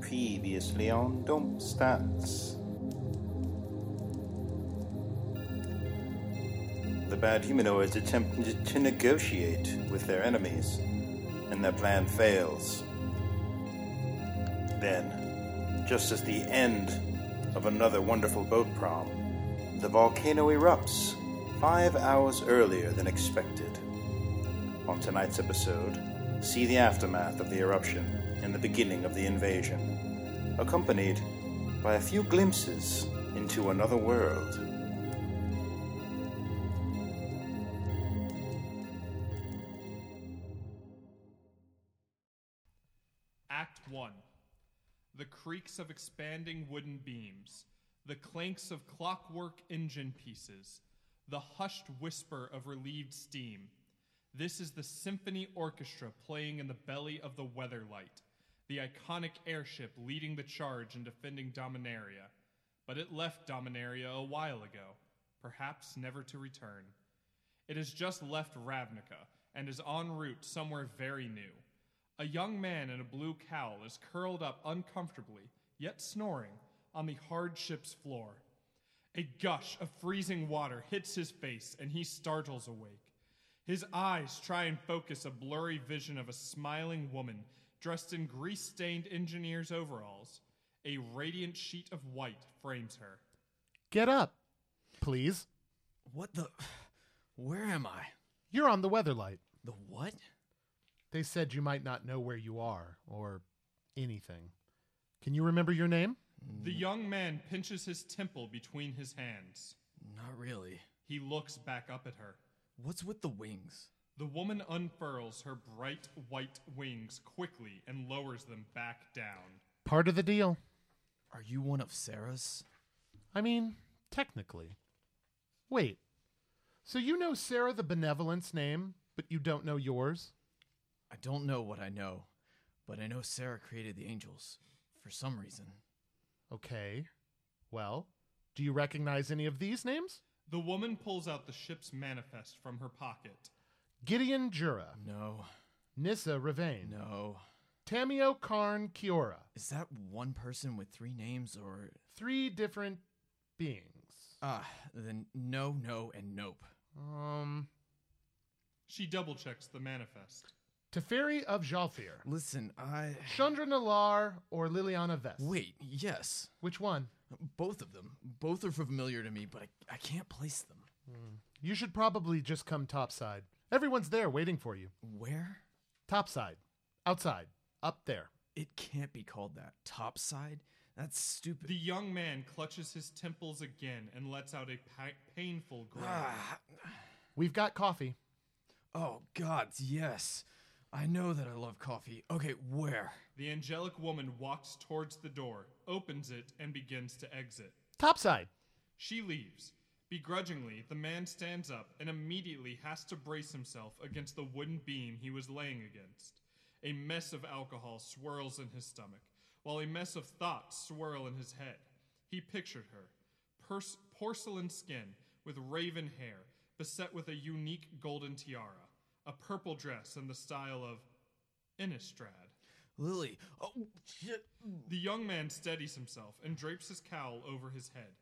Previously on Dump Stats. The bad humanoids attempt to negotiate with their enemies, and their plan fails. Then, just as the end of another wonderful boat prom, the volcano erupts five hours earlier than expected. On tonight's episode, see the aftermath of the eruption and the beginning of the invasion, accompanied by a few glimpses into another world. Act 1 The creaks of expanding wooden beams, the clanks of clockwork engine pieces, the hushed whisper of relieved steam. This is the symphony orchestra playing in the belly of the Weatherlight, the iconic airship leading the charge and defending Dominaria. But it left Dominaria a while ago, perhaps never to return. It has just left Ravnica and is en route somewhere very new. A young man in a blue cowl is curled up uncomfortably, yet snoring, on the hard ship's floor. A gush of freezing water hits his face and he startles awake. His eyes try and focus a blurry vision of a smiling woman dressed in grease stained engineer's overalls. A radiant sheet of white frames her. Get up, please. What the? Where am I? You're on the weatherlight. The what? They said you might not know where you are or anything. Can you remember your name? The young man pinches his temple between his hands. Not really. He looks back up at her. What's with the wings? The woman unfurls her bright white wings quickly and lowers them back down. Part of the deal. Are you one of Sarah's? I mean, technically. Wait. So you know Sarah the Benevolent's name, but you don't know yours? I don't know what I know, but I know Sarah created the angels for some reason. Okay. Well, do you recognize any of these names? The woman pulls out the ship's manifest from her pocket. Gideon Jura, No, Nissa Ravain, no. Tamio Karn Kiora. Is that one person with three names or Three different beings. ah? Then no, no, and nope. Um, She double checks the manifest. Teferi of Jalfir. Listen, I Chandra Nalar or Liliana Vest? wait. Yes, Which one? both of them. Both are familiar to me, but I, I can't place them. You should probably just come topside. Everyone's there waiting for you. Where? Topside. Outside. Up there. It can't be called that. Topside? That's stupid. The young man clutches his temples again and lets out a pa- painful groan. Ah. We've got coffee. Oh, God, yes. I know that I love coffee. Okay, where? The angelic woman walks towards the door, opens it, and begins to exit. Topside. She leaves. Begrudgingly, the man stands up and immediately has to brace himself against the wooden beam he was laying against. A mess of alcohol swirls in his stomach, while a mess of thoughts swirl in his head. He pictured her pers- porcelain skin, with raven hair, beset with a unique golden tiara, a purple dress in the style of Innistrad. Lily. Oh, shit. The young man steadies himself and drapes his cowl over his head.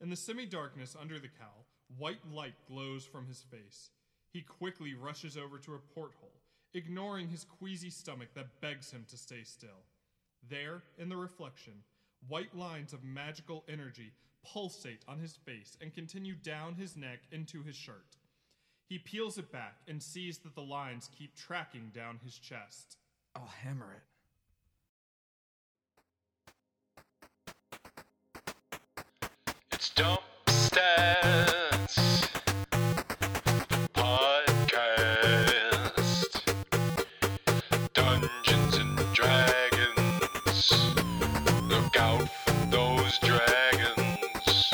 In the semi darkness under the cowl, white light glows from his face. He quickly rushes over to a porthole, ignoring his queasy stomach that begs him to stay still. There, in the reflection, white lines of magical energy pulsate on his face and continue down his neck into his shirt. He peels it back and sees that the lines keep tracking down his chest. I'll hammer it. It's Dump Stats, the podcast. Dungeons and Dragons. Look out for those dragons.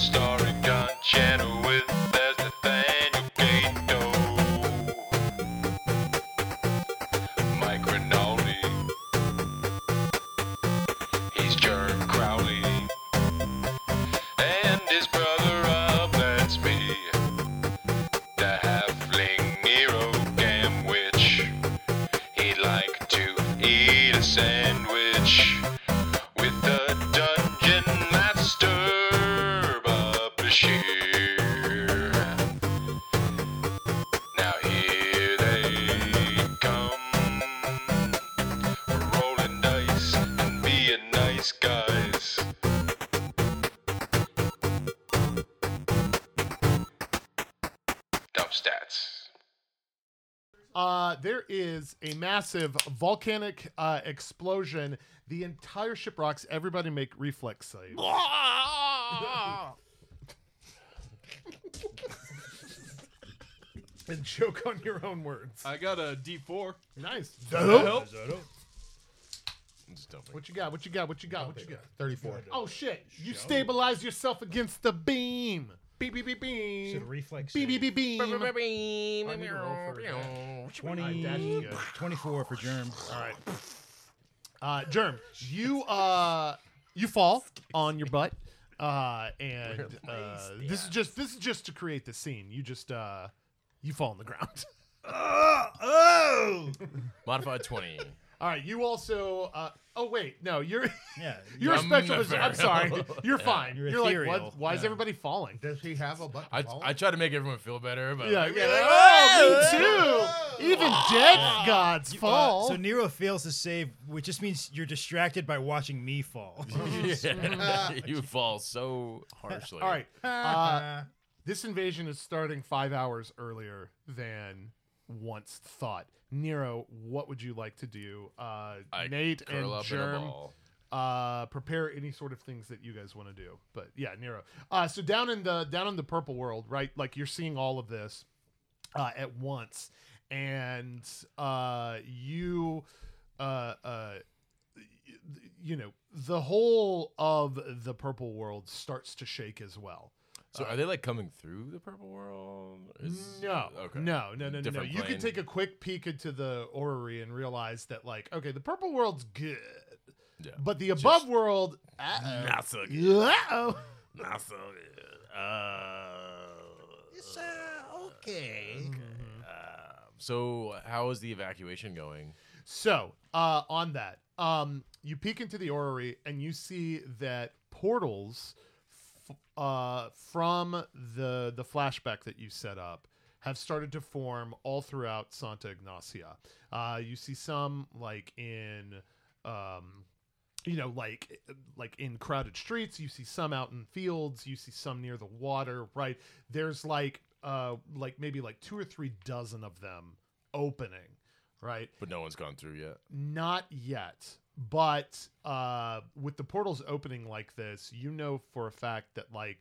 Starring Don Channel with as Nathaniel Gato. Mike Rinaldi. He's Jerm Crowley and his brother Rob, that's me. The halfling Nero Gamwich. He'd like to eat a sandwich Uh, there is a massive volcanic uh, explosion. The entire ship rocks. Everybody make reflex saves. and choke on your own words. I got a D4. nice. Nope. I'm just dumping. What you got? What you got? What you got? What you got? 34. Oh shit! You stabilize yourself against the beam. Beep beep beep beam. Should reflex. Beep save. beep beep beam. I need to roll for that. 20, 24 for germ. All right. Uh, Germ, you uh, you fall on your butt, uh, and uh, this is just this is just to create the scene. You just uh, you fall on the ground. Modified 20. All right, you also. Uh, oh wait, no, you're Yeah. you're a I'm special. never- I'm sorry, you're fine. You're You're, like, ethereal. what, why is Yeah. everybody falling? Does he have a button? I, phone? I try to make everyone feel better, but Yeah, you're like, oh, me too. Even dead gods Uh, fall. so Nero fails to save, which just means you're distracted by watching me fall. Uh, Yeah. you fall so harshly. All right, uh, this invasion is starting five hours earlier than once thought. Nero, what would you like to do? Uh, I Nate curl and up in a Germ, ball. uh, prepare any sort of things that you guys want to do. But yeah, Nero. Uh, so down in the down in the purple world, right? Like you're seeing all of this uh, at once, and uh, you, uh, uh, you know, the whole of the purple world starts to shake as well. So are they like coming through the purple world? Is- No, Okay. no, no, no, no, no. Different You can plane. take a quick peek into the orrery and realize that, like, okay, the purple world's good, Yeah. but the above world, uh-oh. Not so good. Uh-oh. Not so good. Uh, uh, Mm-hmm. Um, okay. so how is the evacuation going? So, uh, on that, um, you peek into the orrery and you see that portals f- uh, from the the flashback that you set up have started to form all throughout Santa Ignacia. Uh, you see some like in. Um, you know like like in crowded streets you see some out in fields you see some near the water right there's like uh like maybe like two or three dozen of them opening right But no one's gone through yet. not yet, but uh, with the portals opening like this, you know for a fact that like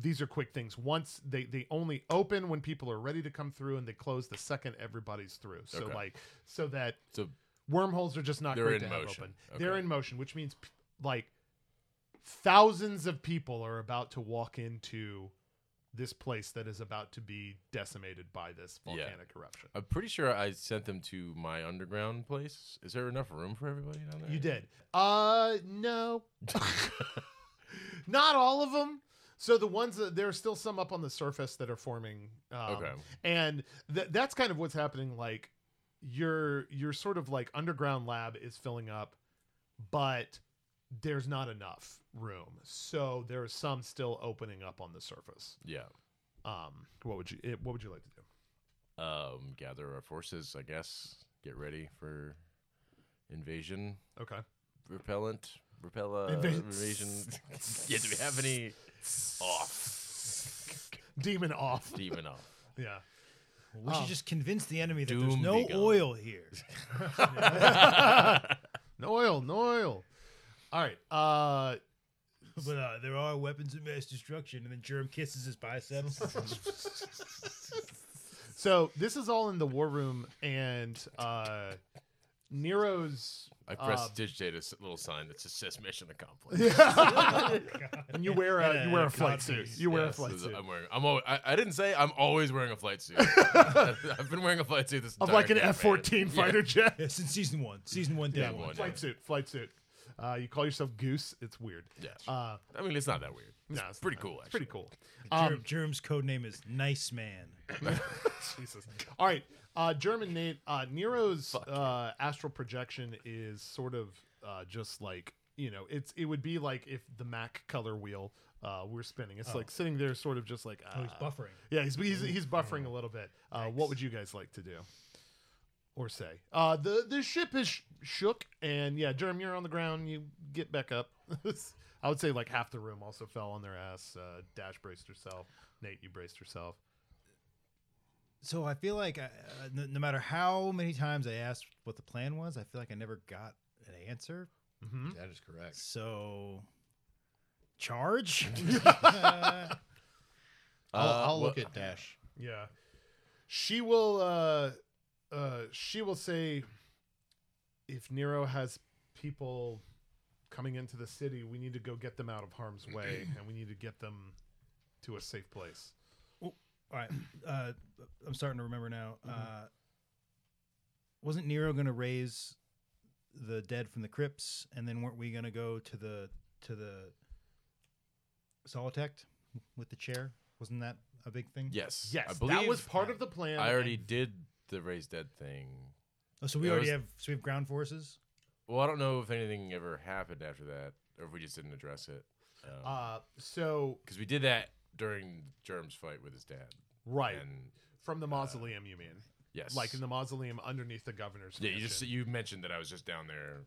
these are quick things. Once they they only open when people are ready to come through, and they close the second everybody's through. So Okay. like so that So wormholes are just not They're great in to have motion. open. Okay. They're in motion, which means p- like thousands of people are about to walk into this place that is about to be decimated by this Yeah. volcanic eruption. I'm pretty sure I sent them to my underground place. Is there enough room for everybody down there? You did. Uh, no. Not all of them. So the ones that there are still some up on the surface that are forming. Um, Okay. And th- that's kind of what's happening. Like your your sort of like underground lab is filling up, but there's not enough room. So there is some still opening up on the surface. Yeah. Um, what would you eh, what would you like to do? Um, gather our forces, I guess. Get ready for invasion. Okay. Repellent. Repel uh, Inva- invasion. yeah, do we have any off? Demon off. Demon off. Yeah. We should just convince the enemy that Doom there's be no gone. oil here. No oil. No oil. All right. Uh. But uh, there are weapons of mass destruction, and then Germ kisses his biceps. So this is all in the war room, and uh, Nero's. I press Um, digitate a s- little sign that just says mission accomplished. And uh, you wear a you wear a flight suit. You wear a Yes, flight this is- suit I'm wearing. I'm always, I, I didn't say I'm always wearing a flight suit. I've been wearing a flight suit this of entire like an campaign. F-14 fighter jet. yeah, since season one, season one, day Yeah, one. one. Flight suit, flight suit. Uh, you call yourself Goose. It's weird. Yeah. Uh, I mean, it's not that weird. It's no, it's pretty not. cool. It's Actually. pretty cool. Um, Germ, Germ's code name is Nice Man. Jesus. All right, uh, German Nate. Uh, Nero's uh, astral projection is sort of uh, just like you know, it's it would be like if the Mac color wheel uh, we're spinning. It's like sitting there, sort of just like uh, buffering. Yeah, he's he's, he's buffering a little bit. Uh, what would you guys like to do or say? Uh, the the ship is sh- shook, and yeah, Jerem, you're on the ground. You get back up. I would say like half the room also fell on their ass. Uh, Dash braced herself. Nate, you braced yourself. so I feel like I, uh, no, no matter how many times I asked what the plan was, I feel like I never got an answer. Mm-hmm. That is correct. So, charge. I'll, Uh, I'll wha- look at Dash. Yeah. She will uh uh she will say if Nero has people coming into the city, we need to go get them out of harm's way and we need to get them to a safe place. All right, uh, I'm starting to remember now. Uh, wasn't Nero going to raise the dead from the crypts, and then weren't we going to go to the to the solitect with the chair? Wasn't that a big thing? Yes. Yes, I believe that was part of the plan. I already did the raised dead thing. Oh, so we It already was- have so we have ground forces. Well, I don't know if anything ever happened after that, or if we just didn't address it. uh so Because we did that during Germ's fight with his dad. right And from the mausoleum you mean. yes, Like in the mausoleum underneath the governor's yeah, you just mansion. you mentioned that I was just down there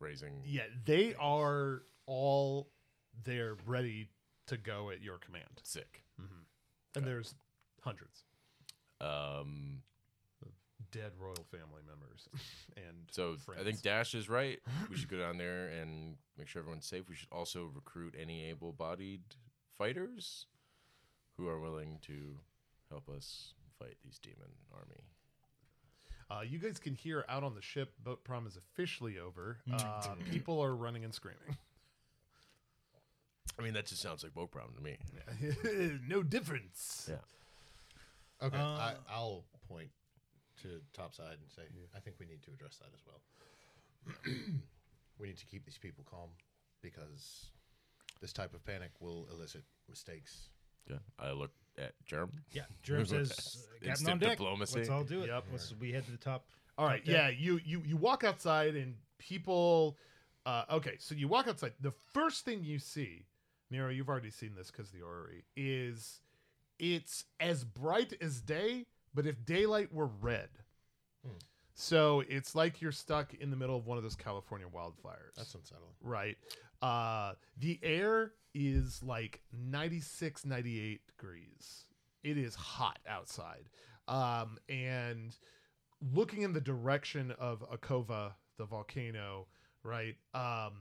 raising. Yeah, they are all there ready to go at your command. sick. And there's hundreds Um, dead royal family members and So I friends. think Dash is right. We should go down there and make sure everyone's safe. We should also recruit any able-bodied fighters who are willing to help us fight these demon army. Uh, you guys can hear out on the ship, boat prom is officially over. Mm. Uh, people are running and screaming. I mean, that just sounds like boat problem to me. no difference. Yeah. Okay, I, Uh, I'll point to topside and say, I think we need to address that as well. we need to keep these people calm because this type of panic will elicit mistakes. Yeah. I look at Germ. Yeah, Jerome Look at says, that. "Captain on Instant deck. diplomacy. Let's all do it. Yep. Let's we head to the top. All right. Okay. Yeah. You you you walk outside and people. Uh, okay, so you walk outside. The first thing you see, Nero, you've already seen this because the orrery is, it's as bright as day, but if daylight were red. Hmm. So it's like you're stuck in the middle of one of those California wildfires. That's unsettling. right? Uh, the air is like 96, 98 degrees. It is hot outside. Um, and looking in the direction of Akova, the volcano, right? Um,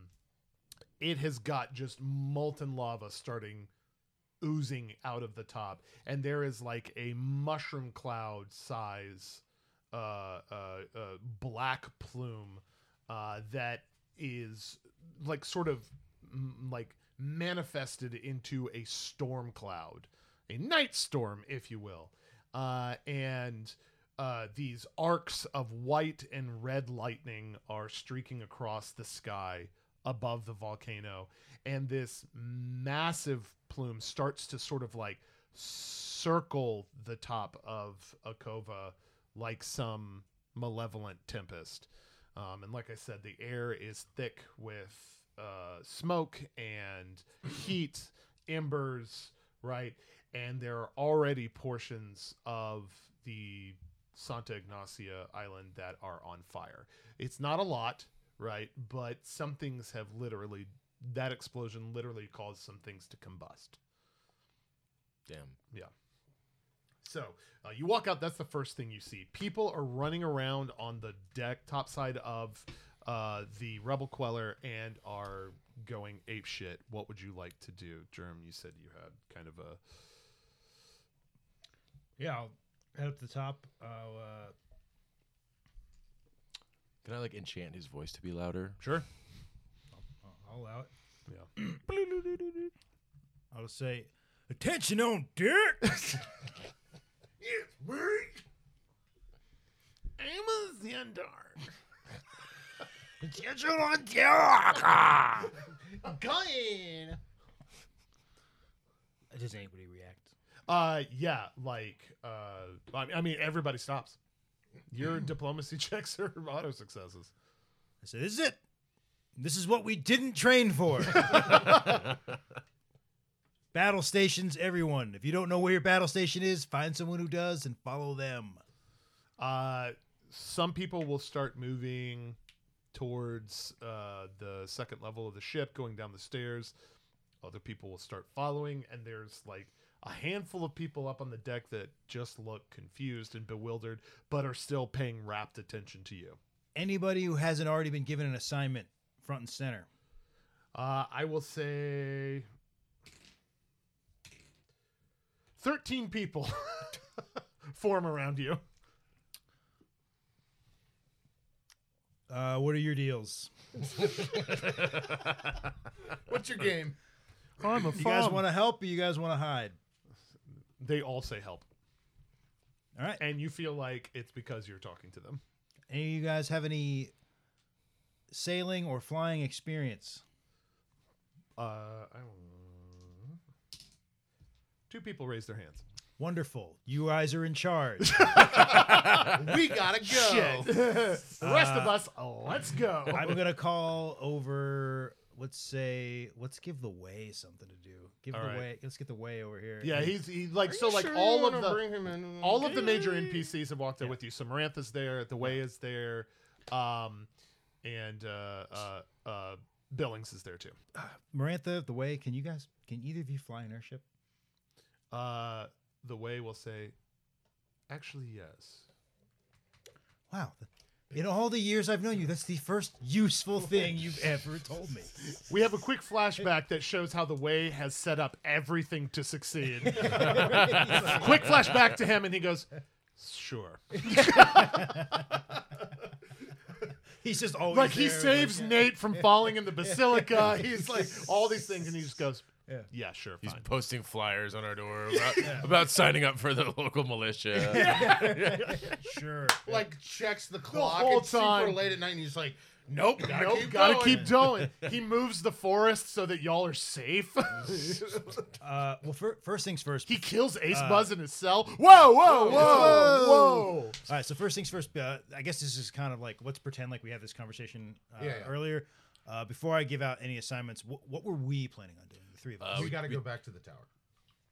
it has got just molten lava starting oozing out of the top. And there is like a mushroom cloud size uh, uh, uh, black plume uh, that is like sort of m- like manifested into a storm cloud, a night storm, if you will, uh, and uh, these arcs of white and red lightning are streaking across the sky above the volcano, and this massive plume starts to sort of like circle the top of Akova like some malevolent tempest. Um, and like I said, the air is thick with uh, smoke and heat, embers, right? And there are already portions of the Santa Ignacia Island that are on fire. It's not a lot, right? But some things have literally, that explosion literally caused some things to combust. Damn. So uh, you walk out. That's the first thing you see. People are running around on the deck, top side of uh, the Rebel Queller, and are going ape shit. What would you like to do, Germ? You said you had kind of a Yeah, I'll head up to the top. I'll, uh, Can I like enchant his voice to be louder? sure. I'll allow it. Yeah. I'll just say, attention on deck. Amos Zandar. Going! Does anybody react? Uh, yeah. Like, uh, I I mean, everybody stops. Your Hmm. diplomacy checks are auto successes. I said, this is it. This is what we didn't train for. battle stations, everyone. If you don't know where your battle station is, find someone who does and follow them. Uh, some people will start moving towards uh, the second level of the ship, going down the stairs. Other people will start following, and there's like a handful of people up on the deck that just look confused and bewildered, but are still paying rapt attention to you. Anybody who hasn't already been given an assignment, front and center. Uh, I will say 13 people form around you. Uh, what are your deals? What's your game? I'm a You guys want to help or you guys want to hide? They all say help. All right. And you feel like it's because you're talking to them. Any of you guys have any sailing or flying experience? Uh, I don't- Two people raise their hands. Wonderful. You guys are in charge. we gotta go. The rest of us, let's go. I'm gonna call over. Let's say, let's give the way something to do. Give All the right. way. Let's get the way over here. yeah, And he's he, like so like all of the all of the major NPCs have walked there Yeah. with you. So Marantha's there, the way is there, um, and uh, uh, uh, Billings is there too. Marantha, the way. Can you guys? Can either of you fly an airship? Uh, the way will say, actually yes. Wow. In all the years I've known you, that's the first useful thing you've ever told me. We have a quick flashback that shows how the way has set up everything to succeed. quick flashback to him, and he goes, "Sure." He's just always Like he there, saves like- Nate from falling in the basilica. He's like all these things, and he just goes, "Yeah, Yeah. sure, He's fine." posting flyers on our door about, about signing up for the local militia. Sure. Like checks the clock. whole it's time. super late at night, and he's like, "Nope, gotta Nope, keep gotta going." keep going. He moves the forest so that y'all are safe. Uh, well, fir- first things first. he kills Ace Uh, Buzz in his cell. Whoa, whoa, whoa, whoa! All right. So first things first. Uh, I guess this is kind of like let's pretend like we had this conversation uh, Yeah, yeah. earlier. Uh, before I give out any assignments, wh- what were we planning on doing? The three of us. Uh, we gotta go back to the tower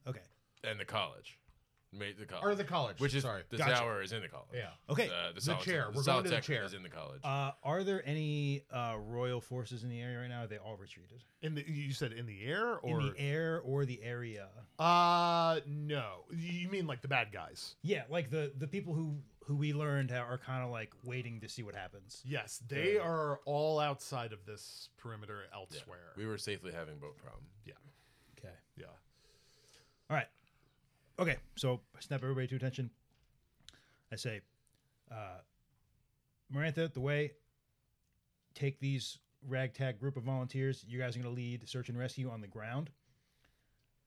okay. and the college. Made the college. or the college. Which is sorry. the Gotcha. tower is in the college. Yeah. Okay. Uh, the, The solid chair. tech- We're solid going to the tech chair. is in the college. Uh, are there any uh, royal forces in the area right now? Are they all retreated In the, you said in the air or in the air or the area? uh no? You mean like the bad guys? Yeah, like the the people who who we learned are kind of like waiting to see what happens. Yes, they are all outside of this perimeter elsewhere. we were safely having boat prom. Yeah, Okay. yeah. All right. Okay. So I snap everybody to attention. I say, uh, Marantha, the way, take these ragtag group of volunteers. You guys are going to lead search and rescue on the ground.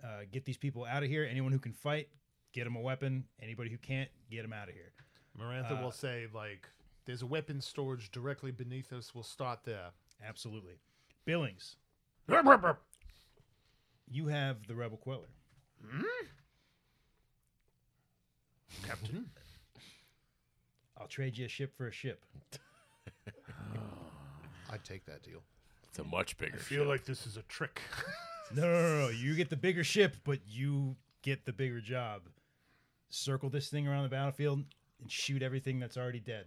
Uh, get these people out of here. Anyone who can fight, get them a weapon. Anybody who can't, get them out of here. Marantha Uh, will say like, "There's a weapon storage directly beneath us. We'll start there." Absolutely. Billings, you have the rebel queller. Hmm? Captain, I'll trade you a ship for a ship. I'd take that deal. It's a much bigger. feel like this is a trick. No, no, no, no. You get the bigger ship, but you get the bigger job. Circle this thing around the battlefield and shoot everything that's already dead,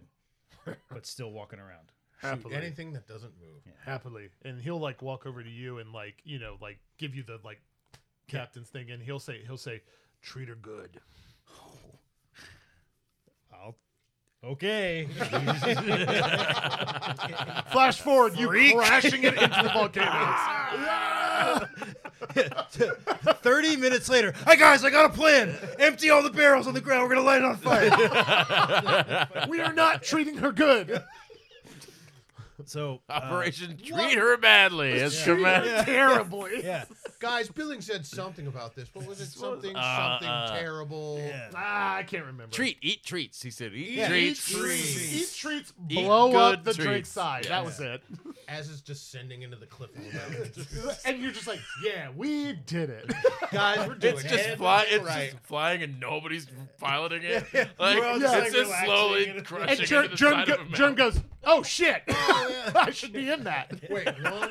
but still walking around. Happily. Anything that doesn't move. happily and he'll like walk over to you and like you know like give you the like captain's thing and he'll say he'll say treat her good I'll. Okay. flash forward you crashing it into the volcano 30 minutes later. Hey, guys, I got a plan. Empty all the barrels on the ground. We're going to light it on fire. we are not treating her good So, uh, Operation Treat Her Badly. It's dramatic. terribly yeah. Guys, Billing said something about this. What was it? Something, something terrible. Uh, yeah. ah, i can't remember Treat, eat treats. He said, eat Yeah, Eat treats. treats, eat treats Eat blow up good the treats. drink side. Yeah. That was it. As is descending into the cliff. And you're just like, yeah, we did it. Guys, we're doing It's just it. fly, It's Right. just flying, and nobody's piloting it. Like all just, it's like, just slowly relaxing. And crushing Jern, into the Jern, side go, of a mountain. Jern goes, oh shit, I should be in that. Wait, one,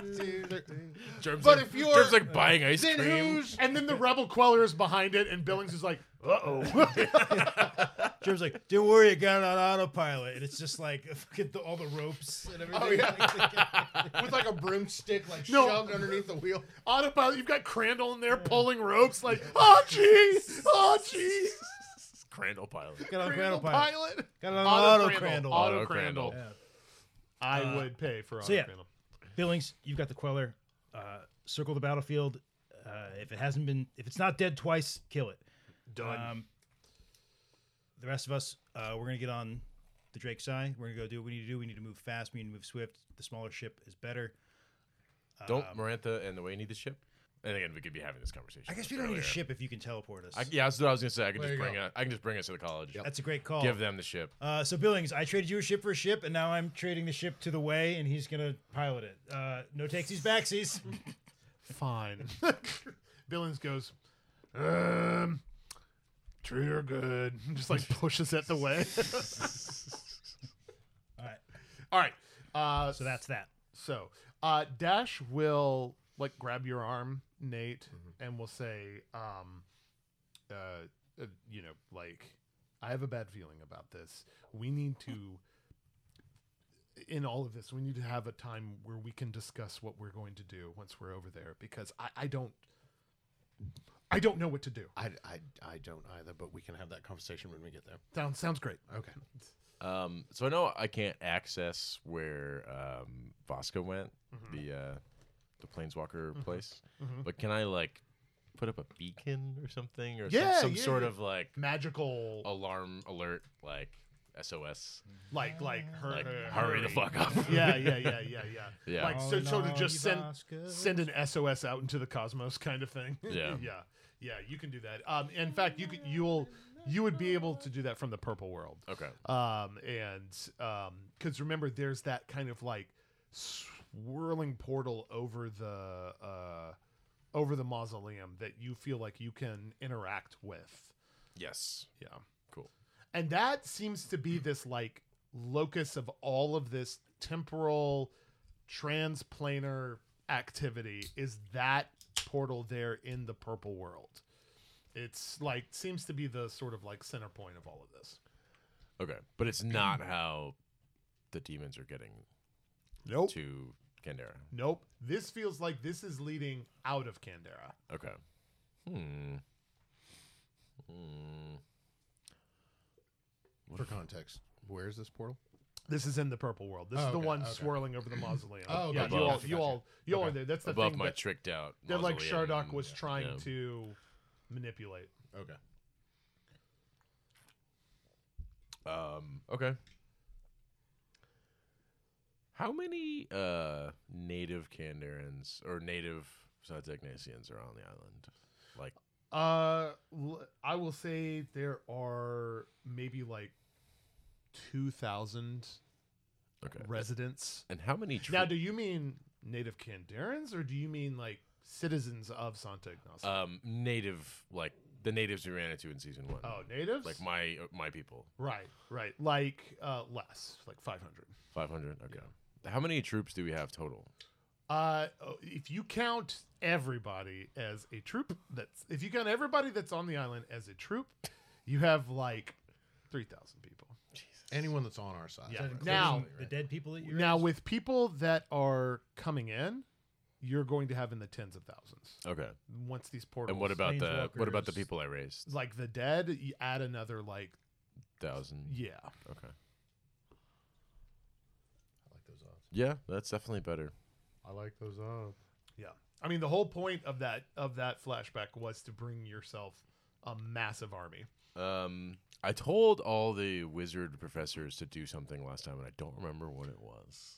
two, three. Germ's But like, if you're- Germ's like buying ice Then cream. who's And then the rebel queller is behind it, and Billings is like, uh oh. Jim's like, "Don't worry, I got it on autopilot." And it's just like, look at the, all the ropes and everything. Oh yeah, with like a broomstick, like No. shoved underneath the wheel. Autopilot, you've got Crandall in there pulling ropes like, oh geez, oh geez. Crandall pilot. Got it on Crandall autopilot. pilot. Got it on Auto auto Crandall. crandall. Auto Auto Crandall. Crandall. Yeah. I would pay for auto so yeah. Crandall. Billings, you've got the queller. Uh, circle the battlefield. Uh, if it hasn't been, if it's not dead twice, kill it. Done. Um, the rest of us, uh, we're gonna get on the Drake's eye. We're gonna go do what we need to do. We need to move fast. We need to move swift. The smaller ship is better. Don't Marantha and the way need the ship. And again, we could be having this conversation. I guess we don't need a earlier. ship if you can teleport us. Oh, I, yeah, that's what I was gonna say. I can There just you bring go. it. I can just bring us to the college. That's a great call. Give them the ship. Uh, so Billings, I traded you a ship for a ship, and now I'm trading the ship to the way, and he's gonna pilot it. Uh, no takesies, backsies. Fine. Billings goes, um, treat her good. and Just like pushes it the way. All right. All right. Uh, So that's that. So, uh, Dash will like grab your arm, Nate, Mm-hmm. and will say, um, uh, uh, you know, like, I have a bad feeling about this. We need to, in all of this, we need to have a time where we can discuss what we're going to do once we're over there because I, I don't, I don't know what to do. I, I, I don't either, but we can have that conversation when we get there. Sounds sounds great. Okay. Um, so I know I can't access where um, Vasco went, Mm-hmm. the uh, the planeswalker place, but can I like put up a beacon or something or Yeah, some, some yeah, sort yeah. of like Magical, alarm alert like SOS, like like her. like hurry the fuck up. Yeah, yeah, yeah, yeah, yeah. Yeah. Like so, so to just send Vasco. send an SOS out into the cosmos kind of thing. Yeah. yeah, yeah. You can do that. Um, in fact, you could you'll you would be able to do that from the purple world. okay. Um, and um, because remember, there's that kind of like swirling portal over the uh over the mausoleum that you feel like you can interact with. Yes. Yeah. Cool. And that seems to be this like locus of all of this temporal transplanar activity is that portal there in the purple world. It's like seems to be the sort of like center point of all of this. Okay, but it's not how the demons are getting Nope. to Candera. Nope. This feels like this is leading out of Candera. Okay. Hmm. Hmm. For context, where is this portal? This is in the purple world. This Oh, is the okay, one okay. swirling over the mausoleum. Oh, yeah, gotcha, you all, gotcha, you gotcha. all, you all Okay. are there. That's the Above thing my that, tricked out. that like mausoleum. Shardock was trying Yeah. to manipulate. Okay. Um. Okay. How many uh native Candarans or native Sodzegnasians are on the island? Like Uh, l- I will say there are maybe like two thousand okay. residents. And how many? Tri- Now, do you mean native Candarans, or do you mean like citizens of Santa Ignacia? um native like the natives we ran into in season one. oh, natives. like my uh, my people. right, right. Like uh, less, like five hundred. Five hundred. Okay. How many troops do we have total? Uh, oh, if you count everybody as a troop, that's if you count everybody that's on the island as a troop, you have like three thousand people. Anyone that's on our side. Yeah. Right. Now- the dead people that you're Now, with people that are coming in, you're going to have in the tens of thousands. Okay. Once these portals, And what about the what about the Planeswalkers. people I raised? like the dead? You add another like Thousand. yeah. Okay. I like those odds. Yeah, that's definitely better. I like those odds. Yeah. I mean, the whole point of that of that flashback was to bring yourself a massive army. Um, I told all the wizard professors to do something last time, and I don't remember what it was.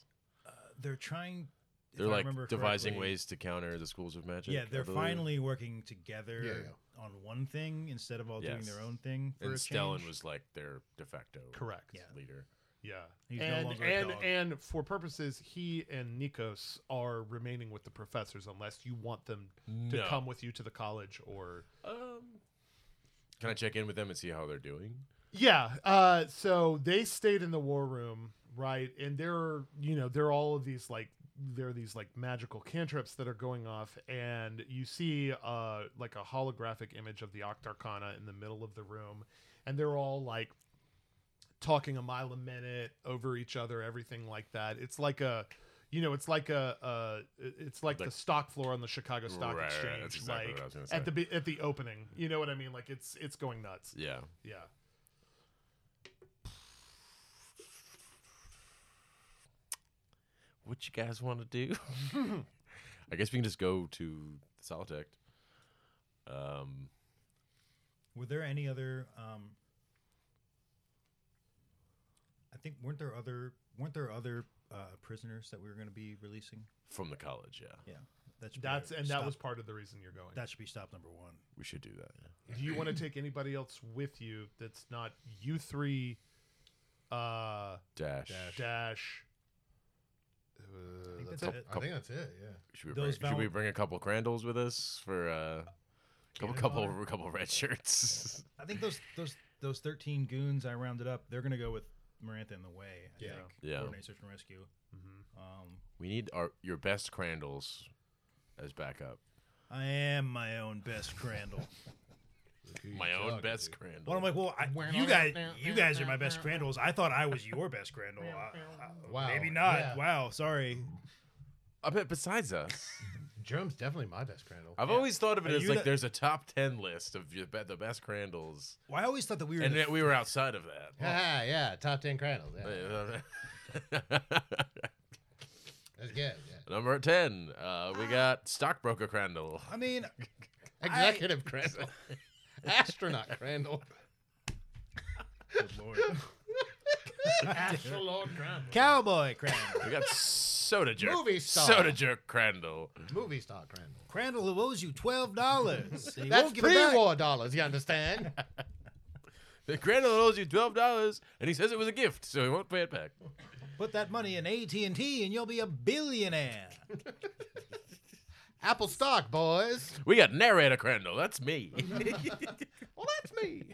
they're trying. if They're I like remember devising correctly- ways to counter the schools of magic. Yeah, I they're believe. finally working together Yeah, yeah. on one thing instead of all doing Yes. their own thing. For And a Stellan change. was like their de facto Correct. Yeah. leader. Yeah. He's no and longer a and dog. and for purposes, he and Nikos are remaining with the professors unless you want them to No. come with you to the college or Um, can I check in with them and see how they're doing? Yeah. Uh, so they stayed in the war room, right? And there are, you know, there are all of these like there are these like magical cantrips that are going off, and you see uh like a holographic image of the Octarchana in the middle of the room, and they're all like talking a mile a minute over each other, everything like that. It's like a, you know, it's like a, uh, it's like, the Like- stock floor on the Chicago Stock Right, right, Exchange, that's exactly like what I was gonna at say. the be- at the opening. You know what I mean? Like it's it's going nuts. Yeah. Yeah. What you guys want to do? I guess we can just go to the Solitect. Um, Were there any other? Um, I think weren't there other weren't there other uh, prisoners that we were going to be releasing? from the college, yeah. Yeah, that should be That's our and that stop- was part of the reason you're going. that should be stop number one. We should do that. Yeah. Do you want to take anybody else with you that's not you three uh Dash. dash Uh, think that's that's it. it. I think that's it. Yeah. Should we, bring, Those should we valen- bring a couple Crandalls with us for uh, couple Cannon couple fodder? couple red shirts? I think those those those thirteen goons I rounded up. They're going to go with Marantha in the way. I Yeah. think. Yeah. Coordinate search and rescue. Um, We need our your best Crandalls as backup. I am my own best Crandall. My own best Crandall. Well, I'm like, well, I, you guys, you guys are my best Crandalls. I thought I was your best Crandall. I- I- Wow, Maybe not. yeah. Wow. Sorry. I bet besides us, Jerem's definitely my best Crandall. I've always thought of it Are as you like not- there's a top ten list of your be- the best Crandalls, Well, I always thought that we were. and the yet we were outside of that. Ah, yeah, top ten Crandalls. Yeah. That's good. Yeah. Number ten, uh, we got stockbroker Crandall. I mean, Executive Crandall. Astronaut Crandall. Astronaut Crandall. cowboy Crandall. We got soda jerk, Movie star. soda jerk Crandall. Movie star Crandall. Crandall who owes you twelve dollars. That's pre-war dollars. You understand? The Crandall owes you twelve dollars, and he says it was a gift, so he won't pay it back. Put that money in AT and T, and you'll be a billionaire. Apple stock, boys. We got narrator Crandall. That's me. Well, that's me.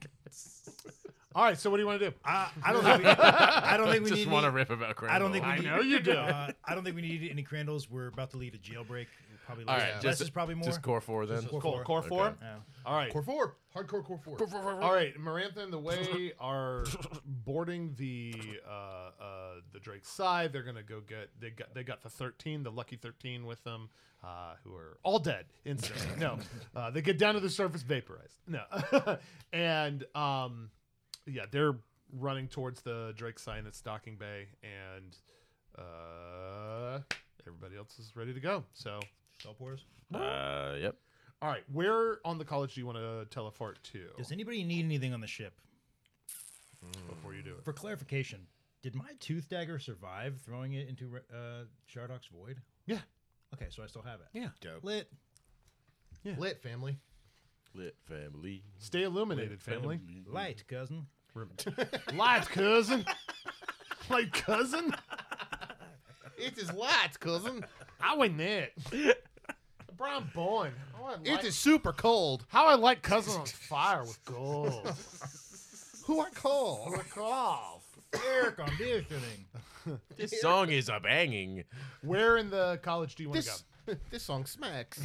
all right so what do you want to do I, I don't think. We, I don't think we just need. want to any- rip about Crandall. I don't think we need, know you do. Uh, I don't think we need any Crandalls. We're about to lead a jailbreak. We'll Probably All less, right, less just- is probably more. Just core four then. Just core core, four. core four Okay. Yeah. all right Core four. Hardcore core four. all right marantha and the way are boarding the uh uh the drake's side they're gonna go get they got they got the 13 the lucky 13 with them uh who are all dead instantly no uh they get down to the surface vaporized no and um yeah, they're running towards the Drake sign at Stocking Bay, and uh, everybody else is ready to go. So, Salt pours. Uh, yep. all right, where on the college do you want to teleport to Does anybody need anything on the ship? before you do it? For clarification, did my tooth dagger survive throwing it into uh, Shardok's void? Yeah, Okay, so I still have it. Yeah. Dope. Lit. Lit family. Lit family. stay illuminated, family. Light, Mm-hmm. cousin. Light cousin, like cousin. It is lights, cousin. I win that. Brown born. How I It like, is super cold. how I like cousin on fire with gold. Who are cold? Recall. Air conditioning. This song is a banging. Where in the college do you want to go? This this song smacks.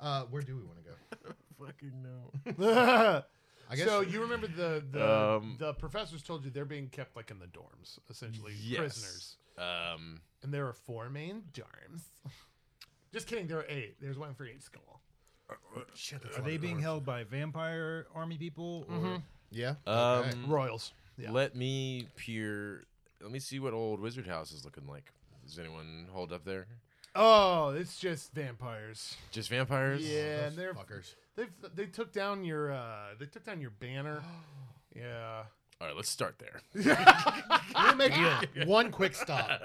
uh, where do we want to go? Fucking no. I guess so you remember the the, Um, the professors told you they're being kept like in the dorms, essentially Yes. prisoners, Um, and there are four main dorms. Just kidding, there are eight. There's one for each school. Are they being held by vampire army people? Or Mm-hmm. yeah. um, okay. Royals. Yeah. Let me peer. Let me see what old wizard house is looking like. Does anyone hold up there? Oh, it's just vampires. Just vampires. Yeah, and Those they're fuckers. they've they took down your uh they took down your banner. Yeah. All right, let's start there. We'll make one quick stop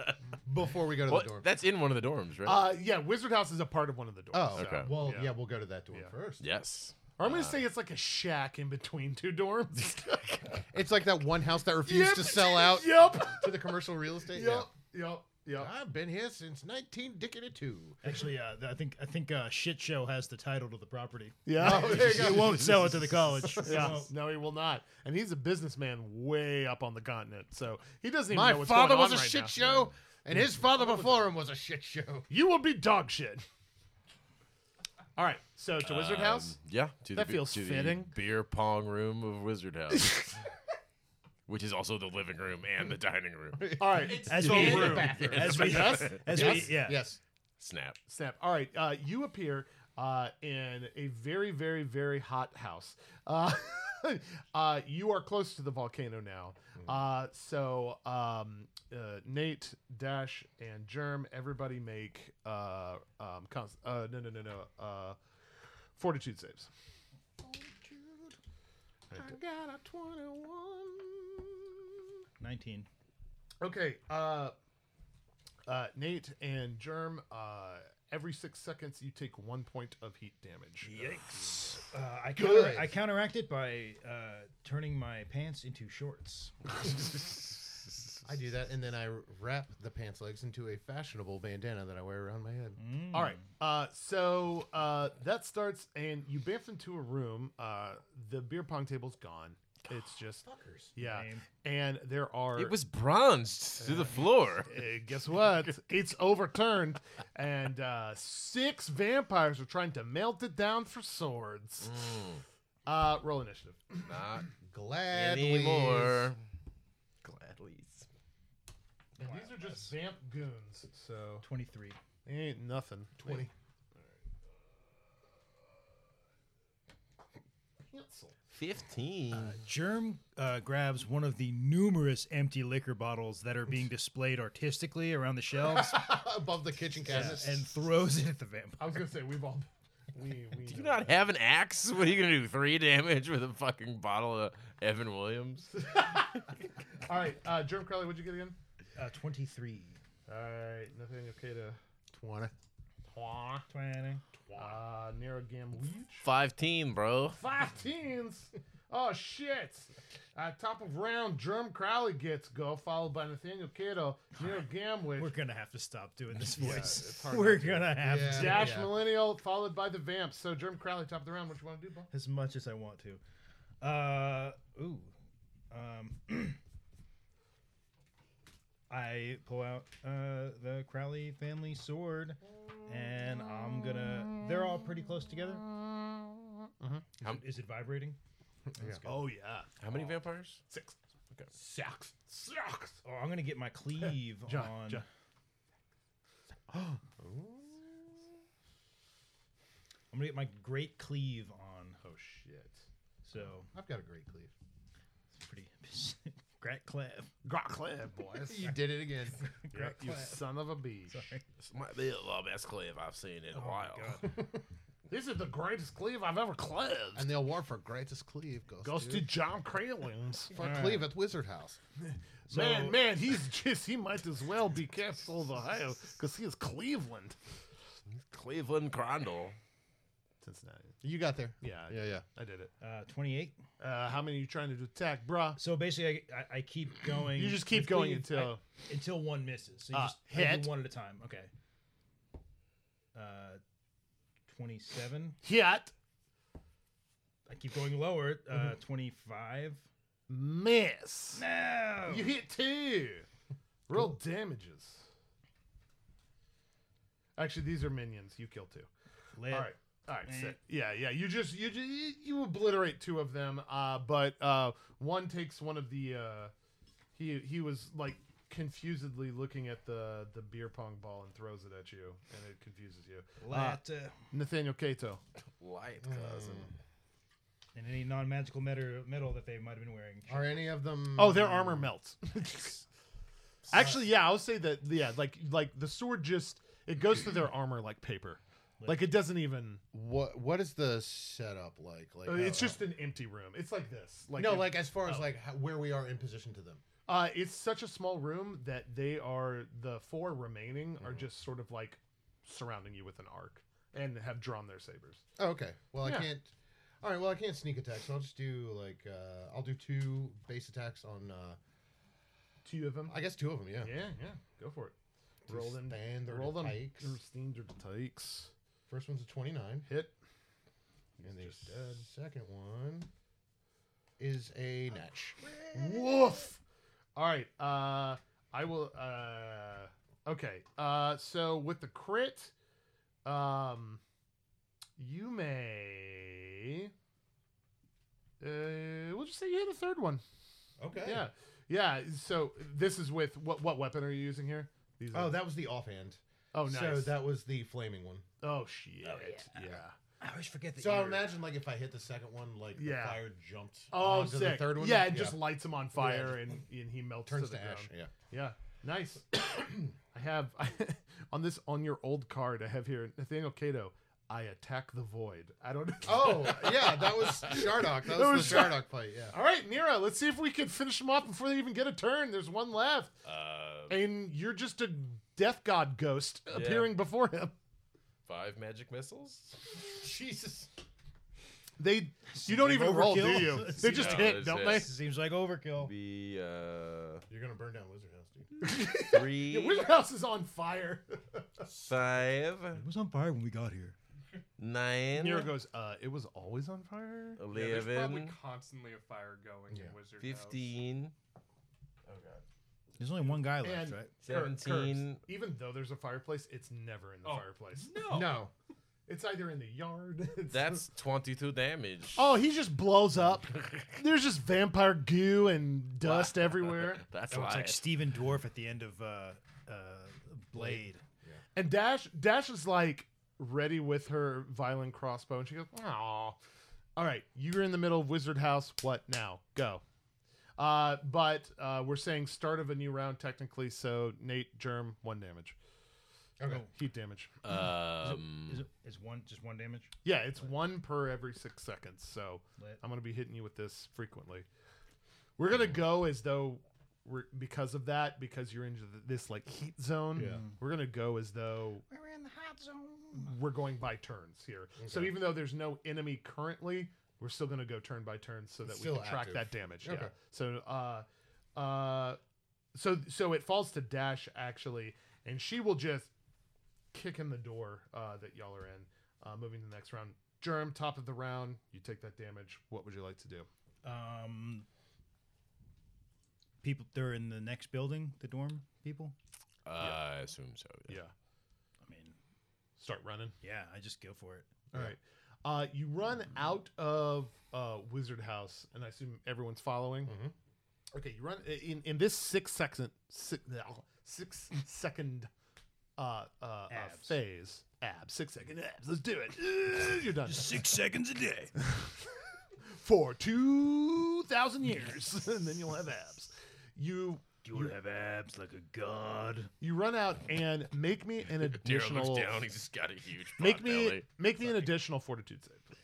before we go to Well, the dorm. that's in one of the dorms, right? Uh, yeah, Wizard House is a part of one of the dorms. oh, so- Okay. well, Uh, yeah. yeah. we'll go to that dorm first. yes. Or Uh, I'm gonna say it's like a shack in between two dorms. It's like that one house that refused to sell out yep. to the commercial real estate. Yep. Yep. Yeah. Yep. I've been here since 19 dickety two. Actually, uh, th- I think I think uh, shit show has the title to the property. Yeah. Oh, It won't sell it to the college. It Yeah, won't. no, he will not. And he's a businessman way up on the continent, so he doesn't even My know what's father going was on a right shit now. Mm-hmm. show, and his father before him was a shit show. You will be dog shit. All right, so to Wizard Um, House. yeah. To That the, feels to the fitting. beer pong room of wizard house. which is also the living room and the dining room. All right. As so we- room. As we, Yes? as we, yeah. Yes. Snap. Snap. All right. Uh, you appear uh, in a very, very, very hot house. Uh, uh, you are close to the volcano now. Uh, so um, uh, Nate, Dash, and Germ, everybody make uh, um, cons- uh, no, no, no, no. Uh, fortitude saves. Fortitude. I got a 21. 19. Okay. Uh, uh, Nate and Germ, uh, every six seconds you take one point of heat damage. Yikes. Uh, I, Good. counter- I counteract it by uh, turning my pants into shorts. I do that, and then I wrap the pants legs into a fashionable bandana that I wear around my head. All right. Uh, so uh, that starts, and you bamf into a room. Uh, the beer pong table's gone. It's just yeah, Lame. and there are. It was bronzed to the floor. Uh, guess what? it's overturned, and uh, six vampires are trying to melt it down for swords. Uh, roll initiative. Not Glad anymore. Gladly. And these are just vamp goons, so 23. they ain't nothing. Twenty. Cancel. Fifteen. Germ uh, grabs one of the numerous empty liquor bottles that are being displayed artistically around the shelves Above the kitchen cabinets. and throws it at the vampire. I was gonna say we've all. We, we Do you know. not have an axe? What are you gonna do? Three damage with a fucking bottle of Evan Williams? All right, uh, Germ Crowley, what'd you get again? Uh, 23. All right, nothing okay to. 20. 20. Uh, Nero Gamleech. Fifteen, bro. Five teens. Oh shit! Uh, top of round, Germ Crowley gets go, followed by Nathaniel Cato, Nero Gamwich, We're going to have to stop doing this Yeah, voice. it's hard We're not to. going to have Yeah. to. Dash Yeah. Millennial, followed by the Vamps. So Germ Crowley, top of the round. What you want to do, Bob? as much as I want to. Uh, ooh. Um, I pull out uh, the Crowley family sword, and I'm gonna. They're all pretty close together. Is, How- it, is it vibrating? Oh yeah, How many vampires? six. Okay. Six. Six. Oh, I'm gonna get my cleave John, on. John. I'm gonna get my great cleave on. Oh shit. So I've got a great cleave. it's pretty. great clav. Got clear, boys. You did it again. Great you clav. son of a bitch. This might be the best clip I've seen in a while. This is the greatest cleave I've ever cleaved. and they'll war for greatest cleave. Goes, Goes to to John Craylands. for cleave at Wizard House. So- man, man, he's just, he might as well be Castle, Ohio, because he is Cleveland. Cleveland Crondle. Cincinnati. You got there. Yeah, I- Yeah, yeah. I did it. Uh, 28. Uh, how many are you trying to attack, bruh? So basically, I, I, I keep going. You just keep with going cleave. until- I- until one misses. So you Uh, just I do hit. one at a time. Okay. Uh, twenty-seven. Hit. I keep going lower. Mm-hmm. Uh, twenty-five. Miss. No. You hit two. Roll damages. Actually, these are minions. You kill two. Lit. All right. All right. Set. Yeah, yeah. You just you ju- you, you obliterate two of them. Uh, but uh, one takes one of the. Uh, he he was like confusedly looking at the the beer pong ball and throws it at you, and it confuses you. Uh, Lat. uh, Nathaniel Cato. Light cousin. and any non-magical metal, metal that they might have been wearing. Are any of them? Oh, their armor melts. Actually, yeah, I'll say that. Yeah, like like the sword just it goes through their armor like paper. Like it doesn't even. What What is the setup like? Like uh, how- oh. It's just an empty room. It's like this. Like no, if- like Oh. as far as like how, where we are in position to them. Uh, it's such a small room that they are the four remaining are just sort of like surrounding you with an arc and have drawn their sabers. Oh, okay. Well, Yeah. I can't. All right. Well, I can't sneak attack, so I'll just do like uh, I'll do two base attacks on. Uh, Two of them. I guess two of them. Yeah. yeah, yeah. Go for it. To Roll them. stand or roll to them. takes. Standard takes. First one's a twenty-nine, Hit. and the just dead. second one is a Uh, natch. Woof. All right. Uh, I will. Uh, okay. Uh, so with the crit, um, you may. Uh, we'll just say you hit a third one. Okay. Yeah, yeah. So this is with what? What weapon are you using here? These Oh, are- that was the offhand. oh nice. So that was the flaming one. oh shit. yeah. I always forget that. So I you're- imagine like if I hit the second one, like Yeah. the fire jumped Oh, onto the sick. third one. Yeah, it just lights him on fire Yeah. and, and he melts turns to the to ground. ash. Yeah. Yeah, nice. I have on this on your old card. I have here Nathaniel Cato. I attack the void. I don't. know. Oh, yeah, that was Shardock. That was, was the Shar- Shardock fight. Yeah. All right, Nero. Let's see if we can finish him off before they even get a turn. There's one left, Uh, and you're just a death god ghost appearing before him. five magic missiles. Jesus. They, you don't even roll, do overkill. you? They just No, hit, that's don't it. they? Seems like overkill. Be uh, You're gonna burn down Wizard House, dude. Your three, warehouse is on fire. five, It was on fire when we got here. nine, Nero goes. Uh, it was always on fire. Oh, Yeah, there's probably 11, constantly a fire going in Wizard House. 15. Oh god. There's only one guy left, And right? Cur- curves. 17. Even though there's a fireplace, it's never in the Oh, fireplace. No. No. It's either in the yard. it's- That's 22 damage. Oh, he just blows up. There's just vampire goo and dust everywhere. That's Oh, it's why. like Steven Dwarf at the end of uh, uh, Blade. And Dash Dash is like ready with her violent crossbow and she goes, Aw. All right, you're in the middle of Wizard House. What now? Go. Uh, but uh, we're saying start of a new round technically, so Nate, Germ, one damage. Okay. Heat damage. um, Is it is one just one damage? Yeah, it's one per every six seconds. So Lit. I'm gonna be hitting you with this frequently. We're gonna go as though we're because of that because you're into th- this like heat zone. Yeah. We're gonna go as though We're in the hot zone. we're going by turns here. So Okay. even though there's no enemy currently, we're still gonna go turn by turn so that It's we can still track active. that damage. Yeah. Okay. So uh, uh, so so it falls to Dash actually, and she will just kick in the door uh, that y'all are in. Uh, moving to the next round. Germ, top of the round, you take that damage. What would you like to do? Um, people, they're in the next building, the dorm people. I assume so. Yeah. I mean, Start running. yeah, I just go for it. All right. Uh, you run out of uh, Wizard House, and I assume everyone's following. Mhm. Mm-hmm. Okay, you run in in this six second six, six second uh, uh, uh, Abs. phase abs six second abs. Let's do it. You're done Six seconds a day. for two thousand years, and then you'll have abs. You Do you have abs like a god? you run out and make me an Nero additional. looks down. He's just got a huge. Make pot me belly. make me an additional fortitude save. please.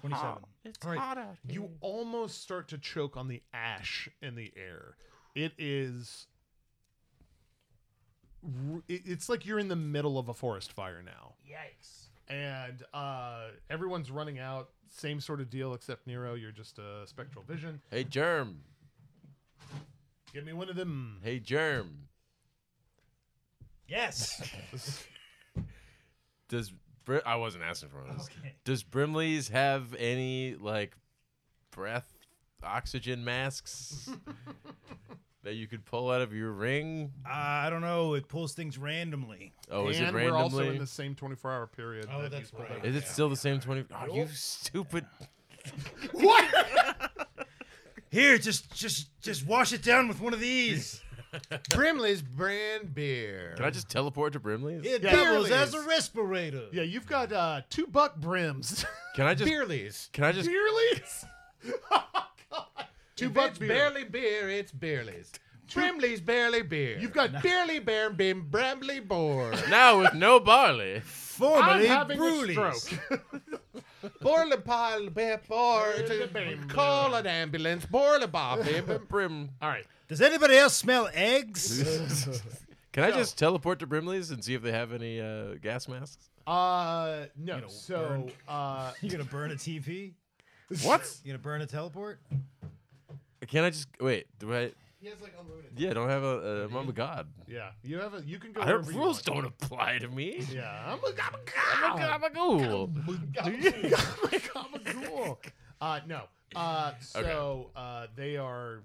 Twenty-seven. You almost start to choke on the ash in the air. It is. r- it- It's like you're in the middle of a forest fire now. Yikes. And uh, everyone's running out. Same sort of deal, except Nero, you're just a spectral vision. Hey Germ. Give me one of them. Hey Germ. Yes. Does Br- I wasn't asking for this. Does Brimley's have any like breath oxygen masks that you could pull out of your ring? I don't know. It pulls things randomly. Oh, is and it randomly? we're also in the same 24 hour period. Oh, that that's he's pulled right. out. Is it still the same twenty? Oh, you stupid! Here, just just just wash it down with one of these. Brimley's brand beer. Can I just teleport to Brimley's? It Yeah. doubles Beerley's. as a respirator. Yeah, you've got uh, two buck brims. Can I just? Beerley's? Can I just? Beerlies? oh, God. Two If buck it's beer. barely beer, it's Beerley's. Brimley's barely beer. You've got barely beer, bim brambly boar. Now with no barley. Formerly I'm having Brewley's. a stroke. Borla pile before to call an ambulance. Borla bobby. Brim. All right. Does anybody else smell eggs? Can I just teleport to Brimley's and see if they have any uh, gas masks? Uh, no. You know, so, burn. uh, you gonna burn a TV? What? You gonna burn a teleport? Can I just wait? Do I? He has like unlimited. Yeah, I don't have a. a I'm a god. yeah, you have a. You can go. I don't, wherever you rules want. don't apply to me. Yeah, I'm a, I'm a, I'm I'm a ghoul. a, I'm a ghoul. Uh, no. Uh, so uh, they are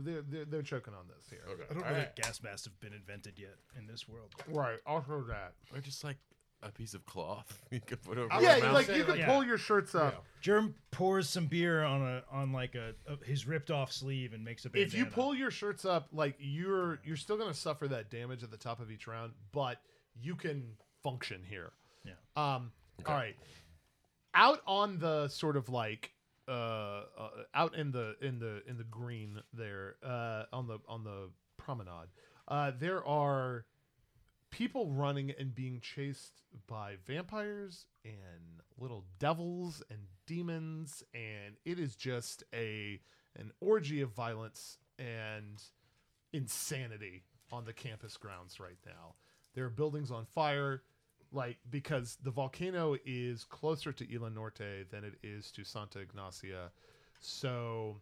they're, they're, they're choking on this here. I don't know that gas masks have been invented yet in this world. Right. Also that. We're just like a piece of cloth you could put over. I yeah, was you- about like to say, you can like- pull your shirts up. Germ pours some beer on a on like a, a- his ripped off sleeve and makes a. Bandana. if you pull your shirts up, like you're you're still gonna suffer that damage at the top of each round, but you can function here. Yeah. Um. All right. Out on the sort of like uh, uh out in the in the in the green there uh on the on the promenade uh there are people running and being chased by vampires and little devils and demons and it is just a an orgy of violence and insanity on the campus grounds right now there are buildings on fire like because the volcano is closer to Isla Norte than it is to Santa Ignacia so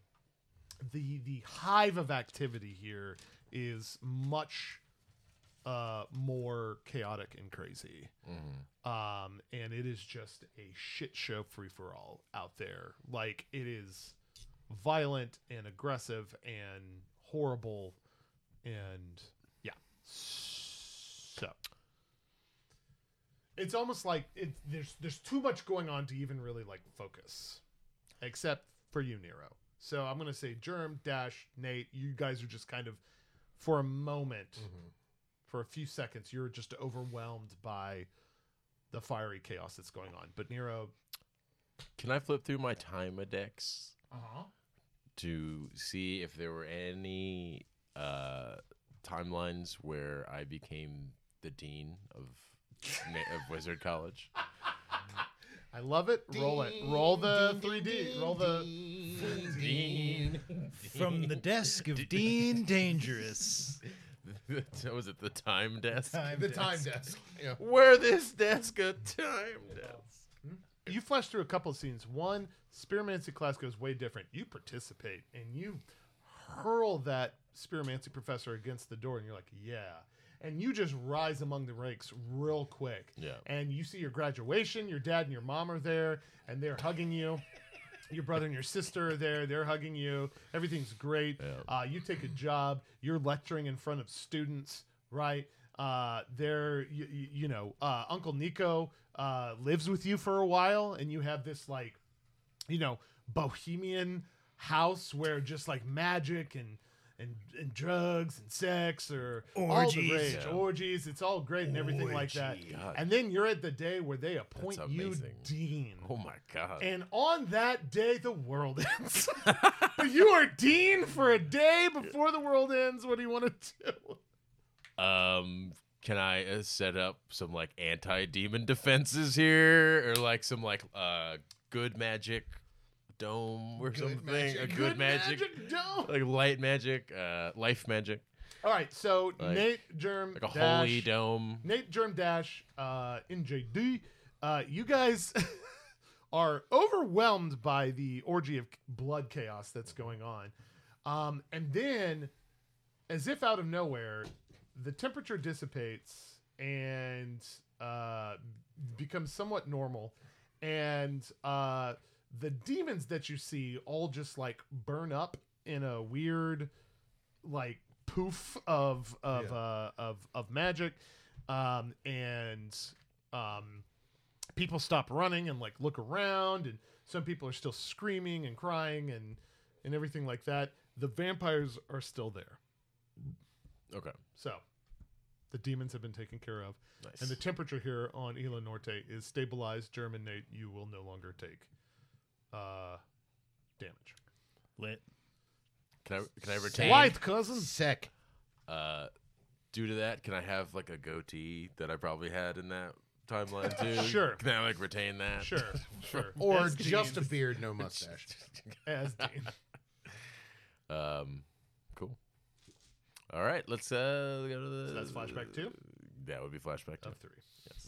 the the hive of activity here is much uh, more chaotic and crazy. Um, and it is just a shit show free for all out there. Like it is violent and aggressive and horrible, and yeah. So it's almost like it, there's there's too much going on to even really like focus, except for you, Nero. So I'm gonna say Germ Dash Nate. You guys are just kind of for a moment for a few seconds you're just overwhelmed by the fiery chaos that's going on but nero Can I flip through my time decks to see if there were any uh, timelines where I became the dean of na- of Wizard College? i love it roll it roll the 3d roll the from the desk of Dean Dangerous, What was it the time desk? the time desk. Yeah. Where this desk a time desk? you flash through a couple of scenes one spearmancy class goes way different you participate and you hurl that spearmancy professor against the door and you're like yeah and you just rise among the ranks real quick Yeah. and you see your graduation your dad and your mom are there and they're hugging you your brother and your sister are there. They're hugging you. Everything's great. Uh, you take a job. You're lecturing in front of students, right? Uh, there, you, you know, uh, Uncle Nico uh, lives with you for a while, and you have this like, you know, bohemian house where just like magic and and, and drugs and sex or all the Orgies. rage, orgies. It's all great and everything like that. God. And then you're at the day where they appoint you amazing. dean. Oh my god! And on that day, the world ends. but you are dean for a day before the world ends. What do you want to do? Um, can I uh, set up some like anti demon defenses here, or like some like uh good magic dome or something? magic. A good, magic, don't. like light magic, uh, life magic, All right, so Like- Nate Germ, like a Dash, holy dome. Nate Germ Dash, uh, NJD, uh, you guys are overwhelmed by the orgy of blood chaos that's going on, um, and then, as if out of nowhere, the temperature dissipates and uh, becomes somewhat normal, and uh, the demons that you see all just like burn up in a weird like poof of of uh, of of magic, um, and um, people stop running and like look around, and some people are still screaming and crying and and everything like that. The vampires are still there, Okay, so the demons have been taken care of, nice. and the temperature here on Isla Norte is stabilized. German Nate, you will no longer take uh, damage. lit. can I can I retain? Blythe, cousin. Sec. Uh, due to that, can I have like a goatee that I probably had in that timeline too? Sure. Can I like retain that? Sure, sure. Or That's just Dean. a beard, no mustache. As Dean. Um, cool. All right, let's uh go to the. So that's flashback two That would be flashback two. of three.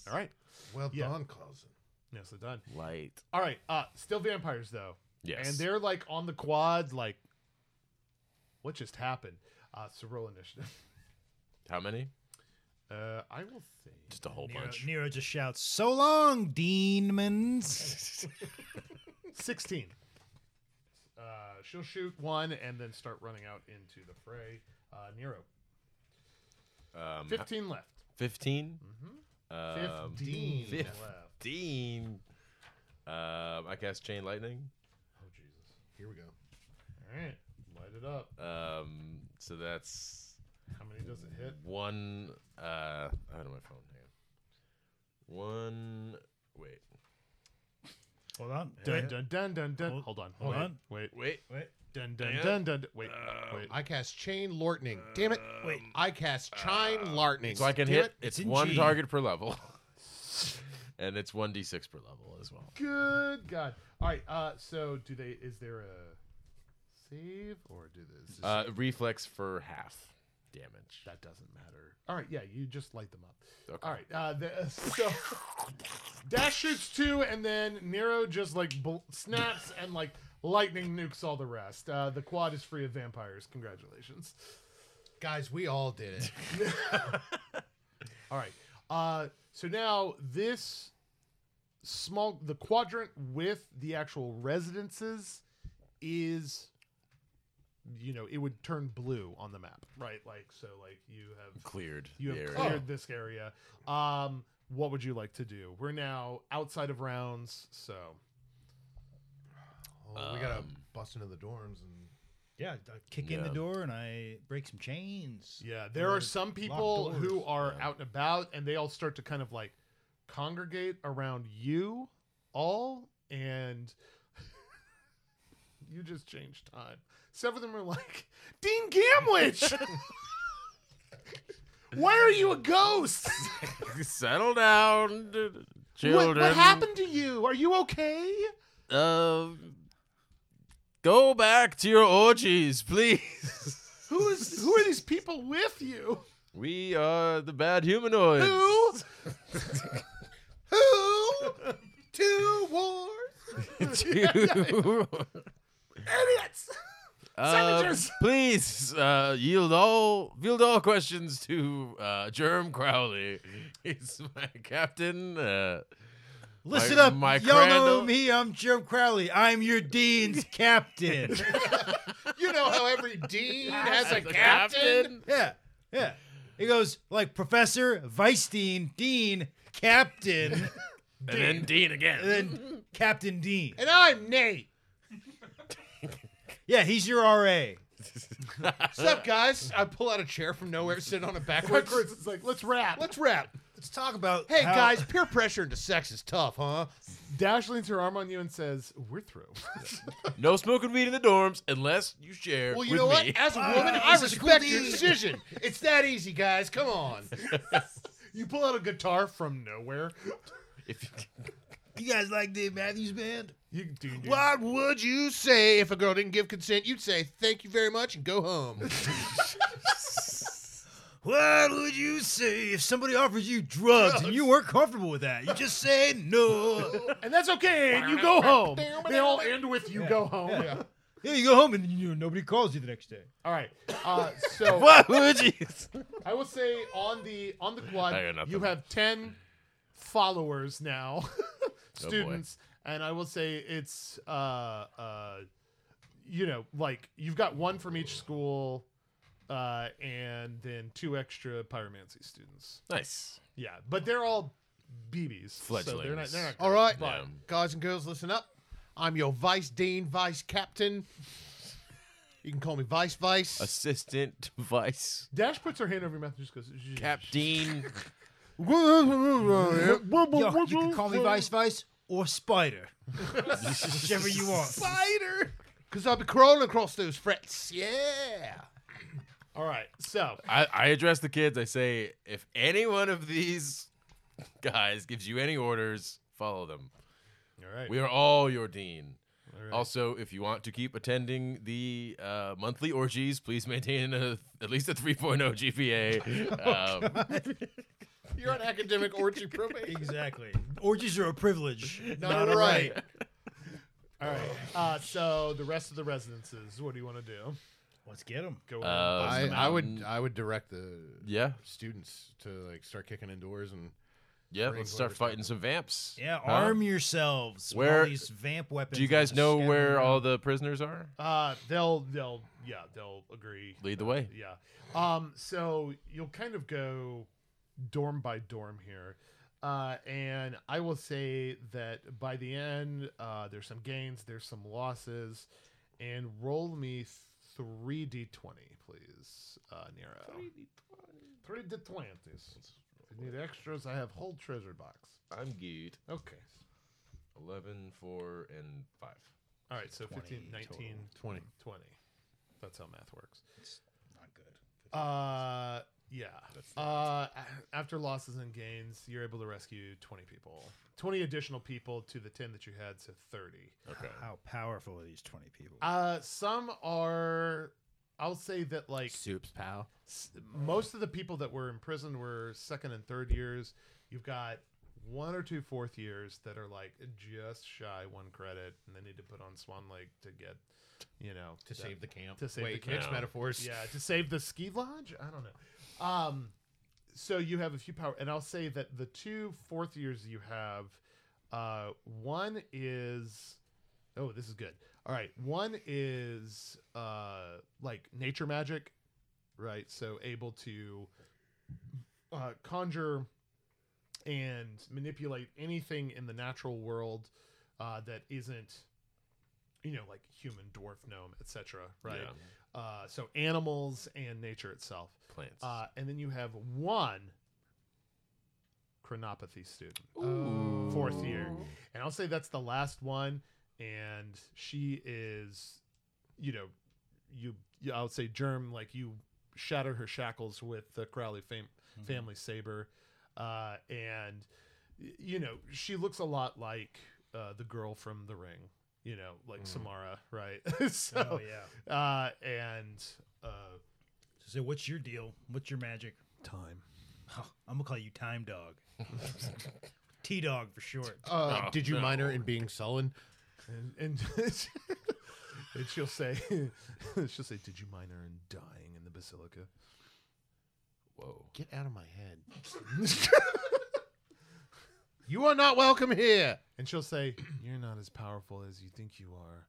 All right. Well Yeah. done, cousin. Yes, so done. Light. All right. Uh, still vampires though, Yes. and they're like on the quad. Like, what just happened? Uh, so roll initiative. How many? Uh, I will say Just a whole Nero, bunch. Nero just shouts, "So long, demons!" sixteen. Uh, she'll shoot one and then start running out into the fray. Uh, Nero, Um, fifteen left. fifteen. Um, Dean fifteen. left. Um, I cast chain lightning. Oh Jesus! Here we go. All right, light it up. Um, so that's How many does it hit? one. Uh, out of my phone. Hang on. One. Wait. Hold on. Do I- Dun dun dun dun dun. Hold- Hold on, hold wait, on. Wait, Wait. Wait. dun dun Yeah. dun dun. dun. Wait, wait. I cast chain lightning. Damn it! Wait. I cast chine lightning. So I can Damn hit. it. It's, in one G. target per level. and it's one d six per level as well. Good God! All right. Uh, so do they? Is there a save or do this? Uh, reflex for half damage. that doesn't matter. All right. Yeah, you just light them up. Okay. All right. Uh, the, so Dash shoots two, and then Nero just like bl- snaps and like lightning nukes all the rest. Uh, the quad is free of vampires. Congratulations. guys. We all did it. All right. Uh, so now this small the quadrant with the actual residences is you know it would turn blue on the map right like so like you have Cleared. you have the area. cleared this area um what would you like to do we're now outside of rounds so Oh, we gotta bust into the dorms and Yeah, I kick in the Yeah. door and I break some chains. yeah there are some people doors. who are out and about and they all start to kind of like congregate around you all and you just changed time several of them are like dean gamwich why are you a ghost Settle down, d- d- children. what, what happened to you are you okay Uh, go back to your orgies, please. who's who are these people with you we are the bad humanoids. who who two wars. Two- idiots Uh, Signatures. please uh, yield all yield all questions to uh, Germ Crowley. He's my captain. Uh, Listen My- up, my y'all know crandall- me. I'm Jim Crowley. I'm your dean's captain. You know how every dean has a the captain. yeah, yeah. It goes like professor, vice dean, dean, captain, and then Dean again. and then captain dean. And I'm Nate. Yeah, he's your RA. What's up, guys? I pull out a chair from nowhere, sit on it backwards. backwards it's like let's rap Let's rap. Let's talk about Hey, how- guys, peer pressure into sex is tough, huh? Dash leans her arm on you and says, "We're through." no smoking weed in the dorms unless you share Well, you with know what? me. As a woman, I respect your decision. It's that easy, guys. Come on. you pull out a guitar from nowhere. If you guys like Dave Matthews Band? You do. do- What would you say if a girl didn't give consent? You'd say, thank you very much and go home. What would you say if somebody offers you drugs, and you weren't comfortable with that? You just say no. And that's okay. And you go home. They all end with "You go home." yeah, you go home and you know, nobody calls you the next day. All right. Uh, so what would you? I will say on the on the quad, I got nothing. Oh, you have ten followers now, boy. students, and I will say it's uh uh, you know, like you've got one from each school, uh, and then two extra pyromancy students. Nice. Yeah, but they're all BBs. So they're not. Fledglings. They're not All right, Yeah. guys and girls, listen up. I'm your vice dean, vice captain. You can call me vice vice. Assistant vice Dash puts her hand over your mouth and just goes. "Zh- captain. zh- wub, wub, Yo, wub, you can wub, call me wub." Vice Vice or Spider. Whichever you want. Because I'll be crawling across those frets. Yeah. All right, so I, I address the kids. I say, if any one of these guys gives you any orders, follow them. all right, We are all your dean. Also, if you want to keep attending the uh, monthly orgies, please maintain a, at least a 3.0 GPA. Um, You're an academic orgy probate. Exactly. Orgies are a privilege, Not a right. all right. Uh, so the rest of the residences, what do you want to do? Let's get them. Go Uh, bust I, them I out? would I would direct the yeah, students to like start kicking in doors and yeah. Brain Let's start whatever's fighting some vamps. Yeah, Huh? arm yourselves with Where- all these vamp weapons. Do you that are guys just know scattered where around. all the prisoners are? Uh, they'll they'll yeah they'll agree. Lead the way. Yeah. Um. So you'll kind of go dorm by dorm here. Uh, and I will say that by the end, uh, there's some gains, there's some losses, and roll me three d20, please, uh, Nero. Three d20s. If you need extras, I have whole treasure box. I'm good. Okay. 11, 4, and 5. All right, so 15, 20 19, total. 20. 20. That's how math works. It's not good. Uh, yeah. Uh, a- after losses and gains, you're able to rescue 20 people, 20 additional people to the 10 that you had, so 30. Okay. How powerful are these twenty people? Uh, some are, I'll say that like Soups, pal. s- most of the people that were imprisoned were second and third years. You've got one or two fourth years that are like just shy one credit, and they need to put on Swan Lake to get, you know, to that- save the camp. to save the Wait, camp. mixed metaphors. Yeah, to save the ski lodge. I don't know. Um, so you have a few power, and I'll say that the two fourth years you have, uh, one is, oh, this is good. All right, one is uh, like nature magic, right? So able to uh, conjure and manipulate anything in the natural world uh, that isn't, you know, like human, dwarf, gnome, etc. Right. Yeah. Uh, so animals and nature itself. Plants. Uh, and then you have one chronopathy student, fourth year. And I'll say that's the last one. And she is, you know, you, you I would say, Germ, like you shatter her shackles with the Crowley fam- family saber. Uh, and, y- you know, she looks a lot like uh, the girl from The Ring. You know, like Samara, right? so, oh yeah. uh, and uh, So what's your deal? What's your magic? time. I'm gonna call you Time Dog. T Dog for short. Uh, Oh, No, did you no. mind her in being sullen? And, and, and she'll say, she'll say, "Did you minor in dying in the basilica?" Whoa. Get out of my head. you are not welcome here. And she'll say, "You're not as powerful as you think you are,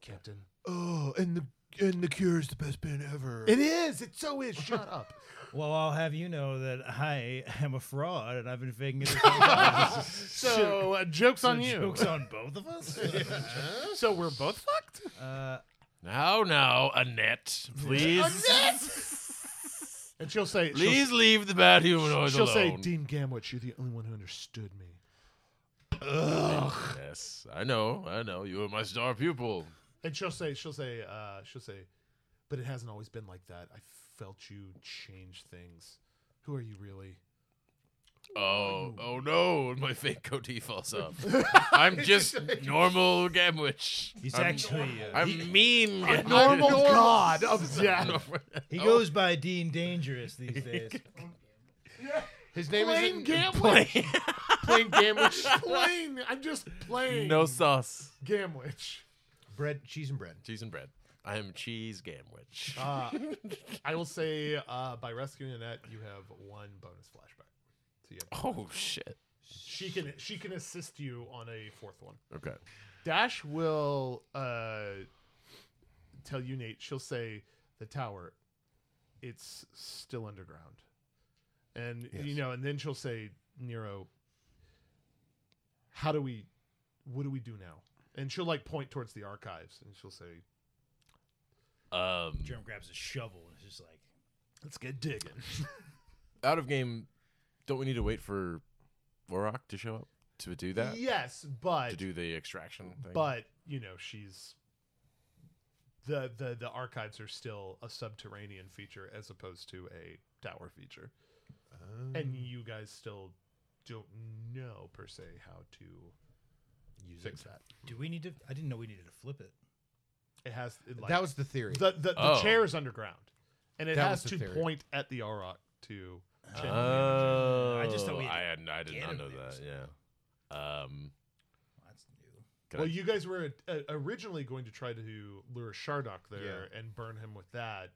Captain." Oh, and the and the Cure is the best band ever. It is. It so is. Shut up. Well, I'll have you know that I am a fraud and I've been faking it. this whole time. So uh, jokes on you. Jokes on both of us. So we're both fucked. Uh, Now, now, Annette, please, And she'll say, she'll- please leave the bad humanoids She'll, say, alone. "Dean Gamwich, you're the only one who understood me." yes, I know, I know. You were my star pupil. And she'll say, she'll say, uh, she'll say, but it hasn't always been like that. I felt you change things. Who are you really? Oh, oh no! and My fake goatee falls off. I'm just normal Gamwich. he's I'm, actually uh, I'm mean. Gamwich. god Oh, of death. he goes by Dean Dangerous these days. His name Plain is Gamwich. Plain Gamwich. Plain. I'm just plain. no sauce. Gamwich. bread, cheese and bread. Cheese and bread. I am cheese Gamwich. Uh, I will say, uh, by rescuing Annette, you have one bonus flashback. So you have, oh shit. she can she can assist you on a fourth one. Okay. Dash will uh, tell you, Nate. She'll say the tower. It's still underground, and you Yes. know, and then she'll say, Nero. How do we? What do we do now? And she'll like point towards the archives, and she'll say, Um, Jerem grabs a shovel and is just like, "Let's get digging." out of game. Don't we need to wait for Vorok to show up to do that? yes, but To do the extraction thing. but you know she's the the the archives are still a subterranean feature as opposed to a tower feature Oh. and you guys still don't know per se how to fix that "Do we need to? I didn't know we needed to flip it." it has it like, that was the theory. the the, the Oh. chair is underground and it That has was to the theory. Uh, point at the auroch to channel Oh, I just thought we had I, to hadn't- I did get not him know there. that. Yeah. Um. That's new. can well I- you guys were uh, originally going to try to lure Shardock there and burn him with that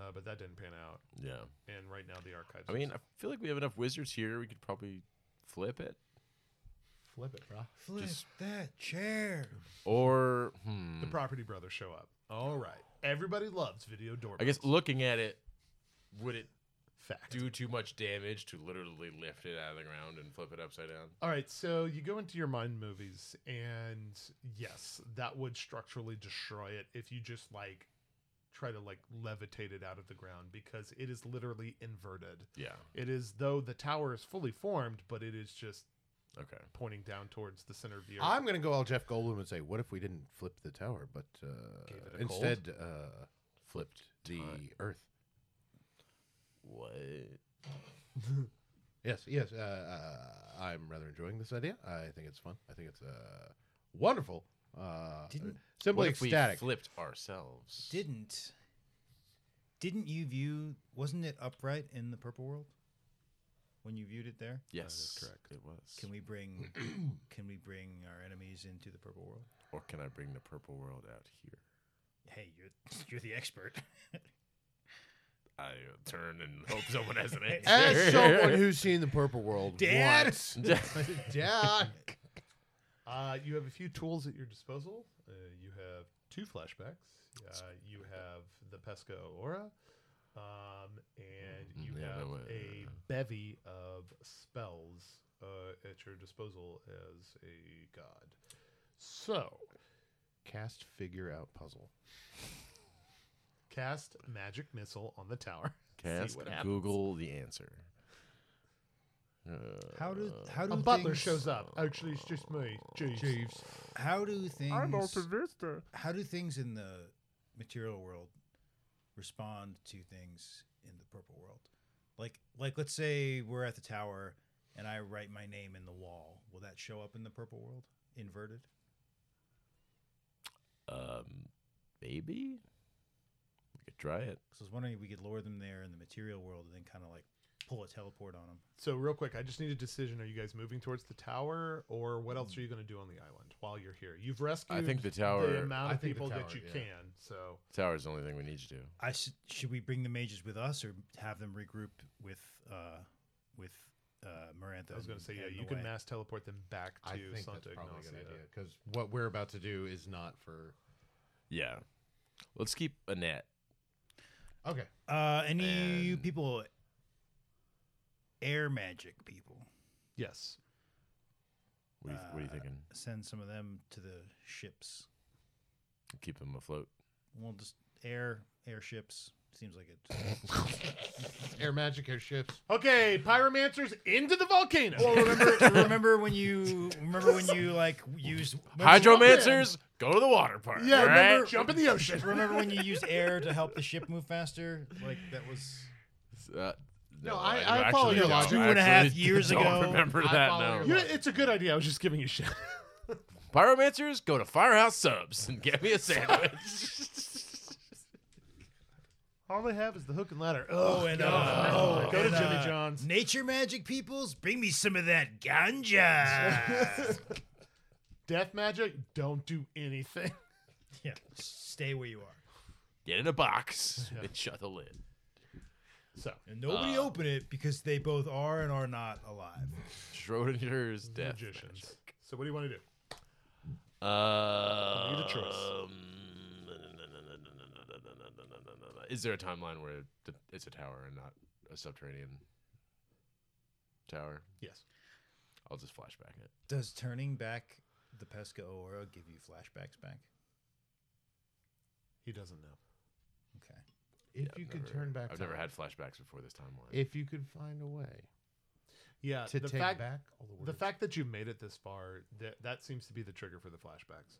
uh, but that didn't pan out yeah. and right now the archives I are mean, I feel like we have enough wizards here. We could probably flip it, Flip it, bro. Flip Just- that chair. or hmm, The property brothers show up. All right. Everybody loves video doorbells. I guess looking at it, would it fact. do too much damage to literally lift it out of the ground and flip it upside down. All right, so you go into your mind movies, and yes, that would structurally destroy it if you just like try to like levitate it out of the ground because it is literally inverted. Yeah. It is though the tower is fully formed, but it is just Okay. pointing down towards the center of the earth. I'm going to go all Jeff Goldblum and say, what if we didn't flip the tower, but uh, Gave it a instead uh, flipped the Time. earth? What? Yes, yes. Uh, uh, I'm rather enjoying this idea. I think it's fun. I think it's uh, wonderful. Uh, Didn't- simply What if we ecstatic. flipped ourselves? Didn't. Didn't you view? Wasn't it upright in the purple world? When you viewed it there, yes, correct. It was. can we bring? can we bring our enemies into the purple world? or can I bring the purple world out here? Hey, you're you're the expert. I uh, turn and hope someone has an answer. As someone who's seen the Purple World, Dad! once- Dad, Uh, you have a few tools at your disposal. Uh, you have two flashbacks. Uh, you have the Pesco Aura, um, and you Mm, yeah, that have wa- a bevy of spells uh, at your disposal as a god. So, cast figure out puzzle. cast magic missile on the tower. Cast Google the answer. Uh, How do how do A butler things- shows up. Actually, it's just me, Oh. Jeeves. How do things? Vista. how do things in the material world respond to things in the purple world? Like like let's say we're at the tower and I write my name in the wall. Will that show up in the purple world? Inverted? um, baby, we could try it. Because I was wondering if we could lower them there in the material world and then kind of like pull a teleport on them. So real quick, I just need a decision. Are you guys moving towards the tower, or what else are you going to do on the island while you're here? You've rescued. I think the tower- The amount I of think the people that tower, you yeah. can. So Tower's the only thing we need to do. I s- should we bring the mages with us or have them regroup with uh with uh Marantha? I was going to and- say, yeah, and you the can way? mass teleport them back to I think that's Santa probably a Ignacia. good idea because what we're about to do is not for. Yeah. Let's keep a net. Okay, Uh any you And- people air magic people. Yes. What are you, what are you Uh, thinking? send some of them to the ships. Keep them afloat. We'll just air airships. Seems like it. air magic, air ships. Okay, pyromancers into the volcano. well, remember, remember when you remember when you like used Hydromancers, go to the water park. yeah, all remember, right? jump in the ocean. Remember when you used air to help the ship move faster? Like that was Uh, No, I- I actually follow your don't. logic. I Two and a half actually years don't ago. remember I that follow now. your You know, it's a good idea. I was just giving you shit. Pyromancers, go to Firehouse Subs and get me a sandwich. All they have is the hook and ladder. oh Oh, and God. uh, oh, go to and, uh, Jimmy John's. Nature magic peoples, bring me some of that ganja. Death magic. Don't do anything. yeah, stay where you are. get in a box and shut the lid. So And nobody open it because they both are and are not alive. Schrodinger's death. magicians. So what do you want to do? Um, Need a choice. Is there a timeline where it- it's a tower and not a subterranean tower? Yes. I'll just flashback it. Does turning back the Pesca Aura give you flashbacks back? He doesn't know. Okay. If Yeah, you I've could never- turn back, I've never time, had flashbacks before this timeline. If you could find a way Yeah. to Uh, the take fact, back all the words. the fact that you made it this far, that that seems to be the trigger for the flashbacks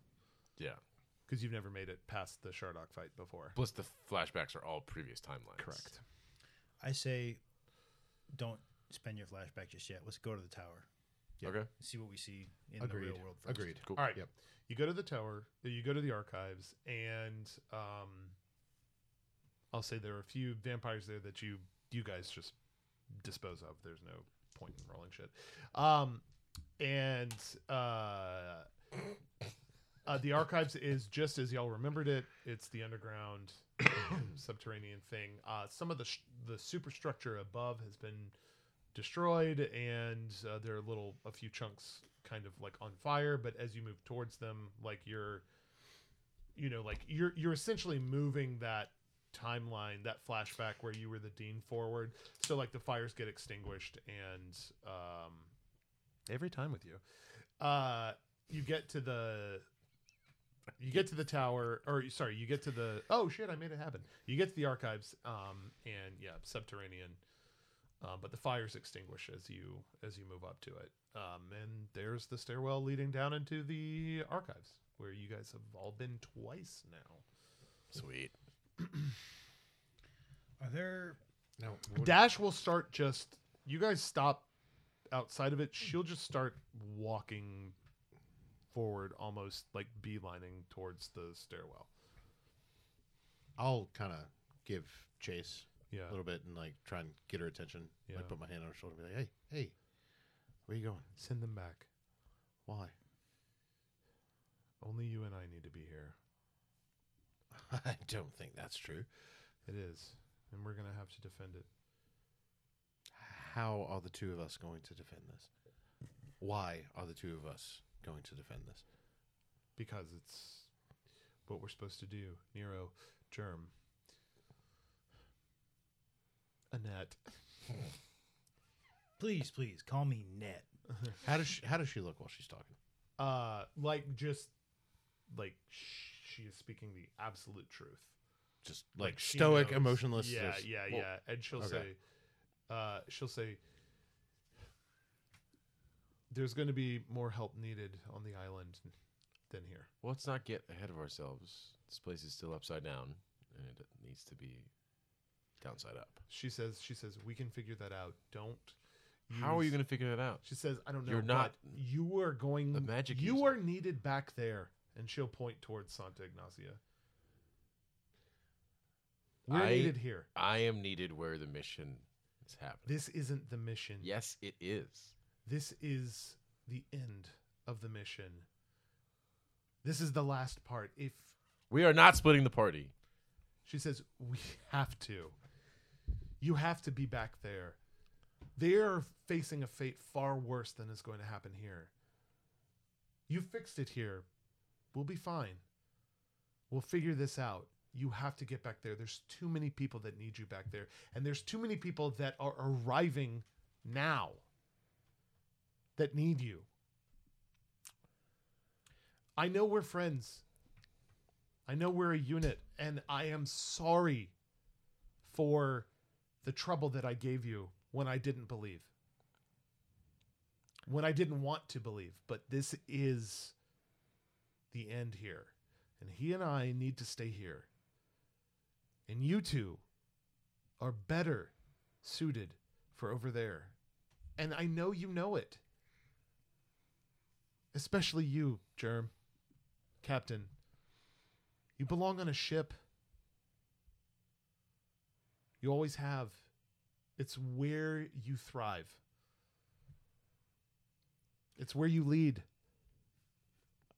yeah. because you've never made it past the Shardock fight before. Plus, the flashbacks are all previous timelines. Correct. I say, don't spend your flashback just yet. Let's go to the tower. Okay. See what we see in Agreed. the real world first. Agreed. Cool. All right. Yep. You go to the tower. You go to the archives, and um, I'll say there are a few vampires there that you you guys just dispose of. There's no point in rolling shit. Um, and uh, uh, the archives is just as y'all remembered it. It's the underground subterranean thing. Uh, some of the sh- the superstructure above has been destroyed and uh, there are little a few chunks kind of like on fire but as you move towards them like you're you know like you're you're essentially moving that timeline, that flashback where you were the dean forward. So like the fires get extinguished, and um, every time with you, uh, you get to the. You get to the tower, or sorry, you get to the. Oh shit! I made it happen. You get to the archives, um, and yeah, subterranean um, but the fires extinguish as you as you move up to it. Um, and there's the stairwell leading down into the archives, where you guys have all been twice now. Sweet. Are there? No, what- Dash will start just. You guys stop outside of it. She'll just start walking forward, almost like beelining towards the stairwell. I'll kind of give chase Yeah. a little bit and like try and get her attention. Yeah. Like put my hand on her shoulder and be like, "Hey, hey, where you going? Send them back. Why? Only you and I need to be here. I don't think that's true. It is, and we're gonna have to defend it. How are the two of us going to defend this? Why are the two of us going to defend this? because it's what we're supposed to do. Nero, Germ, Annette. Please, please call me Net. How does she, how does she look while she's talking? Uh, like just like sh- she is speaking the absolute truth, Just like, she stoic, knows. emotionless. Yeah, just- yeah, well, yeah. And she'll say, okay. uh, she'll say, "There's going to be more help needed on the island than here." Well, let's not get ahead of ourselves. This place is still upside down, and it needs to be downside up. She says, "She says we can figure that out. Don't." How are you use- going to figure that out? She says, "I don't know. You're but not You are going. a magic You user." are needed back there." And she'll point towards Santa Ignacia. We're I- needed here. I am needed where the mission is happening. This isn't the mission. yes, it is. This is the end of the mission. This is the last part. If We are not splitting the party. she says we have to, you have to be back there. They're facing a fate far worse than is going to happen here. You fixed it here. We'll be fine. We'll figure this out. You have to get back there. There's too many people that need you back there. And there's too many people that are arriving now that need you. I know we're friends. I know we're a unit. And I am sorry for the trouble that I gave you when I didn't believe. When I didn't want to believe. But this is the end here. And he and I need to stay here. And you two are better suited for over there. And I know you know it. Especially you, Germ, Captain. You belong on a ship. You always have. It's where you thrive. It's where you lead.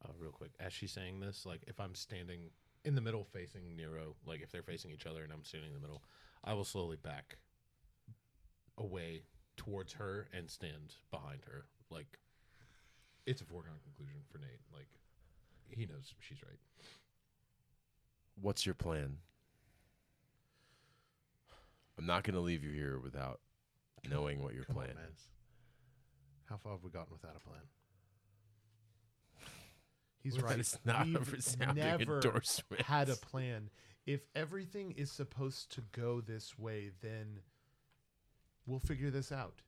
Uh, real quick, as she's saying this, like if I'm standing in the middle facing Nero, like if they're facing each other and I'm standing in the middle, I will slowly back away towards her and stand behind her. Like it's a foregone conclusion for Nate. Like he knows she's right. What's your plan? I'm not going to leave you here without knowing what your Come on, plan man. is. How far have we gotten without a plan? He's Well, right. that We've is not a resounding endorsement. Had a plan. If everything is supposed to go this way, then we'll figure this out.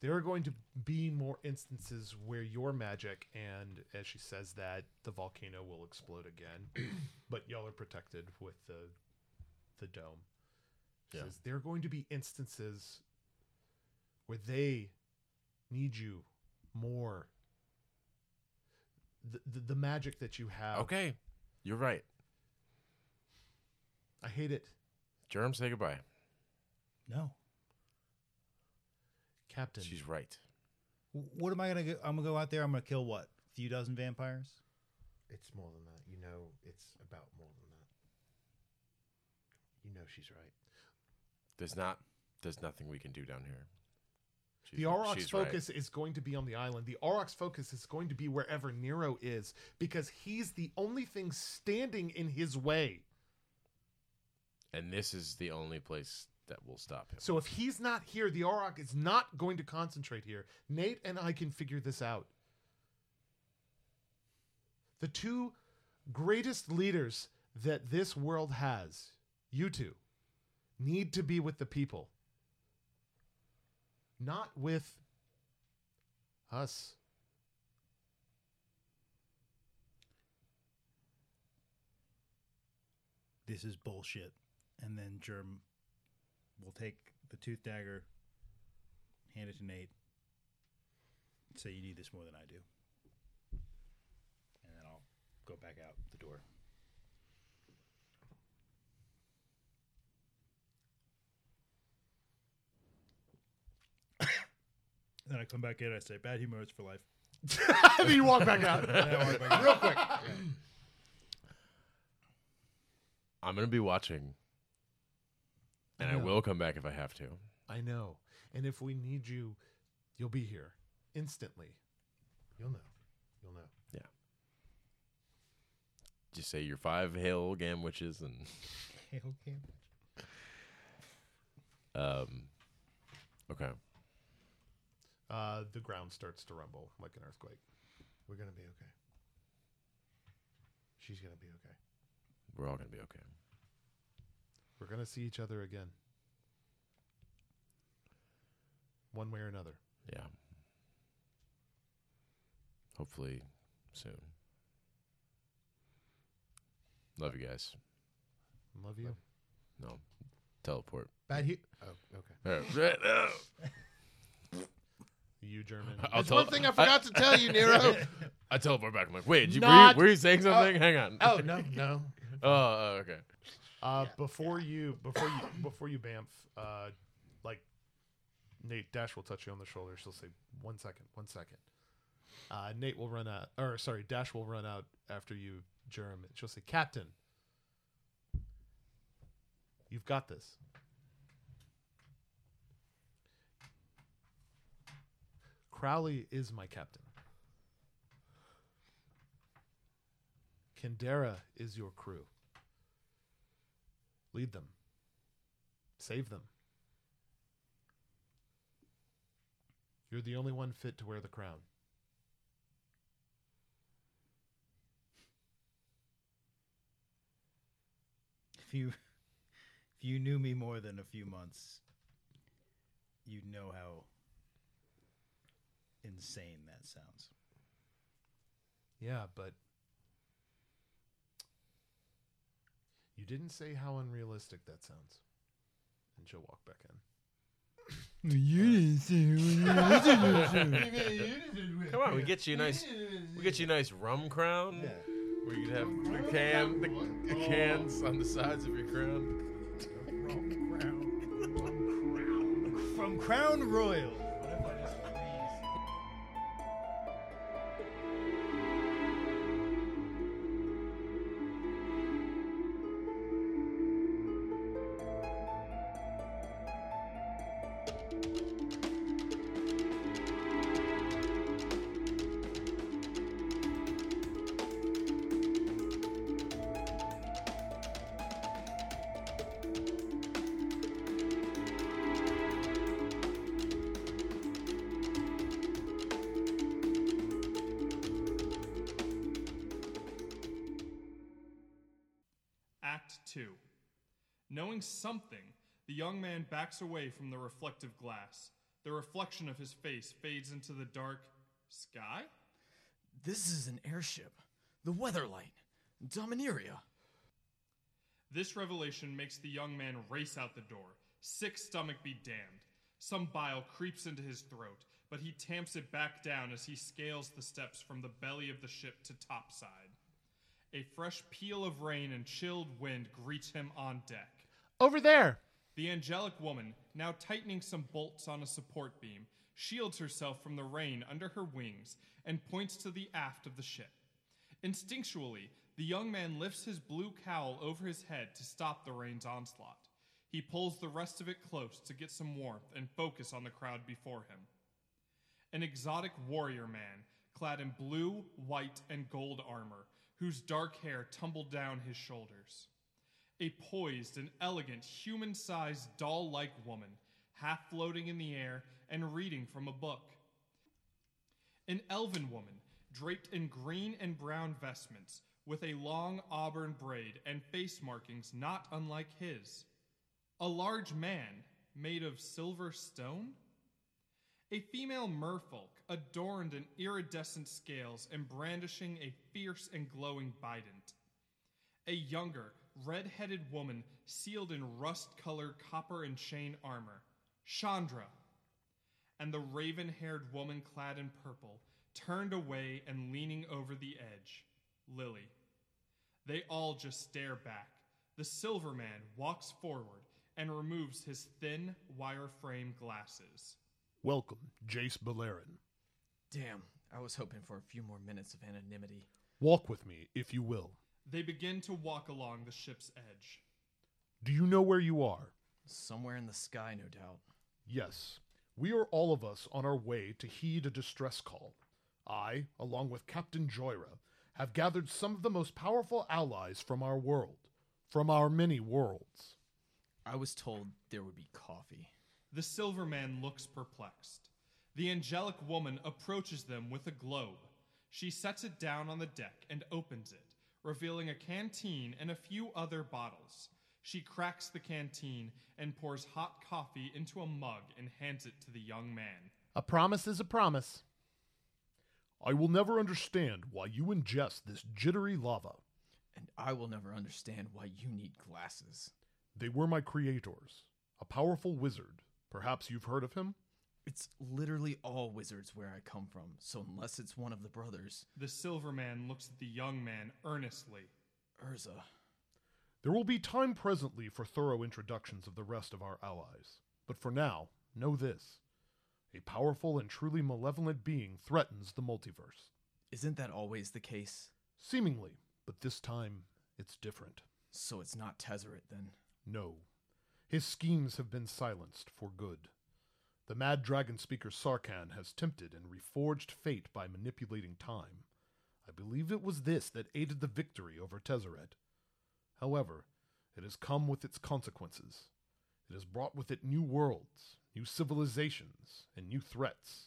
There are going to be more instances where your magic, and as she says that, the volcano will explode again. but y'all are protected with the the dome. She Yeah. Says there are going to be instances where they need you more. The, the, the magic that you have. Okay, you're right. I hate it. Germ, say goodbye. No. Captain. She's right. W- What am I gonna? Go? I'm gonna go out there. I'm gonna kill what? A few dozen vampires. It's more than that. You know, it's about more than that. You know she's right. There's not. There's nothing we can do down here. She's, the Aurochs she's right. focus is going to be on the island. The Aurochs focus is going to be wherever Nero is because he's the only thing standing in his way. and this is the only place that will stop him. So if he's not here, the Auroch is not going to concentrate here. Nate and I can figure this out. The two greatest leaders that this world has, you two, need to be with the people, not with us. This is bullshit. And then Germ will take the tooth dagger, hand it to Nate, say, You need this more than I do. And then I'll go back out the door. then I come back in, I say, Bad humor is for life. and then you walk back out. Real quick. I'm gonna be watching, and I will come back if I have to. I know. And if we need you, you'll be here instantly. You'll know. You'll know. Just say your five hail gam witches and um, okay. Uh, the ground starts to rumble like an earthquake. We're gonna be okay. She's gonna be okay. We're all gonna be okay. We're gonna see each other again. One way or another. Yeah. Hopefully soon. Love you guys. Love you. No. Teleport. Bad he. Oh, okay. All right. You German. I'll There's tell- one thing I forgot to tell you, Nero. I teleport back. I'm like, wait, did you, were, Not- you, were you saying something? Hang on. oh no, no. Oh, oh, okay. Uh, before you, before you, before you, Banff. Uh, like Nate Dash will touch you on the shoulder. She'll say, "One second, one second. Uh, Nate will run out, or sorry, Dash will run out after you, Germ. And she'll say, "Captain, you've got this." Crowley is my captain. Kendera is your crew. Lead them. Save them. You're the only one fit to wear the crown. If you if you knew me more than a few months, you'd know how insane that sounds. Yeah, but you didn't say how unrealistic that sounds. And she'll walk back in. Come on, we get you a nice, we get you a nice rum crown. Where you have the can, the, the cans on the sides of your crown. From Crown Royal. Act 2. Knowing something, the young man backs away from the reflective glass. The reflection of his face fades into the dark sky? This is an airship. The Weatherlight. Domineria. This revelation makes the young man race out the door. Sick stomach be damned. Some bile creeps into his throat, but he tamps it back down as he scales the steps from the belly of the ship to topside. A fresh peal of rain and chilled wind greets him on deck. Over there. The angelic woman, now tightening some bolts on a support beam, shields herself from the rain under her wings and points to the aft of the ship. Instinctually, the young man lifts his blue cowl over his head to stop the rain's onslaught. He pulls the rest of it close to get some warmth and focus on the crowd before him. An exotic warrior man, clad in blue, white, and gold armor, whose dark hair tumbled down his shoulders. A poised and elegant, human sized, doll like woman, half floating in the air and reading from a book. An elven woman, draped in green and brown vestments, with a long auburn braid and face markings not unlike his. A large man, made of silver stone? A female merfolk, adorned in iridescent scales and brandishing a fierce and glowing bident. A younger, red headed woman, sealed in rust colored copper and chain armor. Chandra. And the raven haired woman clad in purple, turned away and leaning over the edge. Lily. They all just stare back. The silver man walks forward and removes his thin, wireframe glasses. Welcome, Jace Balerin. Damn, I was hoping for a few more minutes of anonymity. Walk with me, if you will. They begin to walk along the ship's edge. Do you know where you are? Somewhere in the sky, no doubt. Yes, we are all of us on our way to heed a distress call. I, along with Captain Joyra, have gathered some of the most powerful allies from our world, from our many worlds. I was told there would be coffee. The silver man looks perplexed. The angelic woman approaches them with a globe. She sets it down on the deck and opens it, revealing a canteen and a few other bottles. She cracks the canteen and pours hot coffee into a mug and hands it to the young man. A promise is a promise. I will never understand why you ingest this jittery lava. And I will never understand why you need glasses. They were my creators, a powerful wizard. Perhaps you've heard of him? It's literally all wizards where I come from, so unless it's one of the brothers, The silver man looks at the young man earnestly. Urza. There will be time presently for thorough introductions of the rest of our allies, but for now, know this. A powerful and truly malevolent being threatens the multiverse. Isn't that always the case? Seemingly, but this time it's different. So it's not Tezzeret then. No. His schemes have been silenced for good. The mad dragon speaker Sarkhan has tempted and reforged fate by manipulating time. I believe it was this that aided the victory over Tezzeret. However, it has come with its consequences. It has brought with it new worlds, new civilizations, and new threats.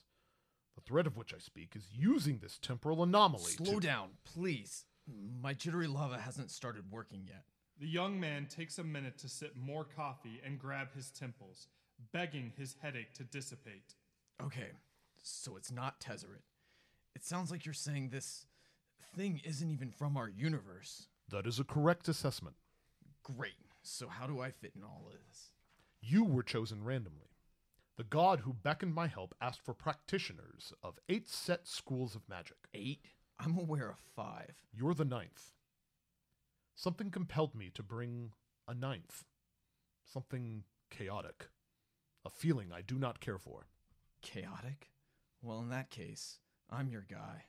The threat of which I speak is using this temporal anomaly. Slow to- down, please. My jittery lava hasn't started working yet. The young man takes a minute to sip more coffee and grab his temples, begging his headache to dissipate. Okay, so it's not Tezzeret. It sounds like you're saying this thing isn't even from our universe. That is a correct assessment. Great. So how do I fit in all of this? You were chosen randomly. The god who beckoned my help asked for practitioners of eight set schools of magic. Eight? I'm aware of five. You're the ninth. Something compelled me to bring a ninth. Something chaotic. A feeling I do not care for. Chaotic? Well, in that case, I'm your guy.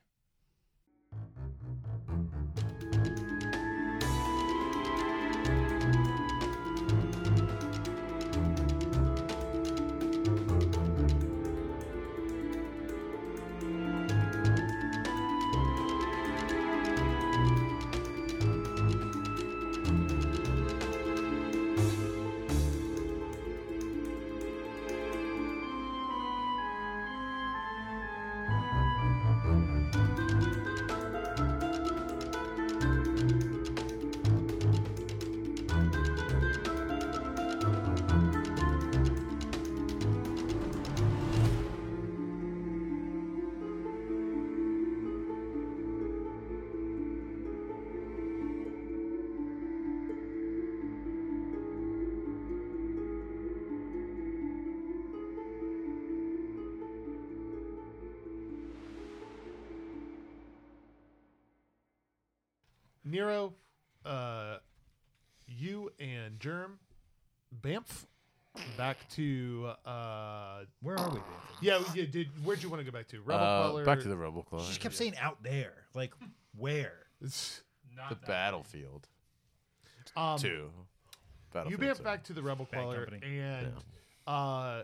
Nero, uh, you and Germ, Banff, back to uh, Where are we? yeah, yeah. Did where'd you want to go back to? Rebel Queller? Uh, back to the Rebel She Claw. just kept saying out there. Like where? Not The that- battlefield. um, Two. you Battlefield bent two. back to the rebel Bad queller company. and uh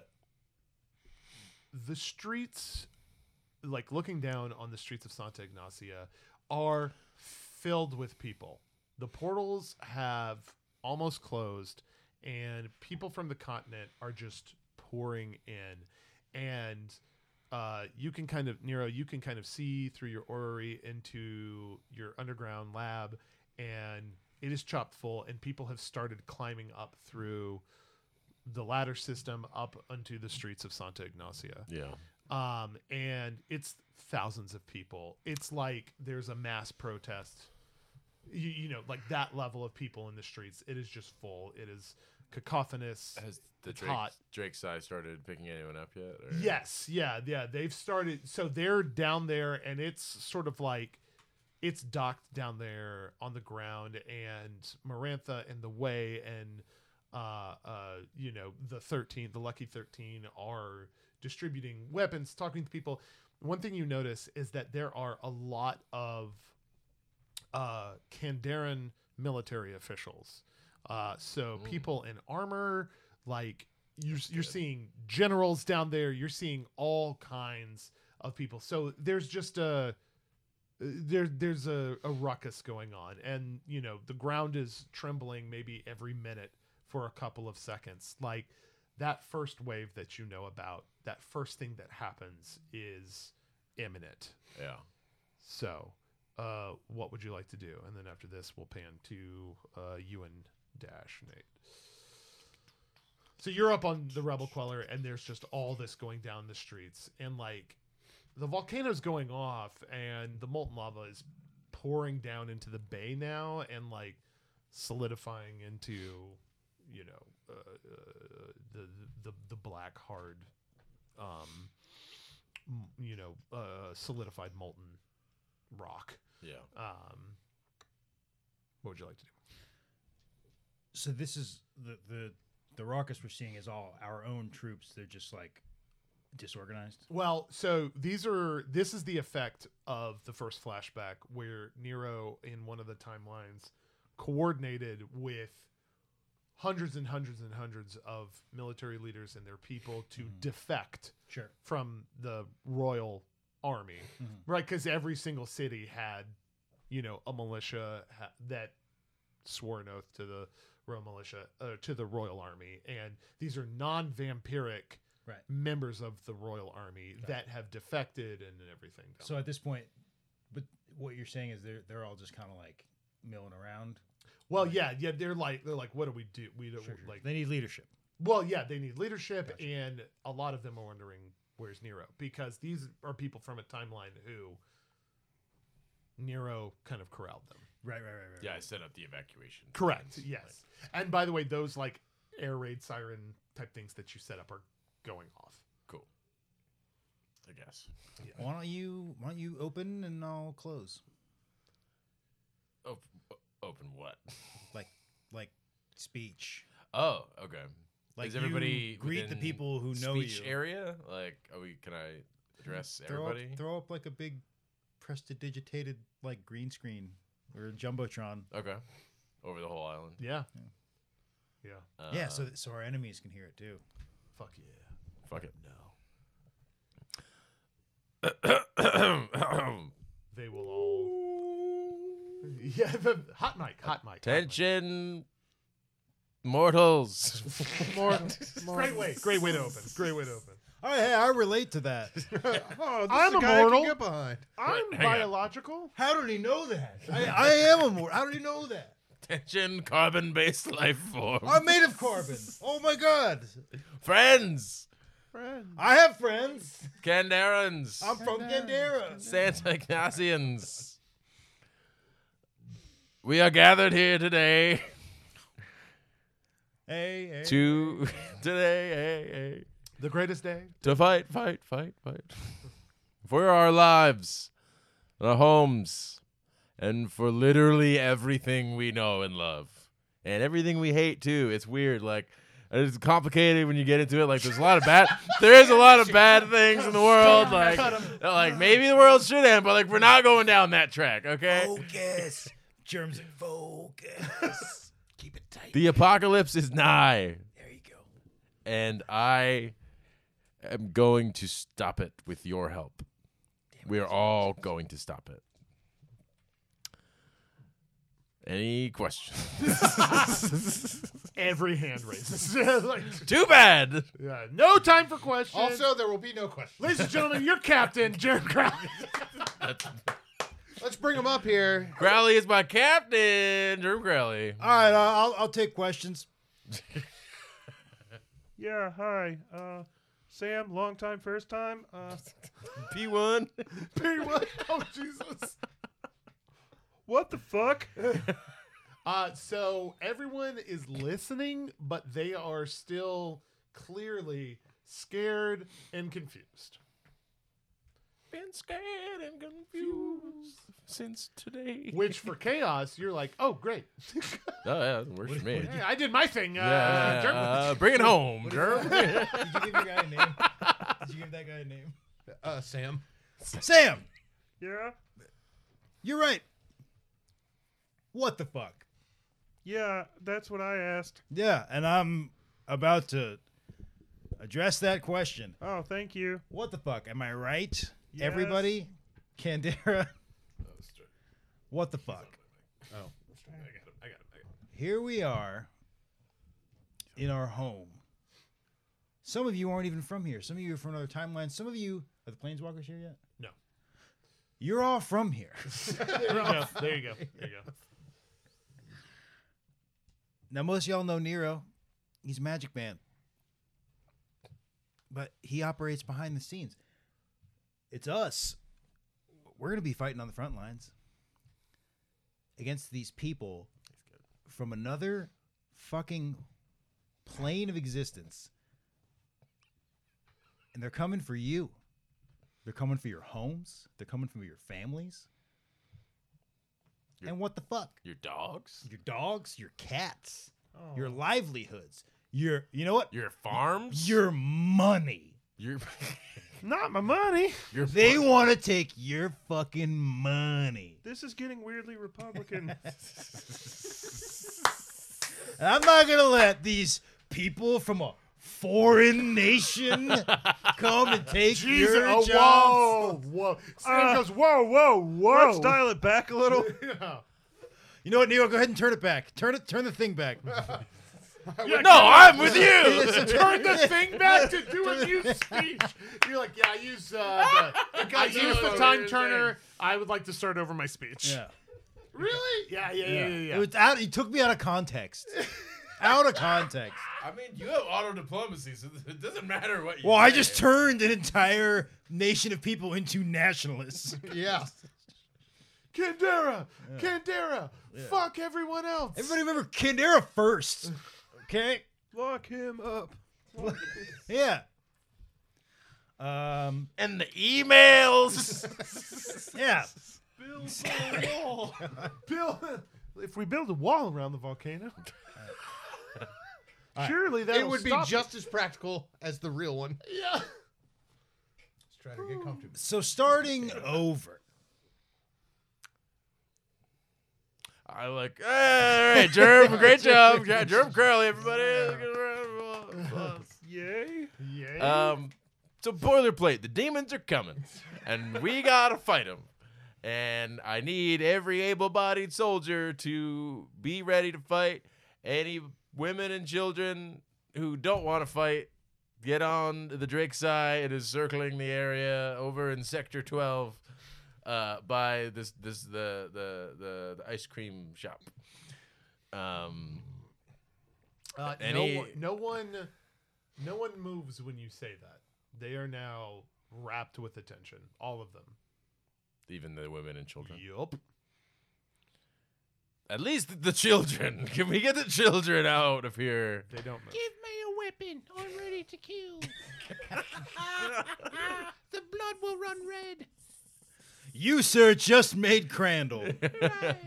the streets like looking down on the streets of santa ignacia are filled with people the portals have almost closed, and people from the continent are just pouring in, and uh, you can kind of Nero, you can kind of see through your orrery into your underground lab, and it is chopped full, and people have started climbing up through the ladder system up onto the streets of Santa Ignacia Yeah. um, and it's thousands of people. It's like there's a mass protest. You, you know, like that level of people in the streets. It is just full. It is cacophonous. Has the It's Drake, hot. Drake side started picking anyone up yet? Or? Yes, yeah, yeah. They've started, so they're down there, and it's sort of like it's docked down there on the ground, and Marantha and the Way and uh, uh, you know the thirteen, the Lucky Thirteen are distributing weapons, talking to people. One thing you notice is that there are a lot of uh, Kandaran military officials. Uh, so people in armor, like you're, you're seeing generals down there. You're seeing all kinds of people. So there's just a there there's a, a ruckus going on, and you know the ground is trembling maybe every minute for a couple of seconds. Like that first wave that you know about, that first thing that happens is imminent. Yeah. So, uh, what would you like to do? And then after this, we'll pan to uh, you and Dash Nate. So you're up on the Rebel Queller, and there's just all this going down the streets, and like the volcano's going off, and the molten lava is pouring down into the bay now, and like solidifying into, you know, uh, uh, the, the the black hard, um, m- you know, uh, solidified molten rock. Yeah. Um, what would you like to do? So this is the the the ruckus we're seeing is all our own troops. They're just like disorganized. Well, so these are this is the effect of the first flashback where Nero in one of the timelines coordinated with hundreds and hundreds and hundreds of military leaders and their people to defect Sure. from the royal army, right? Because every single city had, you know, a militia ha- that swore an oath to the royal militia, uh, to the royal army, and these are non-vampiric Right. members of the royal army that have defected and everything. down So at this point, but what you're saying is they're they're all just kind of like milling around. well, yeah, yeah, they're like they're like, what do we do? We don't like. They need leadership. Well, yeah, they need leadership, and a lot of them are wondering where's Nero because these are people from a timeline who Nero kind of corralled them. Right. Right. Right. Right. Yeah, I set up the evacuation. Correct. plans, Yes. And by the way, those like air raid siren type things that you set up are going off. like, cool. I guess. Why don't you Why don't you open and I'll close? Open, open what? Like like speech. Oh, okay. Like Is everybody you greet the within people who know speech you. area? Like, are we? Can I address Throw up, everybody? throw up like a big prestidigitated like green screen or a jumbotron. Okay. Over the whole island. Yeah. Yeah. Uh, yeah, so so our enemies can hear it too. Fuck yeah. fuck it. No. They will all. Yeah. The hot mic. Hot mic. Attention, mortals. More, Great way. Great way to open. Great way to open. Oh, hey, I relate to that. oh, this I'm is a guy I can immortal. get behind. I'm hang on. biological. How did he know that? I, I am a mortal. How did he know that? Attention, carbon-based life form. I'm made of carbon. Oh my god. Friends, I have friends. Candarans, I'm from Gandera. Santa Ignatians. We are gathered here today Hey, hey. to today hey, hey, The greatest day. to fight, fight, fight, fight for our lives, our homes, and for literally everything we know and love, and everything we hate too. It's weird, like. It's complicated when you get into it. Like, there's a lot of bad. there is a lot of bad things in the world. Like, like maybe the world should end, but like we're not going down that track. Okay. Focus. Germs in focus. Keep it tight. The apocalypse is nigh, There you go. and I am going to stop it with your help. We are all going to stop it. Any questions? Every hand raises. Like, Too bad. yeah, no time for questions. Also, there will be no questions. ladies and gentlemen, your captain, Jared Crown. Let's bring him up here. Crowley is my captain, Drew Crowley. All right, uh, I'll, I'll take questions. Yeah, hi. Uh, Sam, long time, first time. Uh, P1. oh Jesus. what the fuck? Uh, so everyone is listening, but they are still clearly scared and confused. Been scared and confused since today. Which for chaos, you're like, oh great, Oh, yeah, that works for me. Hey, I did my thing. Uh, yeah, German- uh, bring it home, Germ. Did you give your guy a name? Did you give that guy a name? Uh, Sam. Sam, Yeah? you're right. What the fuck? Yeah, that's what I asked. Yeah, and I'm about to address that question. Oh, thank you. What the fuck? Am I right? Yes. Everybody? Candera? What the fuck? Oh. Here we are in our home. Some of you aren't even from here. Some of you are from another timeline. Some of you are the Planeswalkers here yet? No. You're all from here. Yeah, there you go. There you go. Now, most of y'all know Nero. He's a magic man. But he operates behind the scenes. It's us. We're going to be fighting on the front lines against these people from another fucking plane of existence. And they're coming for you. They're coming for your homes. They're coming for your families. Your- and what the fuck? Your dogs? your dogs, your cats, your livelihoods, your you know what? Oh. Your farms? Your money. Your, Not my money. your They want to take your fucking money. This is getting weirdly Republican. And I'm not going to let these people from a foreign nation come and take Jesus, your oh, jobs. whoa, whoa. Sam Uh, goes, whoa, whoa, whoa. Let's dial it back a little. You know what, Neo? Go ahead and turn it back. Turn it turn the thing back. no, I'm with you. Turn the thing back to do a new speech. You're like, yeah, I use uh, the, I use the time turner. I would like to start over my speech. yeah. Really? Yeah, yeah, yeah, yeah. yeah. It was out, it took me out of context. out of context. I mean, you have auto diplomacy, so it doesn't matter what you Well, I just turned an entire nation of people into nationalists. Yeah. Candera, Candera, fuck everyone else. Everybody remember Kindera first. Okay? Lock him up. Yeah. Um, And the emails. yeah. Bill, if we build a wall around the volcano, surely that It would be just as practical as the real one. Yeah. Let's try to get comfortable. So starting over. I like, all right, Germ, great job. Yeah, Germ Crowley, everybody. Yay. Yeah. Um, so boilerplate, the demons are coming, and we gotta fight them. And I need every able-bodied soldier to be ready to fight. Any women and children who don't want to fight, get on the Drake side. It is circling the area over in Sector 12 uh, by this this the the the, the ice cream shop. Um, Uh, any- no, one, no one, no one moves when you say that. They are now wrapped with attention, all of them. even the women and children. Yup. At least the children. Can we get the children out of here? They don't move. You, sir, just made Crandall.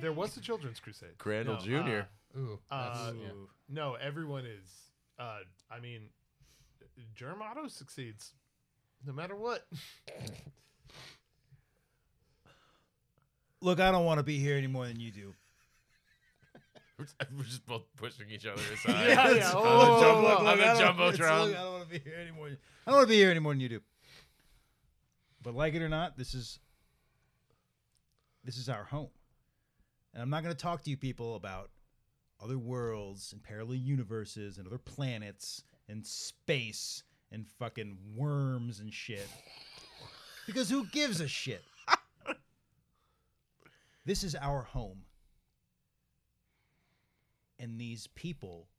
There was a children's crusade. Crandall No, Jr. Ooh. Uh, that's- No, everyone is. Uh, I mean, Germ Auto succeeds, no matter what. Look, I don't want to be here any more than you do. We're just- We're just both pushing each other aside. Yeah, yeah. On the, jumbo, Look, look, Oh. on the I don't- it's- jumbotron. look, uh, I don't want to be here anymore. I don't want to be here any more than you do. But like it or not, this is this is our home. And I'm not going to talk to you people about other worlds and parallel universes and other planets and space and fucking worms and shit. Because who gives a shit? this is our home. And these people,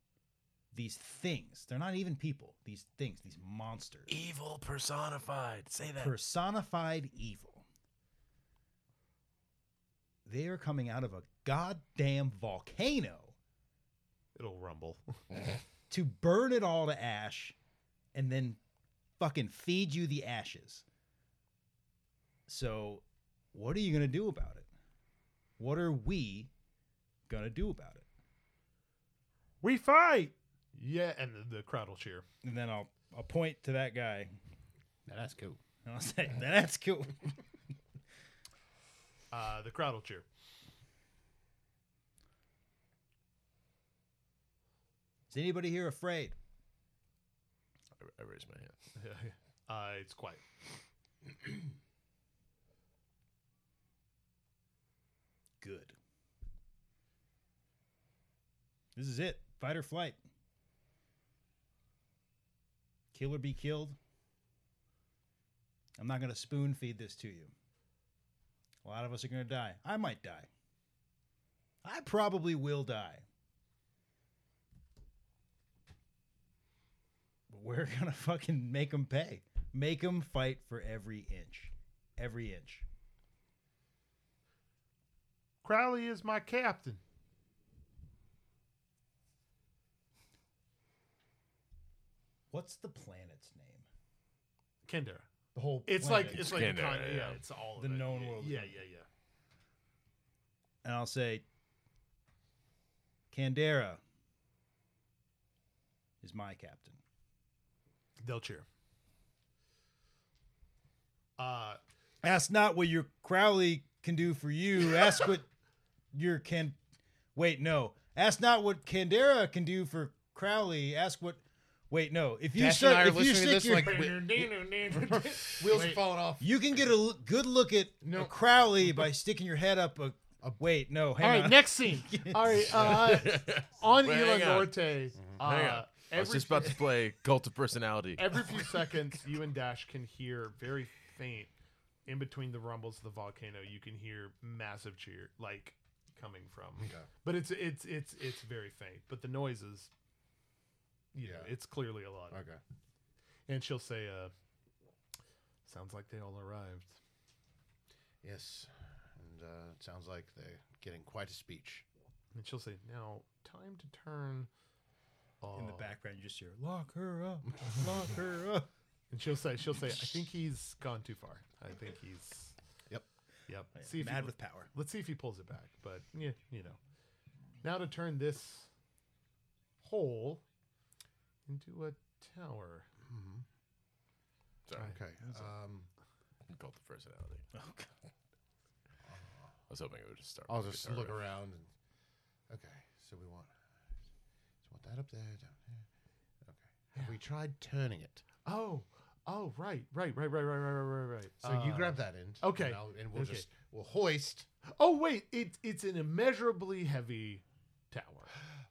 these things, they're not even people, these things, these monsters Evil personified. Say that. personified evil. They are coming out of a goddamn volcano It'll rumble. to burn it all to ash and then fucking feed you the ashes. So, what are you going to do about it? What are we going to do about it? We fight. yeah, and the, the crowd will cheer. And then I'll, I'll point to that guy Now, that's cool. and I'll say, that's cool. Uh, the crowd will cheer. Is anybody here afraid? I, I raised my hand. Uh, it's quiet. good. This is it. Fight or flight. Kill or be killed. I'm not going to spoon feed this to you. A lot of us are going to die. I might die. I probably will die. But we're going to fucking make them pay. Make them fight for every inch. Every inch. Crowley is my captain. What's the planet's name? Kendra. The whole It's planet. like it's like a Kendra, kind of, yeah, yeah. it's all of The it. known yeah, world. Yeah, yeah, yeah. and I'll say, Candera is my captain. They'll cheer. Uh, Ask not what your Crowley can do for you. Ask what your can. Wait, no. Ask not what Candera can do for Crowley. Ask what. Wait, no. If you Dash shut, and I are if you listening to stick this your, like wheels are falling off. you can get a l- good look at a Crowley by sticking your head up a. a wait, no. Hang all right, on. next scene. All right, uh, on Wait, Ila hang on. Mm-hmm. Norte. Uh, Hang on. I was every just about to play Cult of Personality. Oh every few seconds, you and Dash can hear very faint in between the rumbles of the volcano. You can hear massive cheer, like coming from. But it's it's it's it's very faint. But the noise is, you know, Yeah. it's clearly a lot. Okay. And she'll say, uh, "Sounds like they all arrived." Yes, and uh, it sounds like they're getting quite a speech. And she'll say, "Now, time to turn." In the uh, background, you just hear, lock her up, lock her up. And she'll say, "She'll say, I think he's gone too far. I think he's." Yep. Yep. See if Mad he- with power. Let's see if he pulls it back. But yeah, you know. Now to turn this hole into a tower. Sorry. Mm-hmm. Okay. Um, Cult of Personality. Oh, God. I was hoping it would just start. I'll with a just guitar look riff. around. And, okay, so we want, so want that up there, down there. Okay. Have we tried turning it? Oh, oh, right, right, right, right, right, right, right, right, right. So you Uh, grab that end. okay, And, I'll- and we'll okay. just we'll hoist. Oh wait, it, it's an immeasurably heavy tower.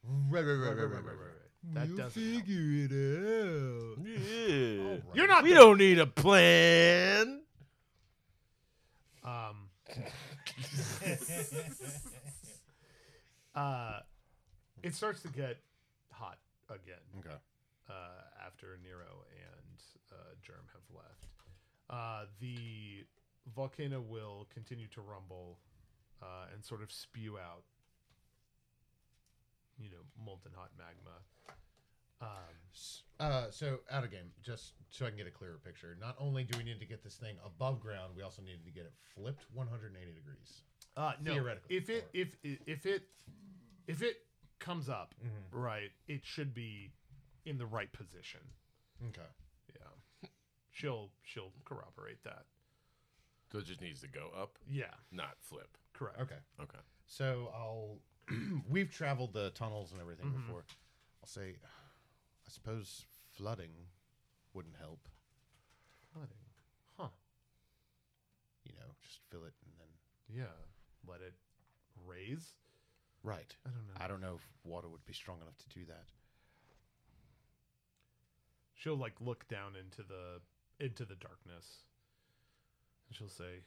Right, right, Right, right, right, right, right, right. That doesn't. help. it Yeah. out. You're not. We the- don't need a plan. Um, uh, it starts to get hot again Okay. uh, after Nero and uh, Germ have left. Uh, the volcano will continue to rumble uh, and sort of spew out, you know, molten hot magma. Um, S- Uh, so out of game, just so I can get a clearer picture. Not only do we need to get this thing above ground, we also need to get it flipped 180 degrees. Uh, no. Theoretically, If it or- if i- if it if it comes up right, it should be in the right position. Okay. Yeah, she'll she'll corroborate that. So it just needs to go up, Yeah, not flip. correct. Okay. Okay. So I'll. we've traveled the tunnels and everything before. I'll say, I suppose flooding wouldn't help. Flooding. Huh. You know, just fill it and then Yeah. Let it raise. Right. I don't know. I don't know if water would be strong enough to do that. She'll like look down into the into the darkness. And she'll say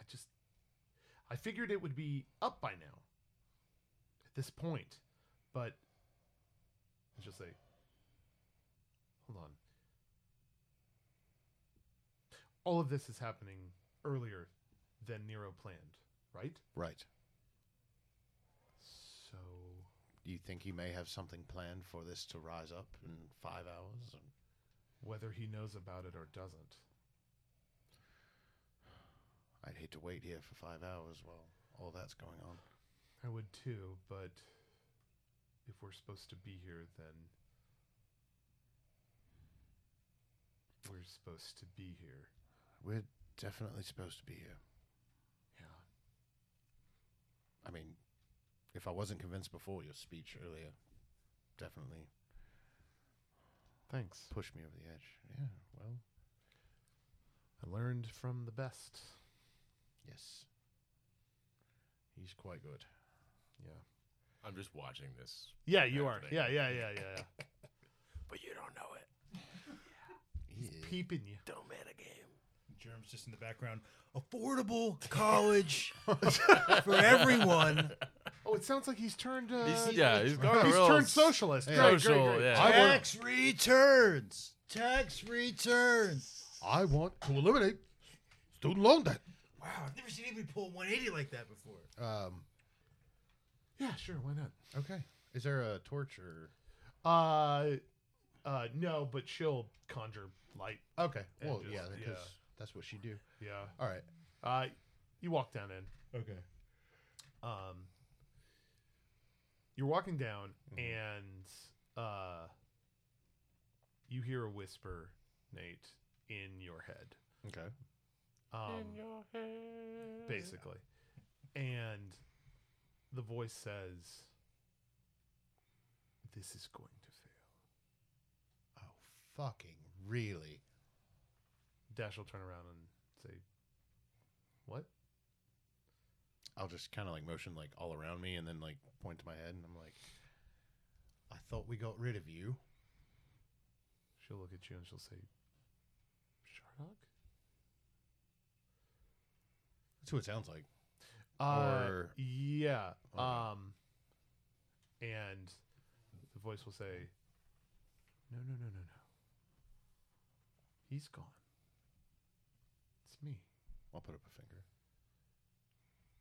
I just I figured it would be up by now. At this point. But and she'll say Hold on. All of this is happening earlier than Nero planned, right? Right. So You think he may have something planned for this to rise up in five hours? And whether he knows about it or doesn't. I'd hate to wait here for five hours while all that's going on. I would too, but if we're supposed to be here, then we're supposed to be here. We're definitely supposed to be here. Yeah. I mean, if I wasn't convinced before your speech earlier, definitely Thanks. pushed me over the edge. Yeah, well, I learned from the best. yes. He's quite good. I'm just watching this, Yeah, you are. Happening. Yeah, yeah, yeah, yeah. yeah. but you don't know it. He's Peeping you. Don't man a game. Germs just in the background. Affordable college for everyone. Oh, it sounds like he's turned. Uh, He's- he's, yeah, he's gone real turned s- socialist. Great, great, social, great. yeah. Tax returns. Tax returns. I want to eliminate student loan debt. Wow, I've never seen anybody pull 180 like that before. Um, Yeah, sure. Why not? okay. Is there a torch or? Uh, uh, no, but she'll conjure light. Okay. Yeah, well, just- yeah, because yeah. that's what she do. Yeah. All right. Uh, you walk down in. Okay. um, you're walking down Mm-hmm. and uh, you hear a whisper, Nate, in your head. Okay. Um, in your head. Basically. And the voice says, This is going to fail. Oh, fucking really? Dash will turn around and say, What? I'll just kind of like motion like all around me and then like point to my head and I'm like, I thought we got rid of you. She'll look at you and she'll say, Shardock? That's what it sounds like. Uh, Or- yeah. Um, and the voice will say, "No, no, no, no, no. He's gone. It's me. I'll put up a finger.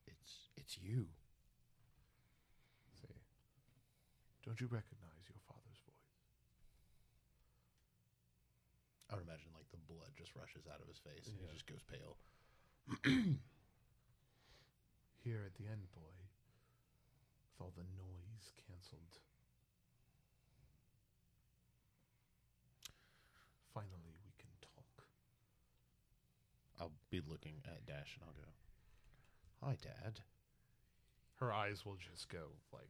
It's it's you. Say, don't you recognize your father's voice? I would imagine like the blood just rushes out of his face and he just goes pale. Here at the end, boy. With all the noise cancelled. Finally, we can talk. I'll be looking at Dash and I'll go, "Hi, Dad." Her eyes will just go like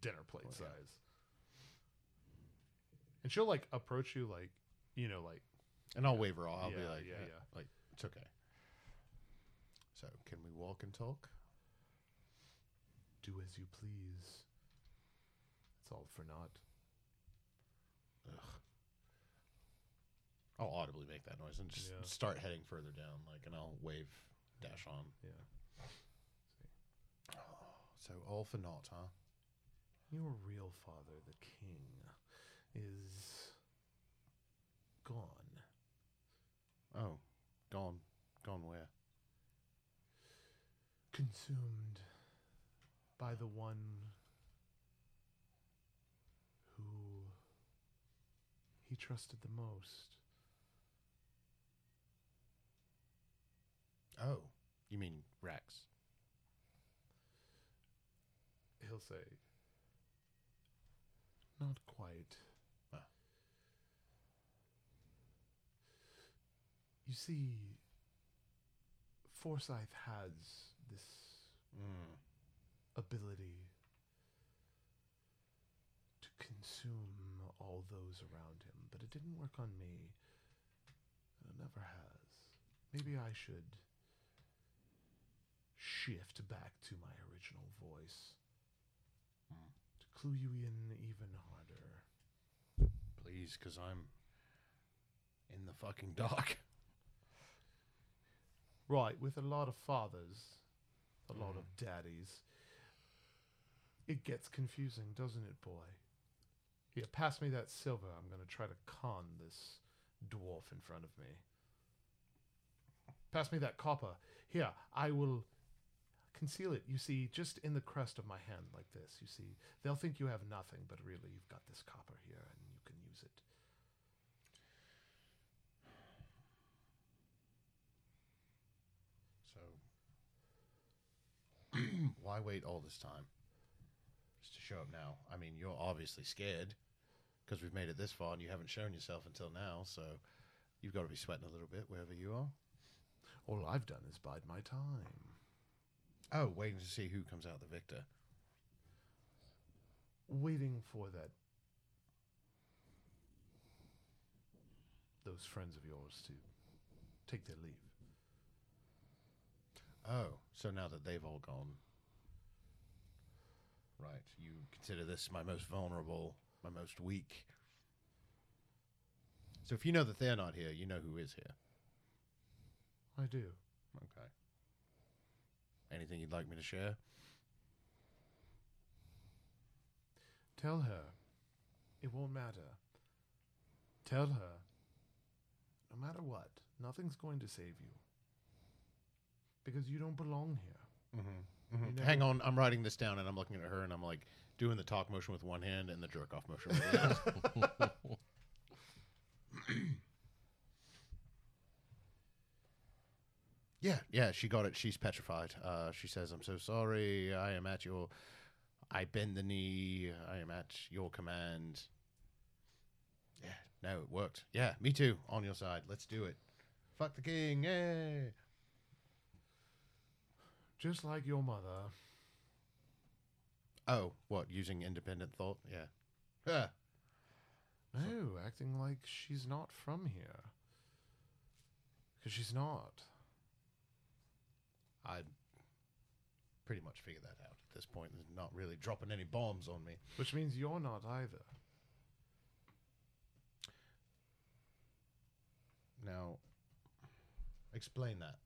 dinner plate size. And she'll like approach you like, you know, like And I'll wave her off. I'll be Yeah, like, yeah, "Eh, yeah. like it's okay." So, can we walk and talk? do as you please. It's all for naught. I'll audibly make that noise and just Yeah. start heading further down, like, and I'll wave Dash on. Yeah. So all for naught, huh? Your real father, the king, is gone. Oh, gone, gone where? Consumed by the one who he trusted the most. Oh, you mean Rax? he'll say, Not quite. Ah. You see, Forsyth has this Mm. ability to consume all those around him, but it didn't work on me. And it never has. Maybe I should shift back to my original voice to clue you in even harder. Please, because I'm in the fucking dock. Right, with a lot of fathers, a lot of daddies, it gets confusing, doesn't it, boy? Here, pass me that silver. I'm going to try to con this dwarf in front of me. Pass me that copper. Here, I will conceal it. You see, just in the crest of my hand, like this. You see, they'll think you have nothing, but really, you've got this copper here, and you can use it. So, why wait all this time? Just to show up now. I mean, you're obviously scared because we've made it this far and you haven't shown yourself until now. So, you've got to be sweating a little bit wherever you are. All I've done is bide my time. Oh, waiting to see who comes out the victor. Waiting for that. Those friends of yours to take their leave. Oh, so now that they've all gone. Right, you consider this my most vulnerable, my most weak. So if you know that they're not here, you know who is here. I do. Okay. Anything you'd like me to share? Tell her. It won't matter. Tell her. No matter what, nothing's going to save you. Because you don't belong here. You never- Hang on, I'm writing this down and I'm looking at her and I'm like doing the talk motion with one hand and the jerk off motion with the other. Yeah, yeah, she got it. She's petrified. Uh, she says, "I'm so sorry. I am at your. I bend the knee. I am at your command." Yeah, no, it worked. Yeah, me too. On your side. Let's do it. Fuck the king. Yeah. Just like your mother. Oh, what? Using independent thought? Yeah. Yeah. No, acting like she's not from here. Because she's not. I pretty much figured that out at this point. They're not really dropping any bombs on me. Which means you're not either. Now, explain that.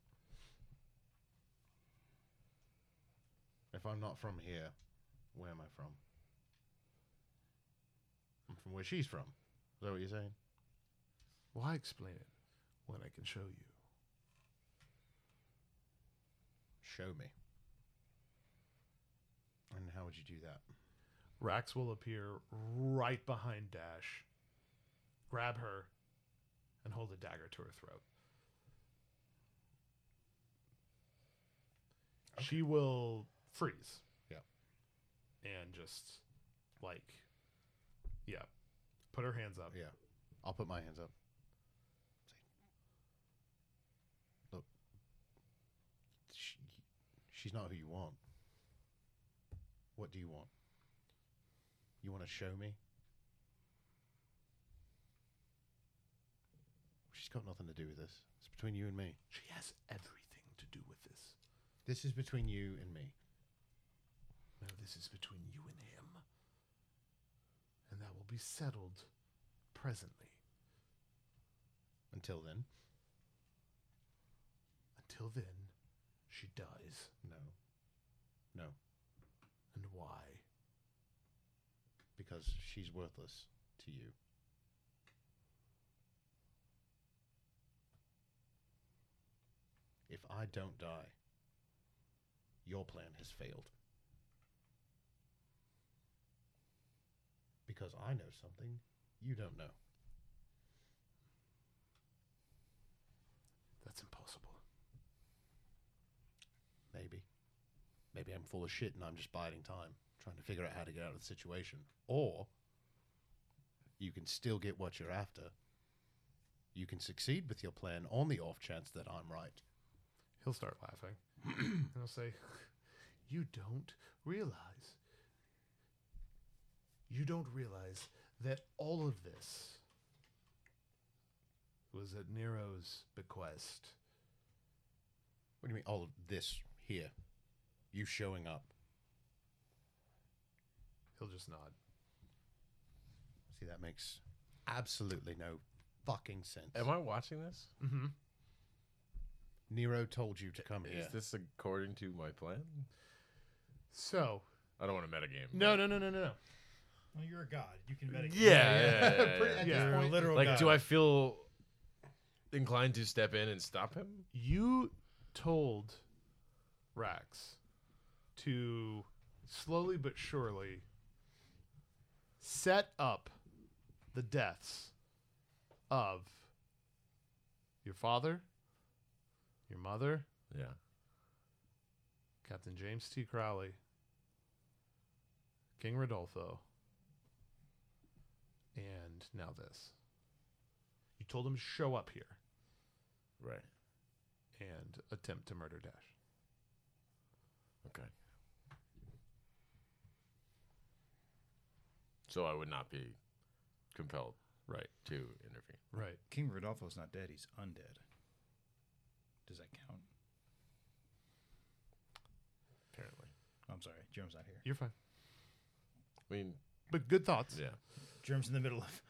If I'm not from here, where am I from? I'm from where she's from. Is that what you're saying? Why explain it when I can show you? Show me. And how would you do that? Rax will appear right behind Dash, grab her, and hold a dagger to her throat. She will freeze. Yeah. And just like, yeah, put her hands up. Yeah. I'll put my hands up. Look. She, she's not who you want. What do you want? You want to show me? She's got nothing to do with this. It's between you and me. She has everything to do with this. This is between you and me. No, this is between you and him. And that will be settled presently. Until then, Until then, she dies. no. No. And why? Because she's worthless to you. If I don't die, your plan has failed. Because I know something you don't know. That's impossible. Maybe. Maybe I'm full of shit and I'm just biding time, trying to figure out how to get out of the situation. Or you can still get what you're after. You can succeed with your plan on the off chance that I'm right. He'll start laughing. and he'll say, You don't realize. You don't realize that all of this was at Nero's bequest. What do you mean all of Oh, this here? you showing up. He'll just nod. See, that makes absolutely no fucking sense. Am I watching this? Mm-hmm. Nero told you to come here. Is this according to my plan? So I don't want to metagame. no, no, no, no, no, no. Well, you're a god. You can but- medicate. Yeah. yeah, yeah, yeah, yeah. Pretty- You're a point- literal Like, god. do I feel inclined to step in and stop him? You told Rax to slowly but surely set up the deaths of your father, your mother, Yeah. Captain James T. Crowley, King Rodolfo, and now this. You told him to show up here Right. and attempt to murder Dash. Okay. So I would not be compelled, right, to intervene. Right. King Rodolfo's not dead. He's undead. Does that count? Apparently, Oh, I'm sorry. Germ's not here. You're fine. I mean, But good thoughts. yeah. Germ's in the middle of.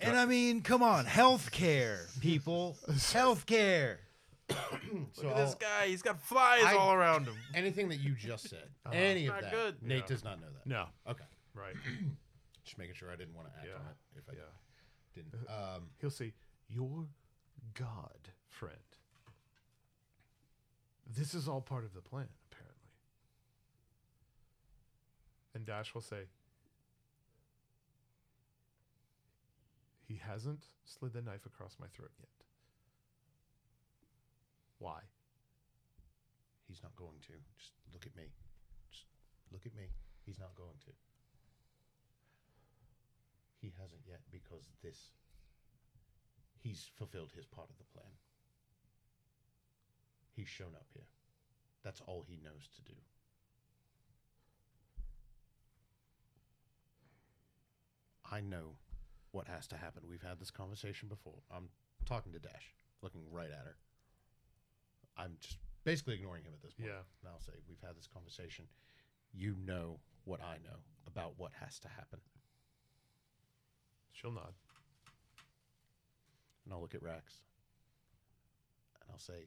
And I mean, come on, healthcare, people, healthcare. So I'll- guy, he's got flies I- all around him. anything that you just said, any of Not that, good. Nate Uh-huh. Yeah. does not know that. No. Okay. Right. Just making sure I didn't want to act Yeah. on it if I Yeah. didn't. Um, He'll say, Your God, friend. This is all part of the plan, apparently. And Dash will say, He hasn't slid the knife across my throat yet. Why? he's not going to. Just look at me. Just look at me. He's not going to. He hasn't yet because this. He's fulfilled his part of the plan. He's shown up here. That's all he knows to do. I know what has to happen. We've had this conversation before. I'm talking to Dash, looking right at her. I'm just basically ignoring him at this point. Yeah. And I'll say, We've had this conversation. You know what I know about what has to happen. She'll nod. And I'll look at Rax. And I'll say,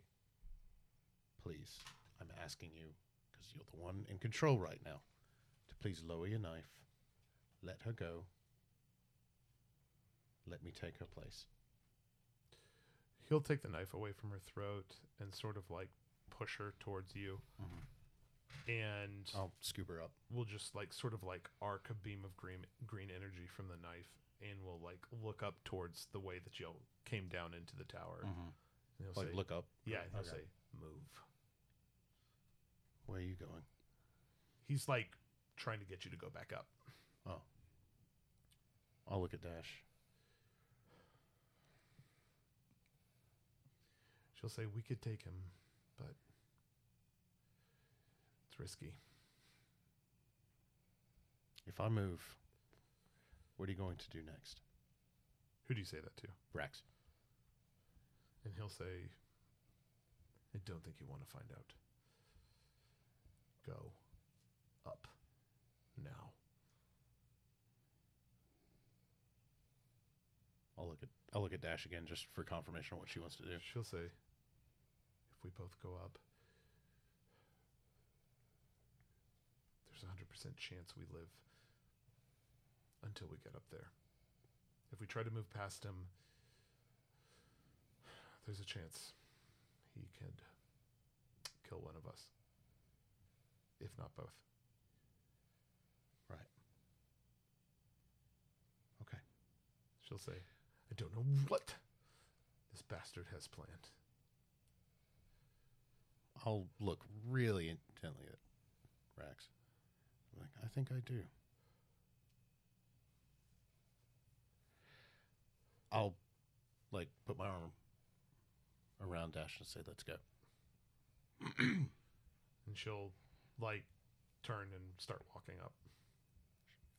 Please, I'm asking you, because you're the one in control right now, to please lower your knife, let her go, let me take her place. He'll take the knife away from her throat and sort of like push her towards you. And I'll scoop her up. will just like sort of like arc a beam of green green energy from the knife and will like look up towards the way that Jill came down into the tower. And he'll Mm-hmm. Like, say, look up. yeah, and he'll Okay. say, move. Where are you going? He's like trying to get you to go back up. Oh. I'll look at Dash. She'll say, we could take him, but it's risky. If I move, what are you going to do next? Who do you say that to? Rax. And he'll say, I don't think you want to find out. Go up now. I'll look at I'll look at Dash again just for confirmation on what she wants to do. She'll say, if we both go up, there's a 100% chance we live until we get up there. If we try to move past him, there's a chance he could kill one of us, if not both. Right. Okay. She'll say, I don't know what this bastard has planned. I'll look really intently at Rax. I'm like, I think I do. I'll like put my arm around Dash and say, "Let's go." And she'll, like, turn and start walking up.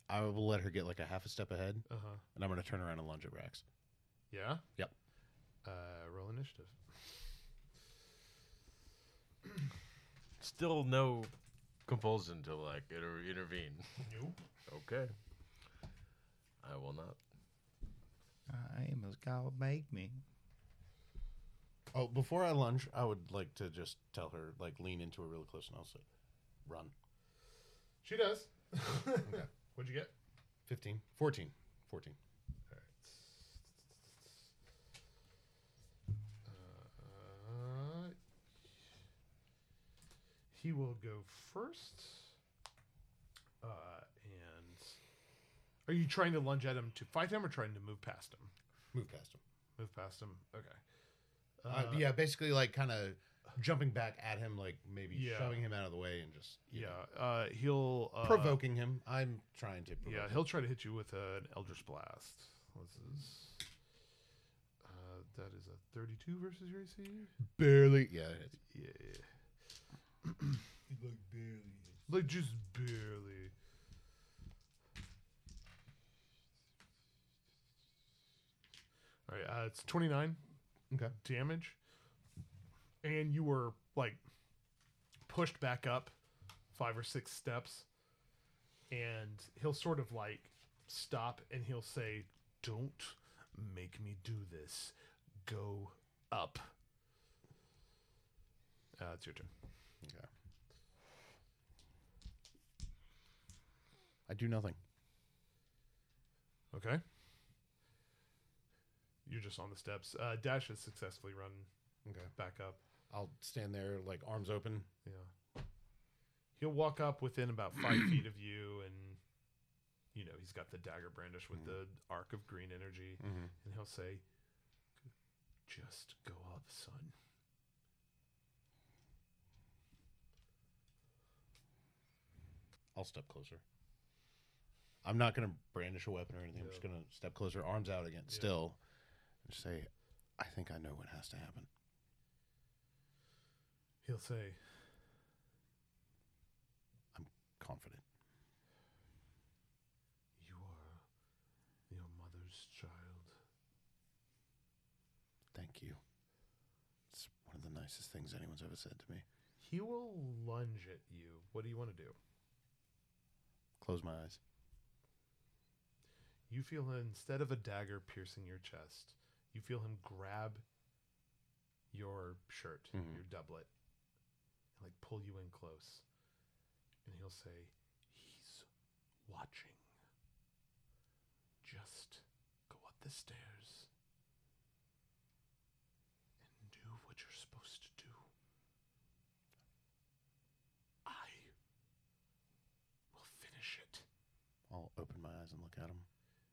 I will let her get like a half a step ahead, Uh huh. and I'm going to turn around and lunge at Rax. Yeah? Yep. Uh, roll initiative. Still no compulsion to like inter- intervene. Nope. Okay. I will not. I must go make me. Oh, before I lunge, I would like to just tell her, like, lean into her really close, and I'll say, "Run." She does. What'd you get? 15, 14, 14. Uh, he will go first. Uh, and are you trying to lunge at him to fight him, or trying to move past him? Move past him. Move past him. Okay. Uh, Uh-huh. yeah, basically, like, kind of jumping back at him, like maybe Yeah. shoving him out of the way and just you Yeah. know, Uh, he'll uh, provoking him. I'm trying to. Provoke Yeah, him. he'll try to hit you with uh, an Eldritch Blast. What's his? Uh, that is a 32 versus your AC. barely. Yeah, it's- Yeah. like barely. Like just barely. All right, uh, it's 29 Okay. damage. And you were like pushed back up five or six steps. And he'll sort of like stop and he'll say, Don't make me do this. Go up. Uh, it's your turn. Okay. I do nothing. Okay. You're just on the steps. Uh, Dash has successfully run Okay. back up. I'll stand there, like arms open. Yeah. He'll walk up within about five feet of you, and you know he's got the dagger brandish with the arc of green energy, and he'll say, "Just go up, son." I'll step closer. I'm not gonna brandish a weapon or anything. I'm just gonna step closer, arms out again, still, and just say, "I think I know what has to happen." He'll say, I'm confident. "You are your mother's child." Thank you. It's one of the nicest things anyone's ever said to me. He will lunge at you. What do you want to do? Close my eyes. You feel him, instead of a dagger piercing your chest, you feel him grab your shirt, Mhm. your doublet, and like pull you in close. And he'll say, He's watching. Just go up the stairs and do what you're supposed to do. I will finish it. I'll open my eyes and look at him.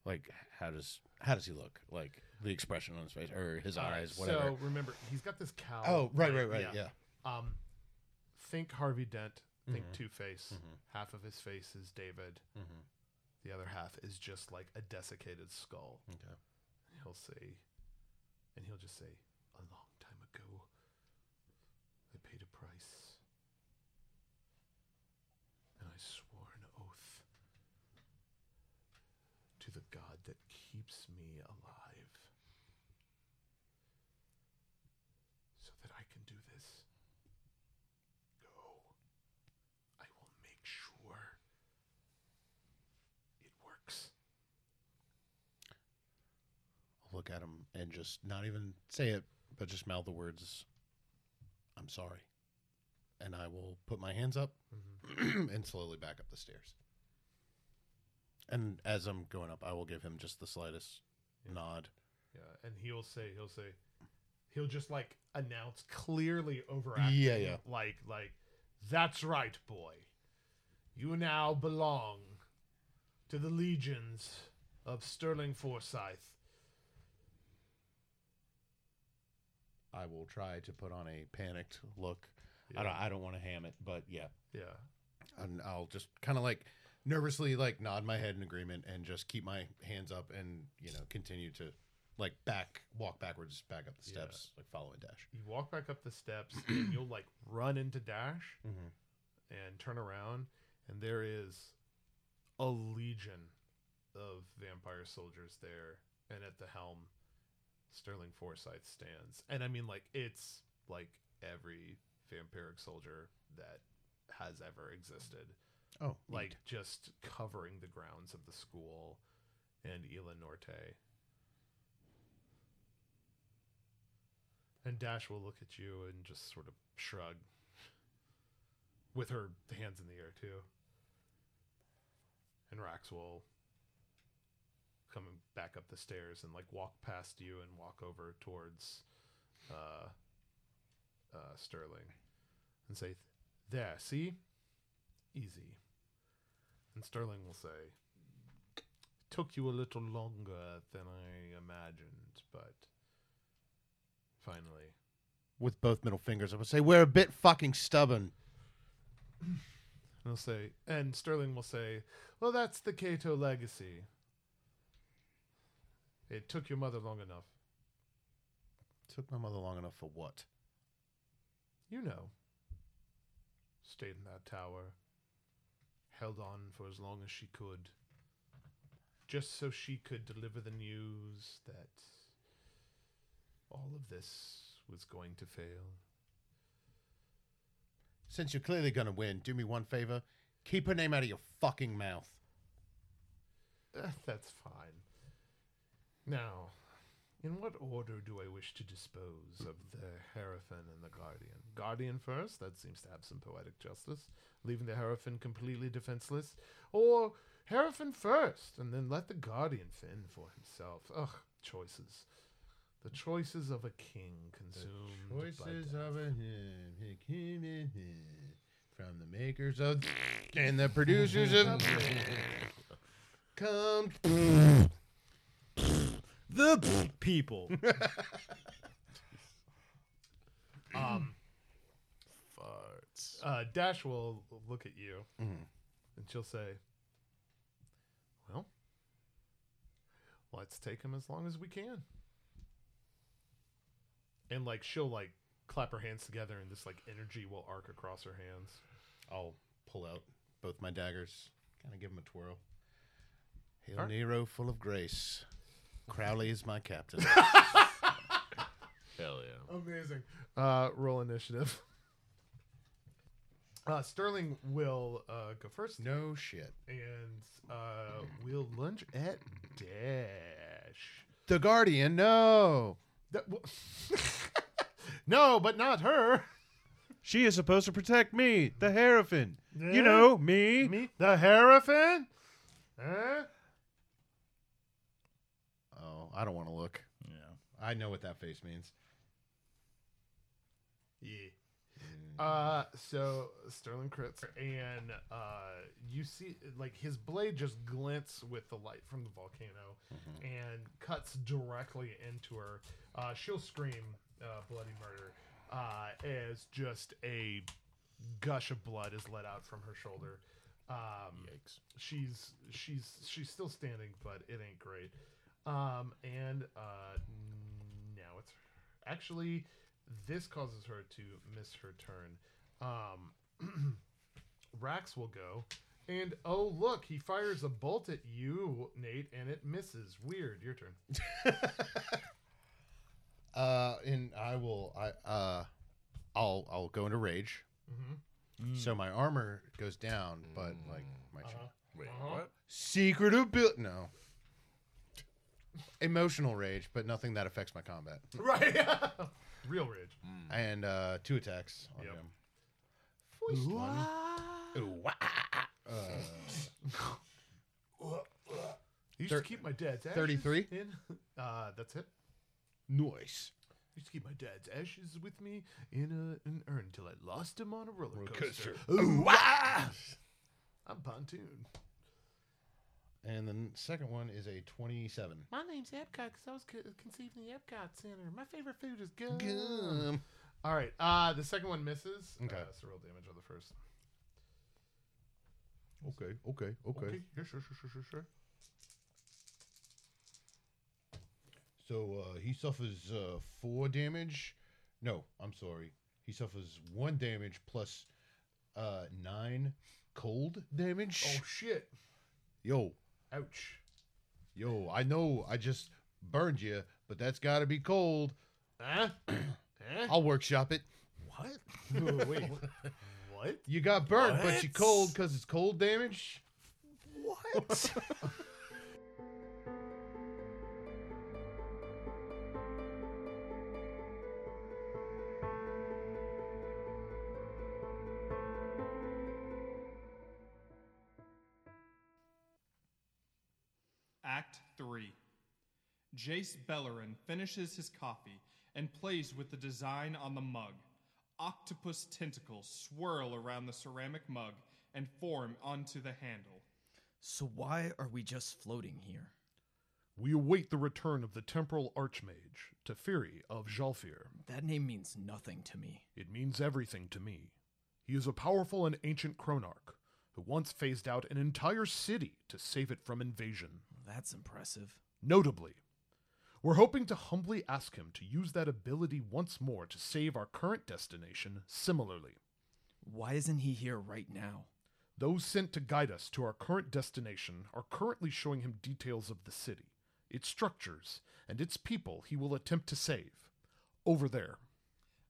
Like, how does how does he look? Like the expression on his face or his eyes, All right, whatever. So remember, he's got this cow. oh, right, right, right. Yeah. Um, think Harvey Dent. Think Two Face. Half of his face is David. The other half is just like a desiccated skull. Okay. He'll say, and he'll just say, a long time ago, I paid a price, and I swore an oath to the God that keeps me alive, so that I can do this. Go. I will make sure it works. I'll look at him and just not even say it, but just mouth the words, "I'm sorry," and I will put my hands up Mm-hmm. and slowly back up the stairs. And as I'm going up, I will give him just the slightest nod. Yeah, and he'll say he'll say he'll just like announce clearly over Yeah, yeah. like like that's right, boy. You now belong to the legions of Sterling Forsyth. I will try to put on a panicked look. I don't. I don't want to ham it, but yeah, Yeah. and I'll just kind of like nervously like nod my head in agreement and just keep my hands up and you know continue to like back walk backwards back up the steps like following dash. You walk back up the steps and you'll like run into Dash and turn around and there is a legion of vampire soldiers there and at the helm Sterling Forsyth stands. And I mean, like, it's like every vampiric soldier that has ever existed. Oh, like just covering the grounds of the school and Ila Norte. And Dash will look at you and just sort of shrug with her hands in the air too. And Rax will come back up the stairs and like walk past you and walk over towards uh, uh, Sterling and say, "There, see, easy." And Sterling will say, "Took you a little longer than I imagined, but finally." With both middle fingers, I would say we're a bit fucking stubborn. And he'll say, and Sterling will say, "Well, that's the Cato legacy. It took your mother long enough. Took my mother long enough for what? You know. Stayed in that tower, held on for as long as she could, just so she could deliver the news that all of this was going to fail. Since you're clearly gonna win, do me one favor: keep her name out of your fucking mouth. Eh, That's fine. Now, in what order do I wish to dispose of the Hierophant and the Guardian? Guardian first, that seems to have some poetic justice, leaving the Hierophant completely defenseless. Or Hierophant first, and then let the Guardian fend for himself. Ugh, choices. The choices of a king consumed. Voices by death. of a hymn, he came in here from the makers of and the producers of come. The people. Farts. uh, Dash will look at you, Mm-hmm. and she'll say, "Well, let's take him as long as we can." And like she'll like clap her hands together, and this like energy will arc across her hands. I'll pull out both my daggers, kind of give them a twirl. Hail Alright. Nero, full of grace. Crowley is my captain. Hell yeah. Amazing. Uh, roll initiative. Uh, Sterling will uh, go first, no shit. and uh, we'll lunge at Dash. The Guardian, no. That- wha- no, but not her. She is supposed to protect me, the Hierophant. You know, me. Me? The Hierophant? Huh? Oh, I don't want to look. Yeah. I know what that face means. E Yeah. Uh, so Sterling crits, and uh, you see like his blade just glints with the light from the volcano, Mm-hmm. and cuts directly into her. Uh, she'll scream uh, bloody murder uh, as just a gush of blood is let out from her shoulder. Um, Yikes. she's she's she's still standing, but it ain't great. Um, and uh, now it's actually this causes her to miss her turn. Um, Rax will go, and oh look, he fires a bolt at you, Nate, and it misses. Weird. Your turn. Uh, and I will. I uh, I'll I'll go into rage. Mm-hmm. So my armor goes down, but like my Mm. Uh-huh. Wait, what? secret ability. No. Emotional rage, but nothing that affects my combat. Right. Real rage. And uh, two attacks on Yep. him. First one. You used Thir- to keep my dad's ashes 33? in. Uh, that's it. Noise. Used to keep my dad's ashes with me in a, an urn until I lost him on a roller, coaster. Ooh, ah! I'm pontoon. And the n- second one is a 27. My name's Epcot because I was conceived in the Epcot Center. My favorite food is gum. Gum. All right. Uh, the second one misses. Okay. Uh, so roll damage on the first. Okay, okay, okay. Yeah, sure, sure, sure, sure, sure. So uh, he suffers uh, four damage. No, I'm sorry. He suffers one damage plus uh, nine cold damage. Oh, shit. yo, Ouch. yo, I know I just burned you, but that's got to be cold. Huh? I'll workshop it. Wait. what? What? You got burnt, but you What? cold because it's cold damage. What? Act 3. Jace Bellerin finishes his coffee and plays with the design on the mug. Octopus tentacles swirl around the ceramic mug and form onto the handle. So why are we just floating here? We await the return of the temporal archmage, Teferi of Jalfir. That name means nothing to me. It means everything to me. He is a powerful and ancient Chronarch who once phased out an entire city to save it from invasion. That's impressive. Notably, we're hoping to humbly ask him to use that ability once more to save our current destination similarly. Why isn't he here right now? Those sent to guide us to our current destination are currently showing him details of the city, its structures, and its people he will attempt to save. Over there.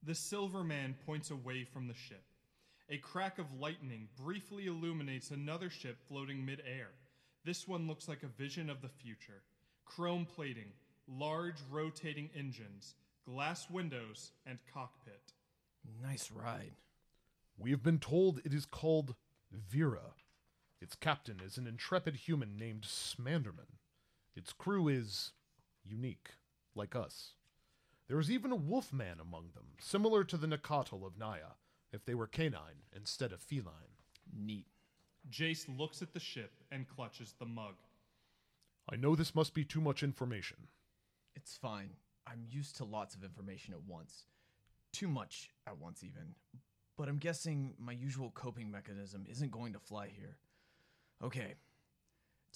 The silver man points away from the ship. A crack of lightning briefly illuminates another ship floating midair. This one looks like a vision of the future. Chrome plating, large rotating engines, glass windows, and cockpit. Nice ride. We have been told it is called Vera. Its captain is an intrepid human named Smanderman. Its crew is unique, like us. There is even a wolf man among them, similar to the Nakatal of Naya, if they were canine instead of feline. Neat. Jace looks at the ship and clutches the mug. I know this must be too much information. It's fine. I'm used to lots of information at once. Too much at once, even. But I'm guessing my usual coping mechanism isn't going to fly here. Okay.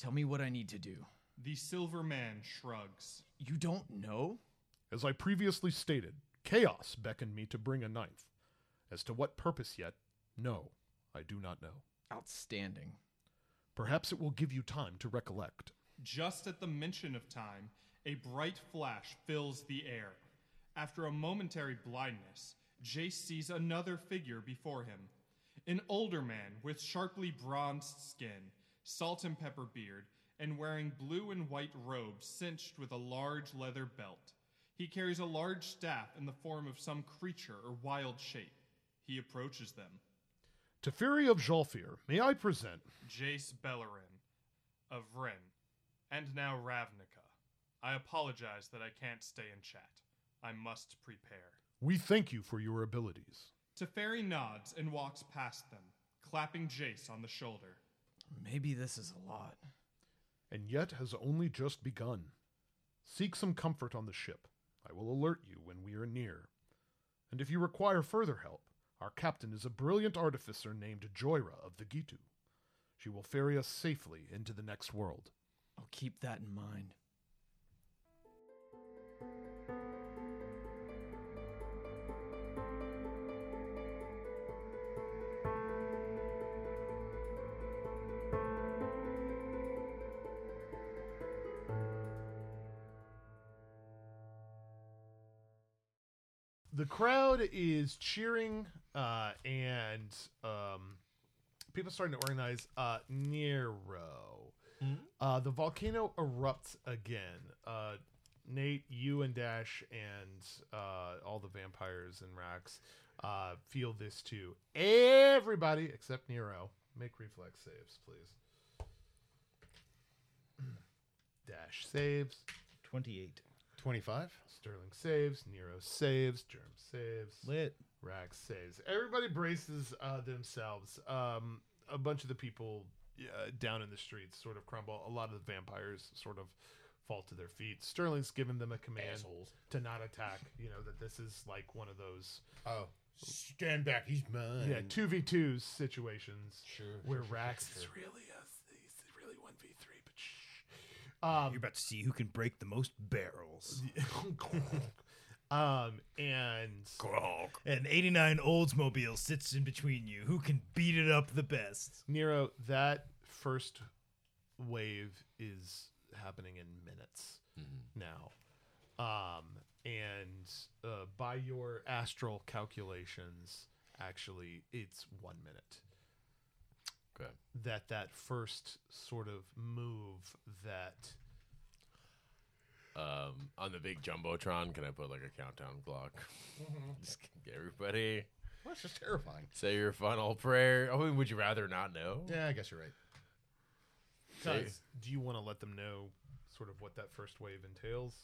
Tell me what I need to do. The silver man shrugs. You don't know? As I previously stated, chaos beckoned me to bring a knife. As to what purpose yet, no, I do not know. Outstanding. Perhaps it will give you time to recollect. Just at the mention of time, a bright flash fills the air. After a momentary blindness, Jace sees another figure before him. An older man with sharply bronzed skin, salt and pepper beard, and wearing blue and white robes cinched with a large leather belt. He carries a large staff in the form of some creature or wild shape. He approaches them. To Fury of Jalfir, may I present Jace Bellerin of Ren, and now Ravnica. I apologize that I can't stay and chat. I must prepare. We thank you for your abilities. Teferi nods and walks past them, clapping Jace on the shoulder. Maybe this is a lot. And yet has only just begun. Seek some comfort on the ship. I will alert you when we are near. And if you require further help, our captain is a brilliant artificer named Joyra of the Gitu. She will ferry us safely into the next world. I'll keep that in mind. the crowd is cheering uh, and um, people starting to organize uh, nero uh, the volcano erupts again uh, nate you and dash and uh, all the vampires and racks uh, feel this too everybody except nero make reflex saves please dash saves 28. 25? sterling saves nero saves germ saves Lit. Rax saves. Everybody braces uh, themselves. Um, a bunch of the people uh, down in the streets sort of crumble. A lot of the vampires sort of fall to their feet. Sterling's given them a command to not attack. You know that this is like one of those Oh. Stand back. He's mine. yeah two v two situations Sure, where sure, sure, Rax sure, is sure. really a, he's really one v three, but shh. Um, You're about to see who can break the most barrels. um, and An 89 Oldsmobile sits in between you. Who can beat it up the best? Nero, that first wave is happening in minutes Mm-hmm. now. Um, and uh, by your astral calculations, Actually, it's one minute. Okay. That that first sort of move that Um, on the big jumbotron, can I put like a countdown clock? Just get everybody Well, it's just terrifying. say your final prayer. I mean, would you rather not know? Yeah, I guess you're right. Say- Guys, do you want to let them know sort of what that first wave entails?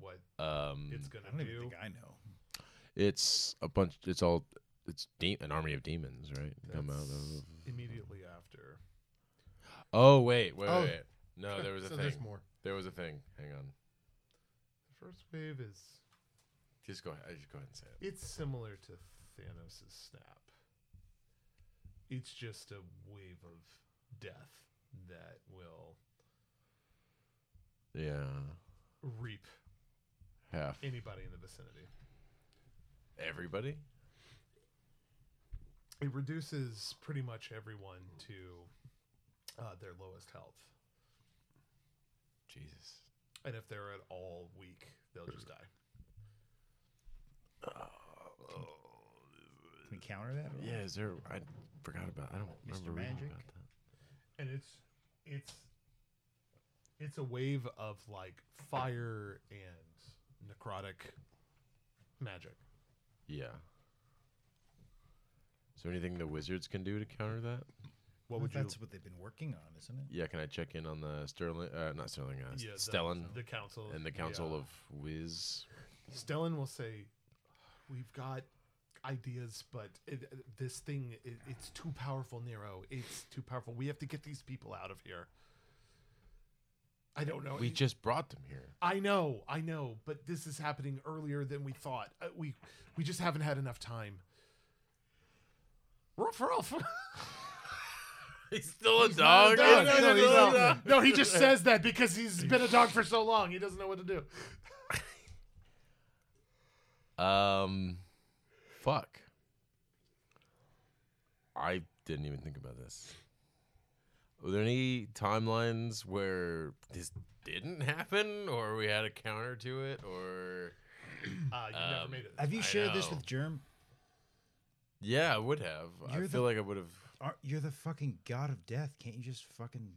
What Um, it's it's gonna Mm, I don't even do? think I know. a bunch. It's all. It's de- an army of demons, right? Come out That's of. immediately after. Oh wait, wait, wait, Oh. wait. No, there was a so thing. there's more. There was a thing. Hang on. The first wave is Just go ahead. Just go ahead and say it. it's similar to Thanos' snap. It's just a wave of death that will Yeah. reap Half. anybody in the vicinity. Everybody. It reduces pretty much everyone to uh, their lowest health, Jesus. and if they're at all weak, they'll just die. Can we counter that? Yeah. Is there? I forgot about. I don't remember reading Magic? about that. and it's it's it's a wave of like fire and necrotic magic. Yeah. Is there anything the wizards can do to counter that? What would That's you? what they've been working on, isn't it? Yeah, can I check in on the Sterling? Uh, not Sterling, uh, Yeah, the- Stellan the council and the Council yeah. of Wiz. Stellan will say, "We've got ideas, but it, this thing it, it's too powerful, Nero. It's too powerful. We have to get these people out of here." I don't know. We It- just brought them here. I know, I know, but this is happening earlier than we thought. Uh, we we just haven't had enough time. Ruff, ruff. He's still a dog. no, no, no, no, no. No, he just says that because he's been a dog for so long, he doesn't know what to do. Um, fuck. I didn't even think about this. Were there any timelines where this didn't happen, or we had a counter to it, or Uh, you never Um, made it. Have you I shared this know. with Germ? yeah, I would have. I You're feel the- like I would have. Are- You're the fucking god of death. Can't you just fucking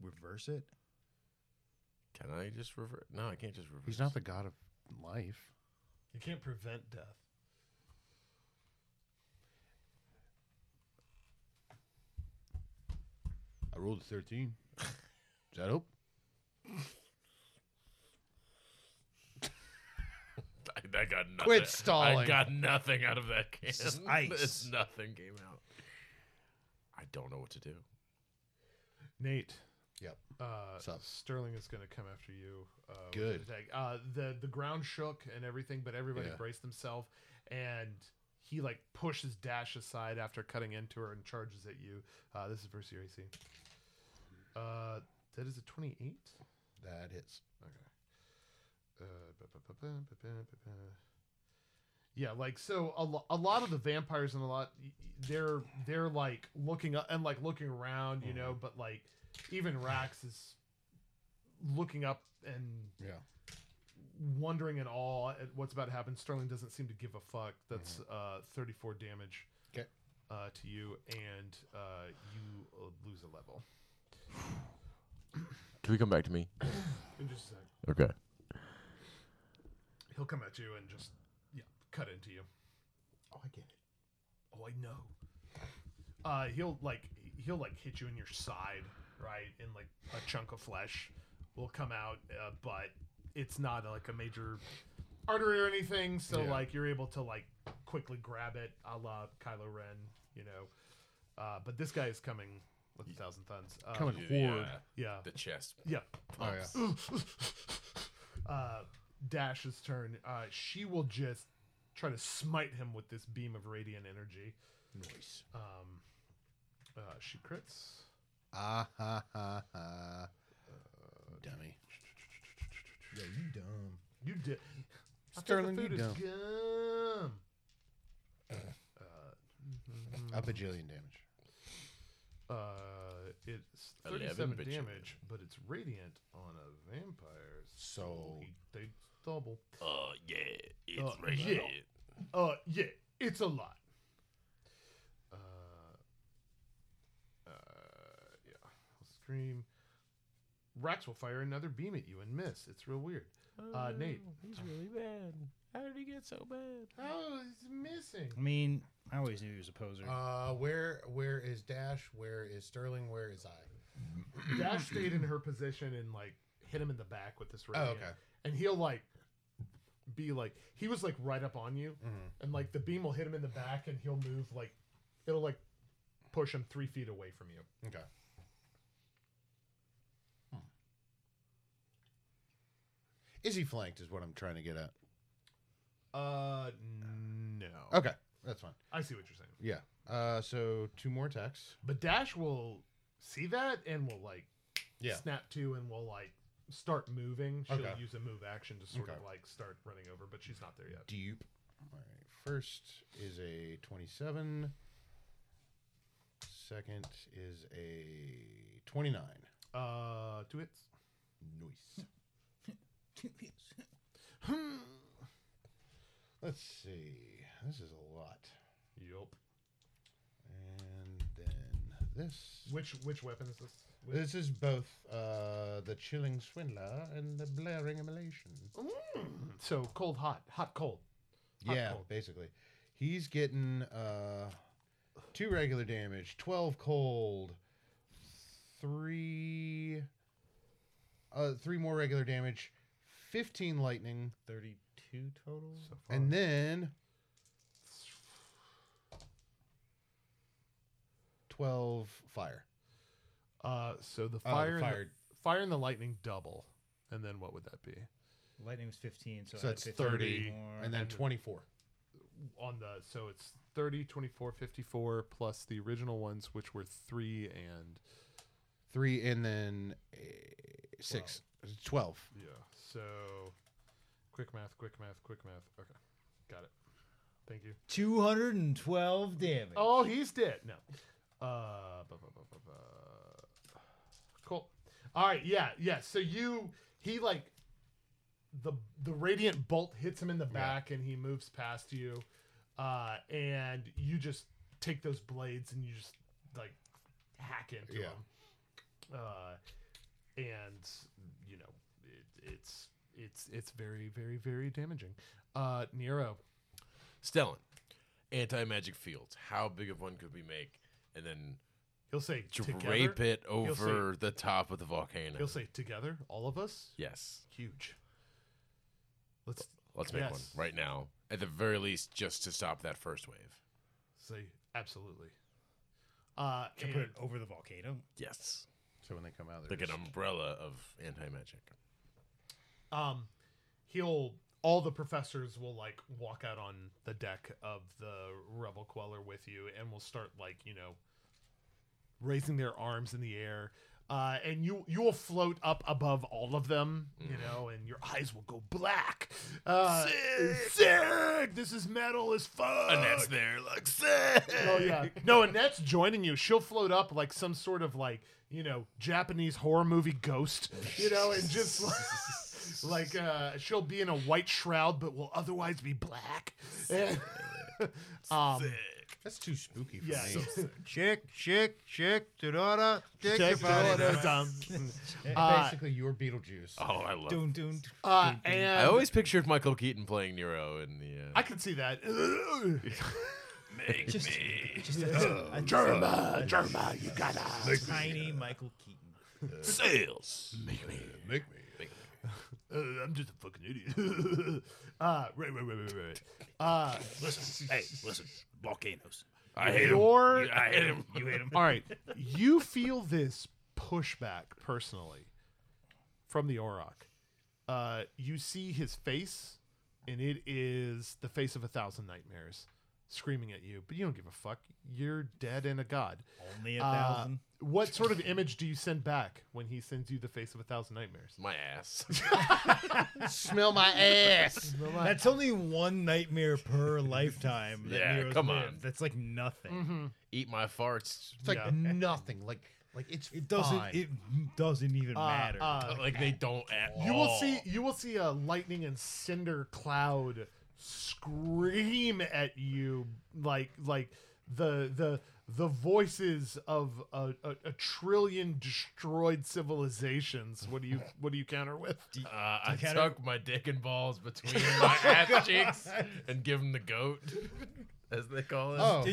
reverse it? Can I just revert? No, I can't just reverse. He's not the god of life. You can't prevent death. I rolled a 13. Does that help? I, I got nothing. Quit stalling. I got nothing out of that can. This is ice. It's nothing came out. I don't know what to do. Nate. Yep. Uh, Sup? Sterling is going to come after you. Uh, with Good. an attack. Uh, the the ground shook and everything, but everybody Yeah. braced themselves, and he like pushes Dash aside after cutting into her and charges at you. Uh, this is versus your AC. Uh, that is a twenty-eight. That hits. Uh, ba- ba- ba- ba- ba- ba- ba- ba. Yeah, like so a, lo- a lot of the vampires and a lot y- y- they're they're like looking up and like looking around, Mm-hmm. you know, but like even Rax is looking up and Yeah. wondering in awe at what's about to happen. Sterling doesn't seem to give a fuck. That's uh 34 damage. 'Kay. Uh, to you and uh, you uh, lose a level. Can we come back to me? In just a sec. Okay. He'll come at you and just yeah, cut into you. Oh, I get it. Oh, I know. Uh, he'll like he'll like hit you in your side, right, and like a chunk of flesh will come out, uh, but it's not like a major artery or anything. So Yeah. like you're able to like quickly grab it, a la Kylo Ren, you know. Uh, but this guy is coming with a thousand tons. Uh, Coming horde. yeah, the chest. yeah. Oh, yeah. uh, Dash's turn. Uh, she will just try to smite him with this beam of radiant energy. Nice. Um, uh, she crits. Ah, ha, ha, ha. Dummy. Yo, you dumb. You did. Sterling, food you is dumb. gum. A bajillion damage. Uh, it's 11 thirty-seven bitches. damage, but it's radiant on a vampire, So- he- they double. Oh yeah, it's Uh, right yeah. here. Uh, yeah, it's a lot. Uh, scream. Rex will fire another beam at you and miss. It's real weird. uh, Nate. Oh, He's really bad. How did he get so bad? Oh, he's missing. I mean, I always knew he was a poser. Uh, where where is Dash? Where is Sterling? Where is I? Dash stayed in her position and like hit him in the back with this right Oh, hand. okay. And he'll like be like he was like right up on you Mm-hmm. and like the beam will hit him in the back and he'll move like it'll like push him three feet away from you. Okay. Hmm. Is he flanked? Is what I'm trying to get at. Uh no. Okay, that's fine. I see what you're saying. Yeah. Uh, so two more attacks. But Dash will see that and will like Yeah. snap to and will like start moving. She'll Okay. use a move action to sort of Okay. like start running over, but she's not there yet. Deep. All right. First is a 27. Second is a 29. Uh two hits. Nice. Hmm. Let's see. This is a lot. Yup. And then this. Which which weapon is this? Which- This is both uh, the chilling swindler and the blaring immolation. So cold, hot, hot, cold. Hot yeah, cold. basically. He's getting uh, two regular damage, 12 cold, three, uh, three more regular damage, 15 lightning, 32 total? and then 12 fire. Uh, so the Oh, the fire, and the- fire- fire and the lightning double, and then what would that be Lightning was 15, so, So that's that's 30, more. and then 24. on the? So it's 30, 24, 54 plus the original ones, which were three and Three, and then uh, six. 12. yeah. So quick math, quick math, quick math. Okay, got it. Thank you. 212 damage. Oh, he's dead. No. Uh, bu- bu- bu- bu- bu- cool. All right. Yeah. Yeah. So you, he like, the the radiant bolt hits him in the back, and he moves past you, uh, and you just take those blades and you just like hack into Yeah. him. Uh, and you know, it, it's it's it's very very very damaging. Uh, Nero. Stellan, anti magic fields. How big of one could we make? And then He'll say drape together. it over the top of the volcano. He'll say together, all of us. yes. huge. Let's Let's make Yes. one right now. At the very least, just to stop that first wave. say absolutely. Uh, Can I and- put it over the volcano. Yes. So when they come out, they're Like an just- umbrella of anti magic. um, he'll all the professors will like walk out on the deck of the rebel queller with you, and will start like you know raising their arms in the air. Uh, and you you will float up above all of them, you Mm. know, and your eyes will go black. Uh, sick, This is metal as fuck. Annette's there, like, sick! Oh yeah. No, Annette's joining you. She'll float up like some sort of like you know Japanese horror movie ghost, you know, and just like, like uh, she'll be in a white shroud but will otherwise be black. And- um, That's too spooky for yeah. me. Chick, chick, chick, da-da-da, chick, Take your da-da-da. photos, um, Uh, Basically, you're Beetlejuice. Oh, I love Dun, dun, dun. uh, and I always pictured Michael Keaton playing Nero in the. I Uh, can see that. make Just, me just a, a, Oh, Germa, Germa, you gotta. tiny Michael Keaton. sales. Make me. Make me. Uh, I'm just a fucking idiot. uh, right, right, right, right, right. Uh, Listen, hey, listen, volcanoes. I hate him. Your- I hate him. You hate them. All right. You feel this pushback personally from the Auroch. Uh, you see his face, and it is the face of a thousand nightmares screaming at you, but you don't give a fuck. You're dead and a god. Only a Uh, thousand. what sort of image do you send back when he sends you the face of a thousand nightmares? My ass. Smell my ass. That's only one nightmare per lifetime. that Yeah, Nero's come lived. on. That's like nothing. Eat my farts. It's like Yeah. nothing. Like, like it's It doesn't. fine. It doesn't even Uh, matter. uh, Like they don't at all. you will see you will see a lightning and cinder cloud scream at you like like the the the voices of a, a, a trillion destroyed civilizations. What do you what do you counter with? Uh, I tuck my dick and balls between Oh my ass cheeks and give him the goat, as they call it. Oh.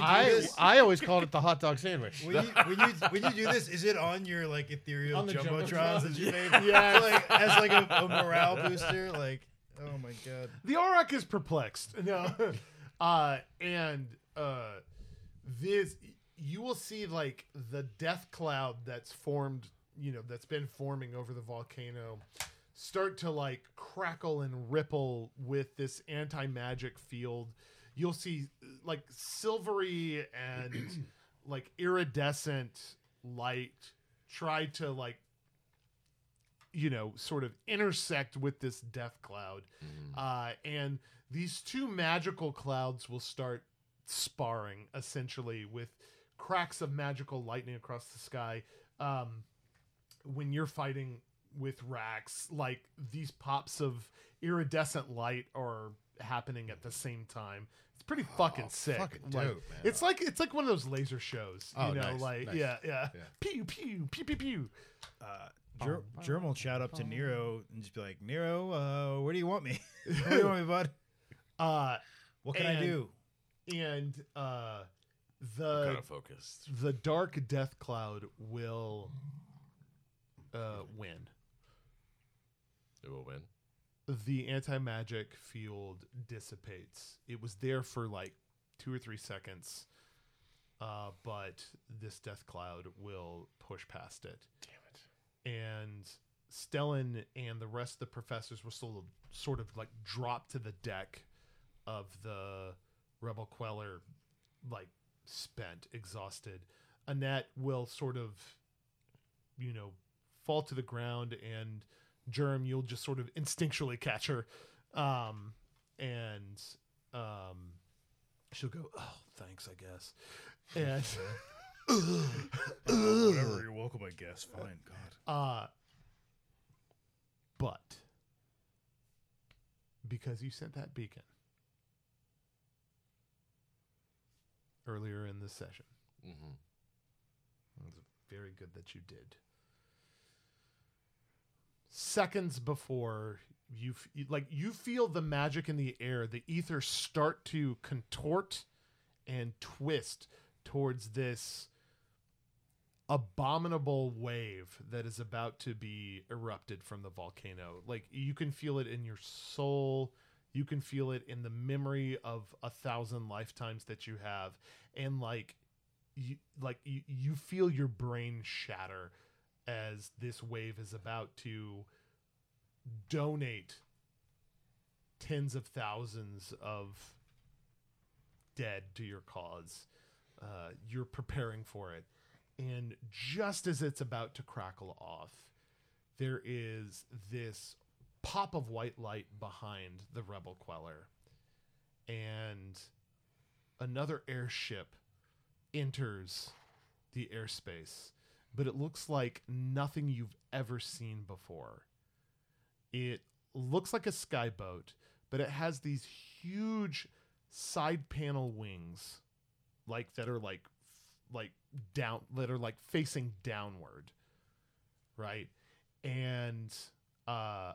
I, I always called it the hot dog sandwich. When you, when you when you do this, is it on your like ethereal On the jumbotrons jumbotron. that you made? Yes. like as like a, a morale booster. Like, oh my god. The Auroch is perplexed. No. uh, and uh, this, you will see like the death cloud that's formed, you know, that's been forming over the volcano start to like crackle and ripple with this anti magic field. You'll see like silvery and like iridescent light try to like you know, sort of intersect with this death cloud. Mm-hmm. Uh, and these two magical clouds will start sparring essentially with cracks of magical lightning across the sky. Um, when you're fighting with racks, like these pops of iridescent light are happening at the same time. It's pretty fucking sick. fucking Like, dope, man. It's like it's like one of those laser shows, Oh, you know, nice, like nice. yeah, yeah, Yeah. Pew pew pew pew pew. Uh, Jer- Germ will shout up to Nero and just be like, Nero, uh, where do you want me? where do you want me, bud? Uh, What can I And- do? and uh, I'm the kind of focused. the dark death cloud will uh, win. It will win. The anti magic field dissipates. It was there for like two or three seconds, uh, but this death cloud will push past it. Damn it! And Stellan and the rest of the professors will still sort of like drop to the deck of the Rebel Queller, like spent, exhausted. Annette will sort of, you know, fall to the ground, and Germ, you'll just sort of instinctually catch her, um, and um, she'll go, "Oh, thanks, I guess," and. Whatever, you're welcome, I guess. Fine, God. Uh, but because you sent that beacon earlier in the session, Mhm. it's very good that you did. Seconds before you f- you- like you feel the magic in the air, the ether start to contort and twist towards this abominable wave that is about to be erupted from the volcano. Like you can feel it in your soul, you can feel it in the memory of a thousand lifetimes that you have, and like you like you, you feel your brain shatter as this wave is about to donate tens of thousands of dead to your cause. Uh, you're preparing for it. And just as it's about to crackle off, there is this pop of white light behind the Rebel Queller. And another airship enters the airspace, but it looks like nothing you've ever seen before. It looks like a skyboat, but it has these huge side panel wings, like that are like like down that are like facing downward, right? And uh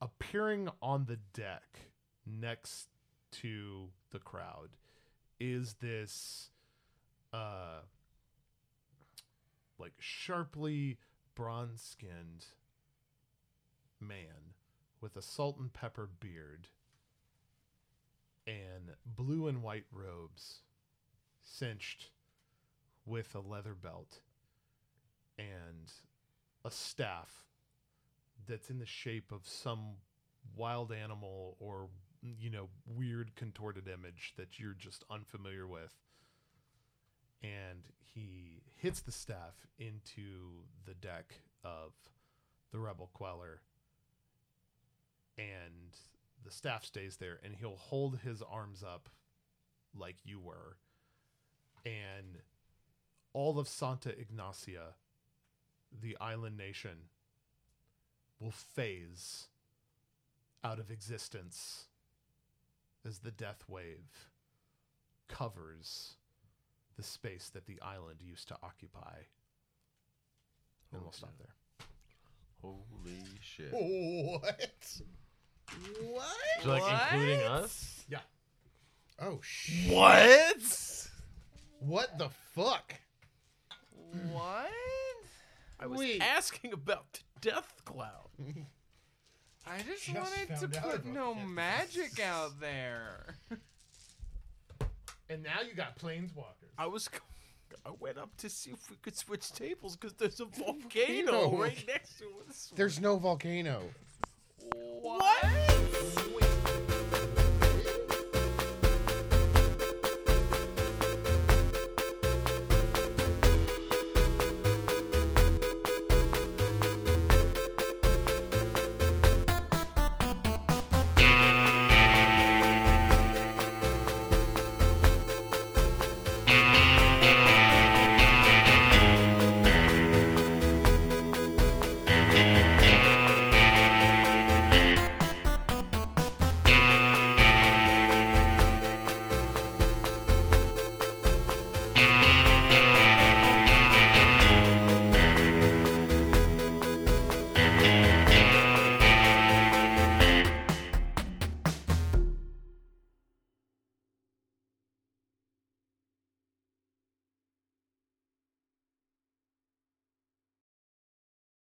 appearing on the deck next to the crowd is this uh like sharply bronze skinned man with a salt and pepper beard and blue and white robes cinched with a leather belt and a staff that's in the shape of some wild animal or you know weird contorted image that you're just unfamiliar with and he hits the staff into the deck of the rebel queller and the staff stays there and he'll hold his arms up like you were and all of santa ignacia the island nation will phase out of existence as the death wave covers the space that the island used to occupy. And we'll stop there. Holy shit. What? What? So, like, including us? Yeah. Oh shit. What? What the fuck? What? I was Wait. asking about the death cloud. I just, Just wanted to found out put about no that. magic out there. And now you got planeswalkers. I was. c- I went up to see if we could switch tables because there's a volcano right next to us. There's no volcano.